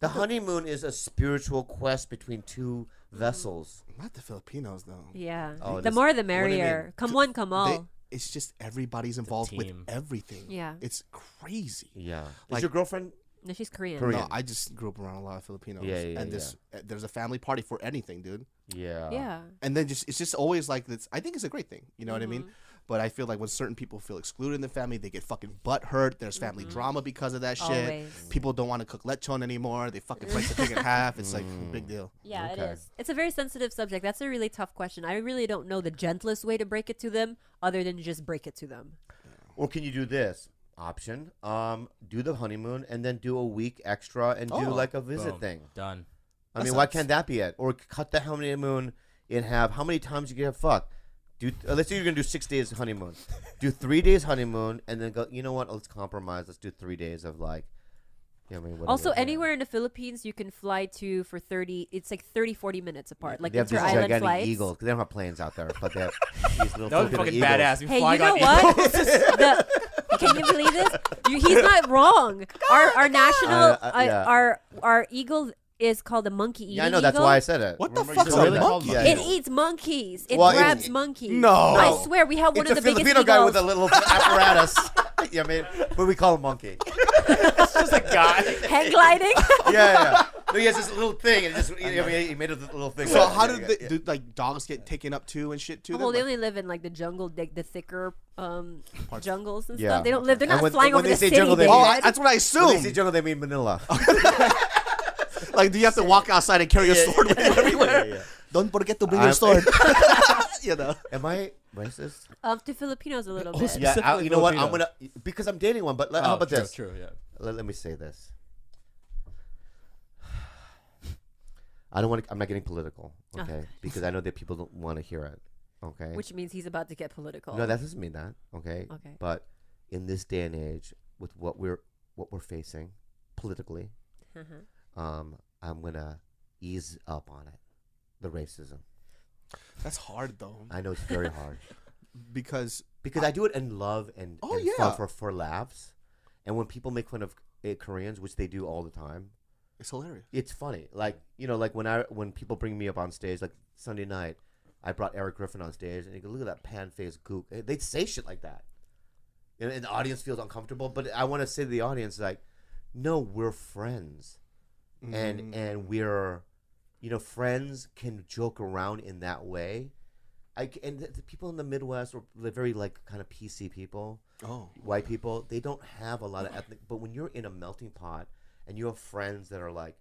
Speaker 4: The honeymoon is a spiritual quest between two vessels.
Speaker 6: Not the Filipinos though.
Speaker 5: Yeah,
Speaker 4: Oh,
Speaker 5: the
Speaker 4: this-
Speaker 5: more the
Speaker 6: What do you mean?
Speaker 5: merrier. Come
Speaker 6: Th-
Speaker 5: one, come
Speaker 6: they-
Speaker 5: all.
Speaker 6: it's just everybody's involved with
Speaker 3: team.
Speaker 6: everything.
Speaker 5: Yeah.
Speaker 6: It's crazy.
Speaker 4: Yeah.
Speaker 6: Like-
Speaker 4: is your girlfriend?
Speaker 5: No, she's Korean.
Speaker 4: Korean.
Speaker 6: No, I just grew up around a lot of Filipinos.
Speaker 4: Yeah, yeah,
Speaker 6: and this uh, there's a family party for anything, dude.
Speaker 4: Yeah.
Speaker 5: Yeah,
Speaker 6: And then just it's just always like this. I think it's a great thing. You know what I
Speaker 5: Mm-hmm.
Speaker 6: mean? But I feel like when certain people feel excluded in the family, they get fucking butt hurt. There's family drama because of that shit.
Speaker 5: Mm-hmm. Always.
Speaker 6: People don't want to cook lechon anymore. They fucking break the pig in half. It's like
Speaker 4: Mm.
Speaker 6: big deal.
Speaker 5: yeah,
Speaker 4: Okay.
Speaker 5: it is. It's a very sensitive subject. That's a really tough question. I really don't know the gentlest way to break it to them, other than just break it to them.
Speaker 4: Or can you do this option? Um, do the honeymoon and then do a week extra and do
Speaker 6: Oh,
Speaker 4: like a visit
Speaker 3: Boom.
Speaker 4: thing.
Speaker 3: Done.
Speaker 4: I
Speaker 6: That
Speaker 4: mean, why
Speaker 6: sucks.
Speaker 4: can't that be it? Or cut the honeymoon in half. How many times you can have fuck? Do uh, let's say you're gonna do six days honeymoon. do three days honeymoon and then go. You know what? Let's compromise. Let's do three days of like. You know, what I mean,
Speaker 6: Oh,
Speaker 4: whatever.
Speaker 5: Also,
Speaker 4: Yeah.
Speaker 5: anywhere in the Philippines you can fly to for 30, it's like 30, 40 minutes apart. Like
Speaker 4: they have
Speaker 5: inter
Speaker 4: these
Speaker 5: island
Speaker 4: gigantic
Speaker 5: flights.
Speaker 4: eagles. 'cause They don't have planes out there, but they
Speaker 5: [LAUGHS]
Speaker 4: have these little
Speaker 3: That was
Speaker 4: Filipino
Speaker 3: fucking
Speaker 4: eagles.
Speaker 3: badass. We
Speaker 5: Hey,
Speaker 3: fly
Speaker 5: you know
Speaker 3: on
Speaker 5: what?
Speaker 3: eagles.
Speaker 5: The- can you believe this? You- he's not wrong. our our national,
Speaker 4: Uh, uh,
Speaker 5: uh,
Speaker 4: yeah.
Speaker 5: our our eagle is called the monkey eating
Speaker 4: Yeah, I know. That's
Speaker 5: eagle.
Speaker 4: why I said it.
Speaker 6: What the
Speaker 8: Remember you
Speaker 6: fuck's
Speaker 8: said
Speaker 6: a
Speaker 8: that?
Speaker 6: monkey?
Speaker 4: Yeah,
Speaker 5: It
Speaker 4: yeah.
Speaker 5: eats monkeys. It
Speaker 4: Well, it-
Speaker 5: grabs
Speaker 4: it-
Speaker 5: monkeys.
Speaker 6: No.
Speaker 5: I swear we have one
Speaker 4: it's
Speaker 5: of
Speaker 4: a
Speaker 5: the biggest
Speaker 4: Filipino guy with a
Speaker 5: eagles.
Speaker 4: little
Speaker 5: [LAUGHS]
Speaker 4: apparatus. yeah, I mean, but we call him monkey.
Speaker 3: Just a guy.
Speaker 5: hang gliding.
Speaker 4: [LAUGHS]
Speaker 5: [LAUGHS]
Speaker 4: Yeah, yeah. No, he has this little thing, and it just you know, I mean, he made a little thing.
Speaker 6: So
Speaker 4: Yeah,
Speaker 6: how
Speaker 4: yeah,
Speaker 6: did
Speaker 4: yeah,
Speaker 6: the,
Speaker 4: yeah.
Speaker 6: do like dogs get taken up too and shit too?
Speaker 5: Oh, well, they
Speaker 6: then? Like,
Speaker 5: only live in like the jungle, like the thicker um, jungles and
Speaker 4: Yeah.
Speaker 5: stuff. They don't live. They're
Speaker 4: And
Speaker 5: not
Speaker 4: when-
Speaker 5: flying
Speaker 4: when
Speaker 5: over
Speaker 4: they
Speaker 5: the
Speaker 4: say
Speaker 5: city.
Speaker 4: jungle, they-
Speaker 5: dude.
Speaker 6: oh, I, that's what I
Speaker 4: When they
Speaker 6: assume.
Speaker 4: say jungle, they mean [LAUGHS] Manila.
Speaker 6: like, do you have to walk outside and carry a sword with
Speaker 5: [LAUGHS]
Speaker 6: you everywhere?
Speaker 4: yeah, yeah.
Speaker 6: Don't forget to bring
Speaker 4: I'm- [LAUGHS]
Speaker 6: your sword. you know.
Speaker 4: Am I racist?
Speaker 5: Um, to Filipinos a little
Speaker 3: Oh,
Speaker 5: bit.
Speaker 3: so-
Speaker 4: Yeah, I,
Speaker 3: Specifically
Speaker 4: you know what? I'm
Speaker 3: Filipino.
Speaker 4: gonna because I'm dating one. But let, how
Speaker 3: Oh,
Speaker 4: about
Speaker 3: true,
Speaker 4: this?
Speaker 3: True. Yeah.
Speaker 4: Let, let me say this. [SIGHS] I don't want. to. I'm not getting political,
Speaker 5: Oh.
Speaker 4: okay? Because I know that people don't want to hear it, okay?
Speaker 5: Which means he's about to get political.
Speaker 4: no, that doesn't mean that, okay?
Speaker 5: Okay.
Speaker 4: But in this day and age, with what we're what we're facing politically,
Speaker 5: Uh-huh.
Speaker 4: um, I'm gonna ease up on it. The racism.
Speaker 6: That's hard though,
Speaker 4: I know it's very
Speaker 6: [LAUGHS]
Speaker 4: hard.
Speaker 6: because
Speaker 4: because I do it in love and,
Speaker 6: Oh,
Speaker 4: and fun
Speaker 6: yeah.
Speaker 4: for, for laughs. And when people make fun of uh, Koreans, which they do all the time,
Speaker 6: it's hilarious.
Speaker 4: it's funny. Like you know, like when I when people bring me up on stage, like Sunday night, I brought Eric Griffin on stage, and you go, look at that pan faced gook. Eh, They'd say shit like that, and, and the audience feels uncomfortable. But I want to say to the audience, like, no, we're friends, and and we're, you know, friends can joke around in that way. I c and the, the people in the Midwest are very like kind of PC people
Speaker 6: Oh,
Speaker 4: white people they don't have a lot of ethnic but when you're in a melting pot and you have friends that are like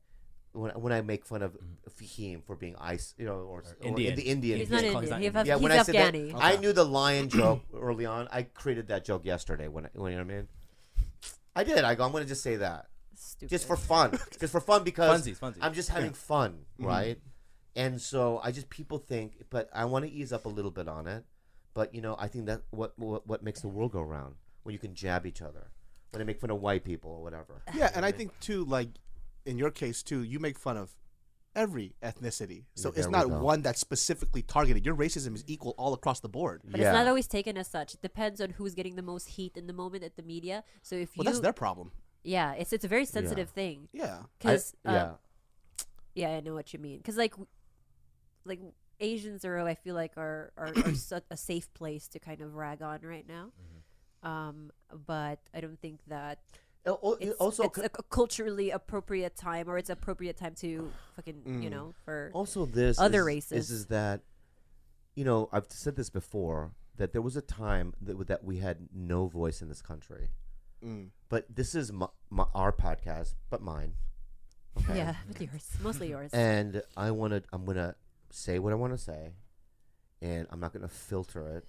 Speaker 4: when, when i make fun of fahim for being ice you know or, or
Speaker 3: Indian.
Speaker 4: the indian
Speaker 5: He's not
Speaker 3: He's
Speaker 5: Indian.
Speaker 3: not
Speaker 5: He's,
Speaker 3: Indian.
Speaker 5: Af-
Speaker 4: yeah
Speaker 5: he's
Speaker 4: when i said that uh,
Speaker 5: Afghani.
Speaker 4: i knew the lion joke early on i created that joke yesterday when, I- when you know what i mean i did i go i'm gonna just say that
Speaker 5: Stupid.
Speaker 4: just for
Speaker 5: [LAUGHS]
Speaker 4: fun just for fun because
Speaker 3: Funsies, funsies. Mm-hmm.
Speaker 4: i'm just having fun right and so i just people think but i want to ease up a little bit on it but you know i think that what what, what makes the world go round when you can jab each other when they make fun of white people or whatever
Speaker 6: yeah, and I think too, like in your case too, you make fun of every ethnicity, so
Speaker 4: there
Speaker 6: it's
Speaker 4: we
Speaker 6: not
Speaker 4: go.
Speaker 6: one that's specifically targeted. Your racism is equal all across the board.
Speaker 5: But
Speaker 4: Yeah.
Speaker 5: it's not always taken as such. It depends on who's getting the most heat in the moment at the media. So if
Speaker 6: Well,
Speaker 5: you,
Speaker 6: that's their problem.
Speaker 5: yeah, it's it's a very sensitive thing.
Speaker 6: Yeah,
Speaker 4: I-
Speaker 5: Because
Speaker 4: yeah
Speaker 5: yeah, I know what you mean. Because like, w- like Asians are, I feel like, are are,
Speaker 4: [COUGHS]
Speaker 5: are such a safe place to kind of rag on right now.
Speaker 4: Mm-hmm.
Speaker 5: Um, but I don't think that
Speaker 4: Al- al-
Speaker 5: it's,
Speaker 4: also
Speaker 5: it's a, a culturally appropriate time, or it's appropriate time to fucking
Speaker 4: Mm.
Speaker 5: you know for
Speaker 4: also this
Speaker 5: other
Speaker 4: is,
Speaker 5: races.
Speaker 4: is, is that you know i've said this before that there was a time that, that we had no voice in this country but this is my, my, our podcast but mine
Speaker 5: yeah, with yours,
Speaker 4: [LAUGHS]
Speaker 5: mostly yours.
Speaker 4: and I want to. I'm gonna say what I want to say, and I'm not gonna filter it,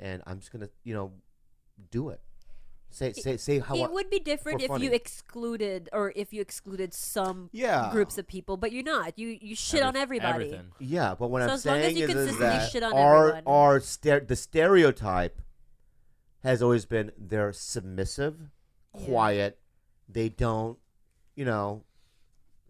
Speaker 4: and I'm just gonna, you know, do it. Say, say, say how.
Speaker 5: it
Speaker 4: I-
Speaker 5: would be different
Speaker 4: for
Speaker 5: if
Speaker 4: funny.
Speaker 5: you excluded or if you excluded some
Speaker 6: Yeah.
Speaker 5: groups of people, but you're not. You you shit on everybody.
Speaker 3: Everything.
Speaker 4: yeah, but what
Speaker 5: So
Speaker 4: I'm
Speaker 5: as long as
Speaker 4: saying
Speaker 5: you
Speaker 4: is, is
Speaker 5: consistently
Speaker 4: that
Speaker 5: shit on
Speaker 4: our
Speaker 5: everyone.
Speaker 4: our stere- the stereotype has always been they're submissive, quiet, they don't you know,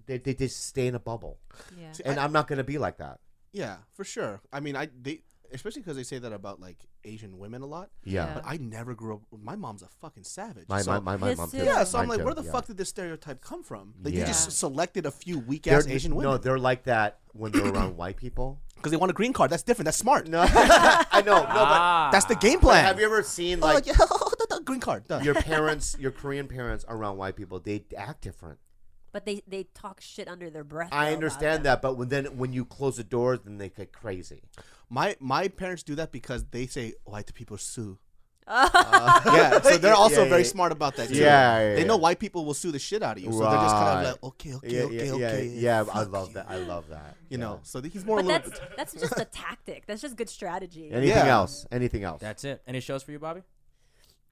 Speaker 4: they they just stay in a bubble,
Speaker 5: Yeah.
Speaker 6: See,
Speaker 4: and
Speaker 6: I-
Speaker 4: I'm not gonna be like that.
Speaker 6: yeah, for sure. I mean, I they especially because they say that about like Asian women a lot.
Speaker 4: Yeah.
Speaker 6: But I never grew up. My mom's a fucking savage.
Speaker 4: My
Speaker 6: so-
Speaker 4: my my, my
Speaker 5: His
Speaker 4: mom.
Speaker 5: too.
Speaker 4: too.
Speaker 6: Yeah, so I'm
Speaker 4: Mine
Speaker 6: like,
Speaker 4: too,
Speaker 6: where the
Speaker 4: yeah.
Speaker 6: fuck did this stereotype come from? Like, you
Speaker 4: Yeah.
Speaker 6: just selected a few weak
Speaker 4: They're-
Speaker 6: ass Asian
Speaker 4: No,
Speaker 6: women
Speaker 4: they're like that when they're around white
Speaker 6: [LAUGHS]
Speaker 4: people. [LAUGHS]
Speaker 6: because they want a green card. That's different. That's smart.
Speaker 4: No, I know. No, but
Speaker 3: Ah,
Speaker 6: [LAUGHS] That's the game
Speaker 4: But
Speaker 6: plan.
Speaker 4: have you ever seen
Speaker 6: Oh,
Speaker 4: like
Speaker 6: yeah, [LAUGHS] the- the green card. Done.
Speaker 4: your parents, your Korean parents around white people? They act different.
Speaker 5: But they, they talk shit under their breath. though
Speaker 4: I
Speaker 5: about
Speaker 4: understand
Speaker 5: them.
Speaker 4: that, but when, then when you close the doors, then they get crazy.
Speaker 6: My my parents do that because they say white
Speaker 5: [LAUGHS]
Speaker 6: people sue.
Speaker 4: Uh,
Speaker 6: Yeah, so they're
Speaker 4: yeah,
Speaker 6: also
Speaker 4: yeah,
Speaker 6: very
Speaker 4: yeah.
Speaker 6: smart about that too.
Speaker 4: Yeah, yeah,
Speaker 6: they know
Speaker 4: yeah.
Speaker 6: white people will sue the shit out of you, so they're just kind
Speaker 4: Right.
Speaker 6: of like, okay, okay,
Speaker 4: yeah,
Speaker 6: okay,
Speaker 4: yeah,
Speaker 6: okay.
Speaker 4: yeah, yeah. I
Speaker 6: fuck
Speaker 4: love
Speaker 6: you.
Speaker 4: that. I love that.
Speaker 6: You
Speaker 4: yeah.
Speaker 6: know, so he's more
Speaker 5: But
Speaker 6: a little.
Speaker 5: that's that's just a tactic. That's just good strategy.
Speaker 4: Anything
Speaker 6: Yeah.
Speaker 4: else? Anything else?
Speaker 3: That's it. Any shows for you, Bobby?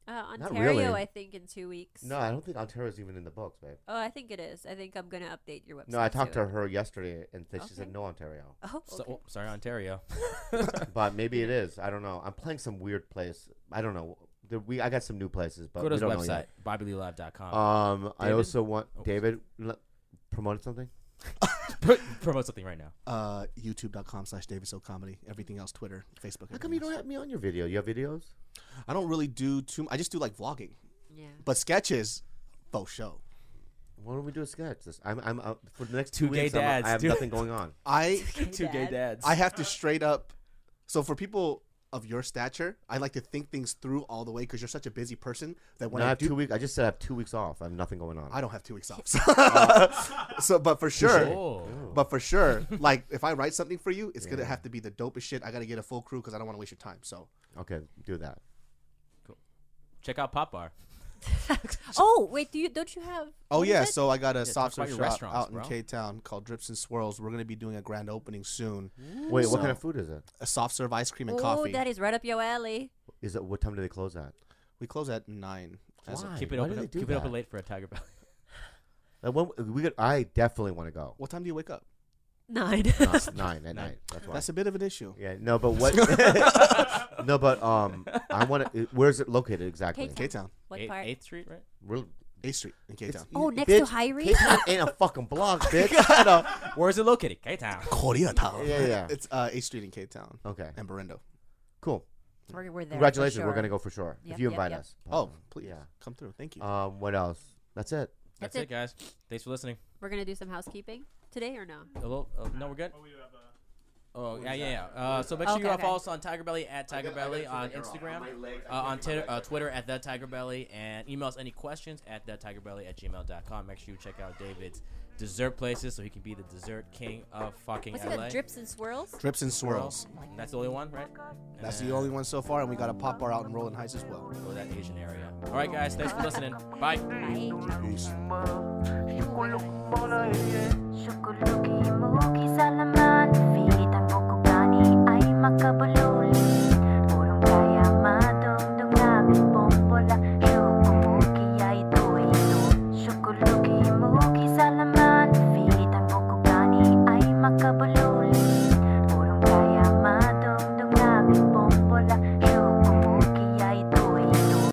Speaker 5: Uh,
Speaker 4: Not
Speaker 5: Ontario,
Speaker 4: really.
Speaker 5: I think in two weeks.
Speaker 4: no, I don't think Ontario's even in the books, babe.
Speaker 5: Oh, I think it is. I think I'm gonna update your website.
Speaker 4: No, I talked to
Speaker 5: soon.
Speaker 4: her yesterday, and th- she
Speaker 5: Okay.
Speaker 4: said no Ontario,
Speaker 5: Oh,
Speaker 3: So,
Speaker 5: okay.
Speaker 3: oh, sorry,
Speaker 5: [LAUGHS]
Speaker 3: Ontario.
Speaker 4: but maybe it is. I don't know. I'm playing some weird place. I don't know. The- We I got some new places, but
Speaker 3: Go
Speaker 4: we
Speaker 3: to his
Speaker 4: don't know yet.
Speaker 3: website, BobbyLeeLive.com.
Speaker 4: Um, I
Speaker 3: David?
Speaker 4: also want
Speaker 3: Oh,
Speaker 4: David l- promoted something.
Speaker 3: Put, promote something right now.
Speaker 6: Uh, YouTube.com slash David So Comedy. Everything else, Twitter, Facebook.
Speaker 4: How come you don't have me on your video? You have videos?
Speaker 6: I don't really do too. m- I just do like vlogging,
Speaker 5: yeah.
Speaker 6: but sketches, faux show.
Speaker 4: Why don't we do a sketch? This, I'm, I'm uh, for the next
Speaker 3: Two
Speaker 4: two,
Speaker 3: gay
Speaker 4: weeks. I'm-
Speaker 3: dads,
Speaker 4: I have
Speaker 3: dude.
Speaker 4: nothing going on.
Speaker 5: [LAUGHS]
Speaker 6: I
Speaker 3: Two gay dads.
Speaker 6: I have to straight up. So for people of your stature, I like to think things through all the way because you're such a busy person that when
Speaker 4: No, I
Speaker 6: I
Speaker 4: have
Speaker 6: do
Speaker 4: two weeks. I just said I have two weeks off. I have nothing going on.
Speaker 6: I don't have two weeks off. [LAUGHS] So,
Speaker 4: Oh.
Speaker 6: so but for sure,
Speaker 3: Oh.
Speaker 6: but for sure, like if I write something for you, it's gonna have to be the dopest shit. I gotta get a full crew because I don't want to waste your time. So
Speaker 4: Okay, do that.
Speaker 3: Check out Pop Bar.
Speaker 5: [LAUGHS] Oh wait, do you don't you have?
Speaker 6: oh
Speaker 5: what is
Speaker 6: yeah,
Speaker 5: it?
Speaker 6: so I got a soft
Speaker 3: about
Speaker 6: serve
Speaker 3: your
Speaker 6: shop
Speaker 3: restaurants,
Speaker 6: out in
Speaker 3: bro.
Speaker 6: K Town called Drips and Swirls. We're gonna be doing a grand opening soon.
Speaker 4: Wait, what kind
Speaker 6: So-
Speaker 4: of food is it?
Speaker 6: A soft serve ice cream and
Speaker 5: oh,
Speaker 6: coffee.
Speaker 5: that is right up your alley.
Speaker 4: Is it what time do they close at?
Speaker 6: we close at nine. As of-
Speaker 4: Why?
Speaker 3: Keep it
Speaker 4: Why
Speaker 3: open.
Speaker 4: do they
Speaker 3: Keep
Speaker 4: do
Speaker 3: it open
Speaker 4: that?
Speaker 3: late for a Tiger Belly.
Speaker 4: Like, when, we could, I definitely want to go.
Speaker 6: [LAUGHS] What time do you wake up?
Speaker 5: Nine.
Speaker 4: Nine, nine at night. That's why.
Speaker 6: That's a bit of an issue.
Speaker 4: yeah. No, but what? [LAUGHS] no, but um, I want to. Where is it located exactly?
Speaker 5: K-Town.
Speaker 6: K Town,
Speaker 5: [LAUGHS] what
Speaker 3: Eight-
Speaker 5: part?
Speaker 3: Eighth Street, right?
Speaker 4: We're-
Speaker 6: A Street in K
Speaker 4: it's-
Speaker 6: Town.
Speaker 5: Oh,
Speaker 4: you-
Speaker 5: next to
Speaker 4: bitch,
Speaker 5: Hyrie?
Speaker 4: K-Town ain't a fucking block, bitch. I know.
Speaker 3: Where is it located? K Town.
Speaker 6: Korea Town.
Speaker 4: Yeah, yeah.
Speaker 6: [LAUGHS] It's uh, A Street in K Town
Speaker 4: Okay.
Speaker 6: and Berendo.
Speaker 4: Cool.
Speaker 5: We're, we're there. for
Speaker 4: Congratulations. We're
Speaker 5: sure.
Speaker 4: gonna go for sure
Speaker 5: Yep,
Speaker 4: if you
Speaker 5: yep,
Speaker 4: invite
Speaker 5: yep.
Speaker 4: us.
Speaker 6: Oh, please
Speaker 4: Um, Yeah.
Speaker 6: come through. Thank you.
Speaker 4: Um, what else? That's it.
Speaker 3: That's
Speaker 5: That's
Speaker 3: it,
Speaker 5: it.
Speaker 3: guys. Thanks for listening.
Speaker 5: We're gonna do some housekeeping today or no?
Speaker 3: A little, uh, no, we're good. Oh yeah, yeah. yeah. Uh, so make sure
Speaker 5: Okay,
Speaker 3: you uh,
Speaker 5: okay.
Speaker 3: follow us on Tiger Belly at Tiger Belly on Instagram, uh, on Twitter, uh, Twitter at the Tiger Belly, and email us any questions at the Tiger Belly at gmail.com. Make sure you check out David's dessert places so he can be the dessert king of fucking
Speaker 5: What's it
Speaker 3: LA.
Speaker 5: called? Drips and swirls.
Speaker 6: Drips and swirls.
Speaker 3: And That's the only one, right?
Speaker 6: That's
Speaker 3: And
Speaker 6: the only one so far, and we got a pop bar out in Rolling Heights as well.
Speaker 3: Go to that Asian area. All right, guys. Thanks for listening. Bye.
Speaker 5: Bye.
Speaker 9: Sukulugi mo kisalaman Fit ang ukubani ay makabululi Purong kaya madungdung na bimbombola Sukumuki ay ito-ito Sukulugi mo kisalaman Fit ang ukubani ay makabululi Purong kaya madungdung na bimbombola Sukumuki ay ito-ito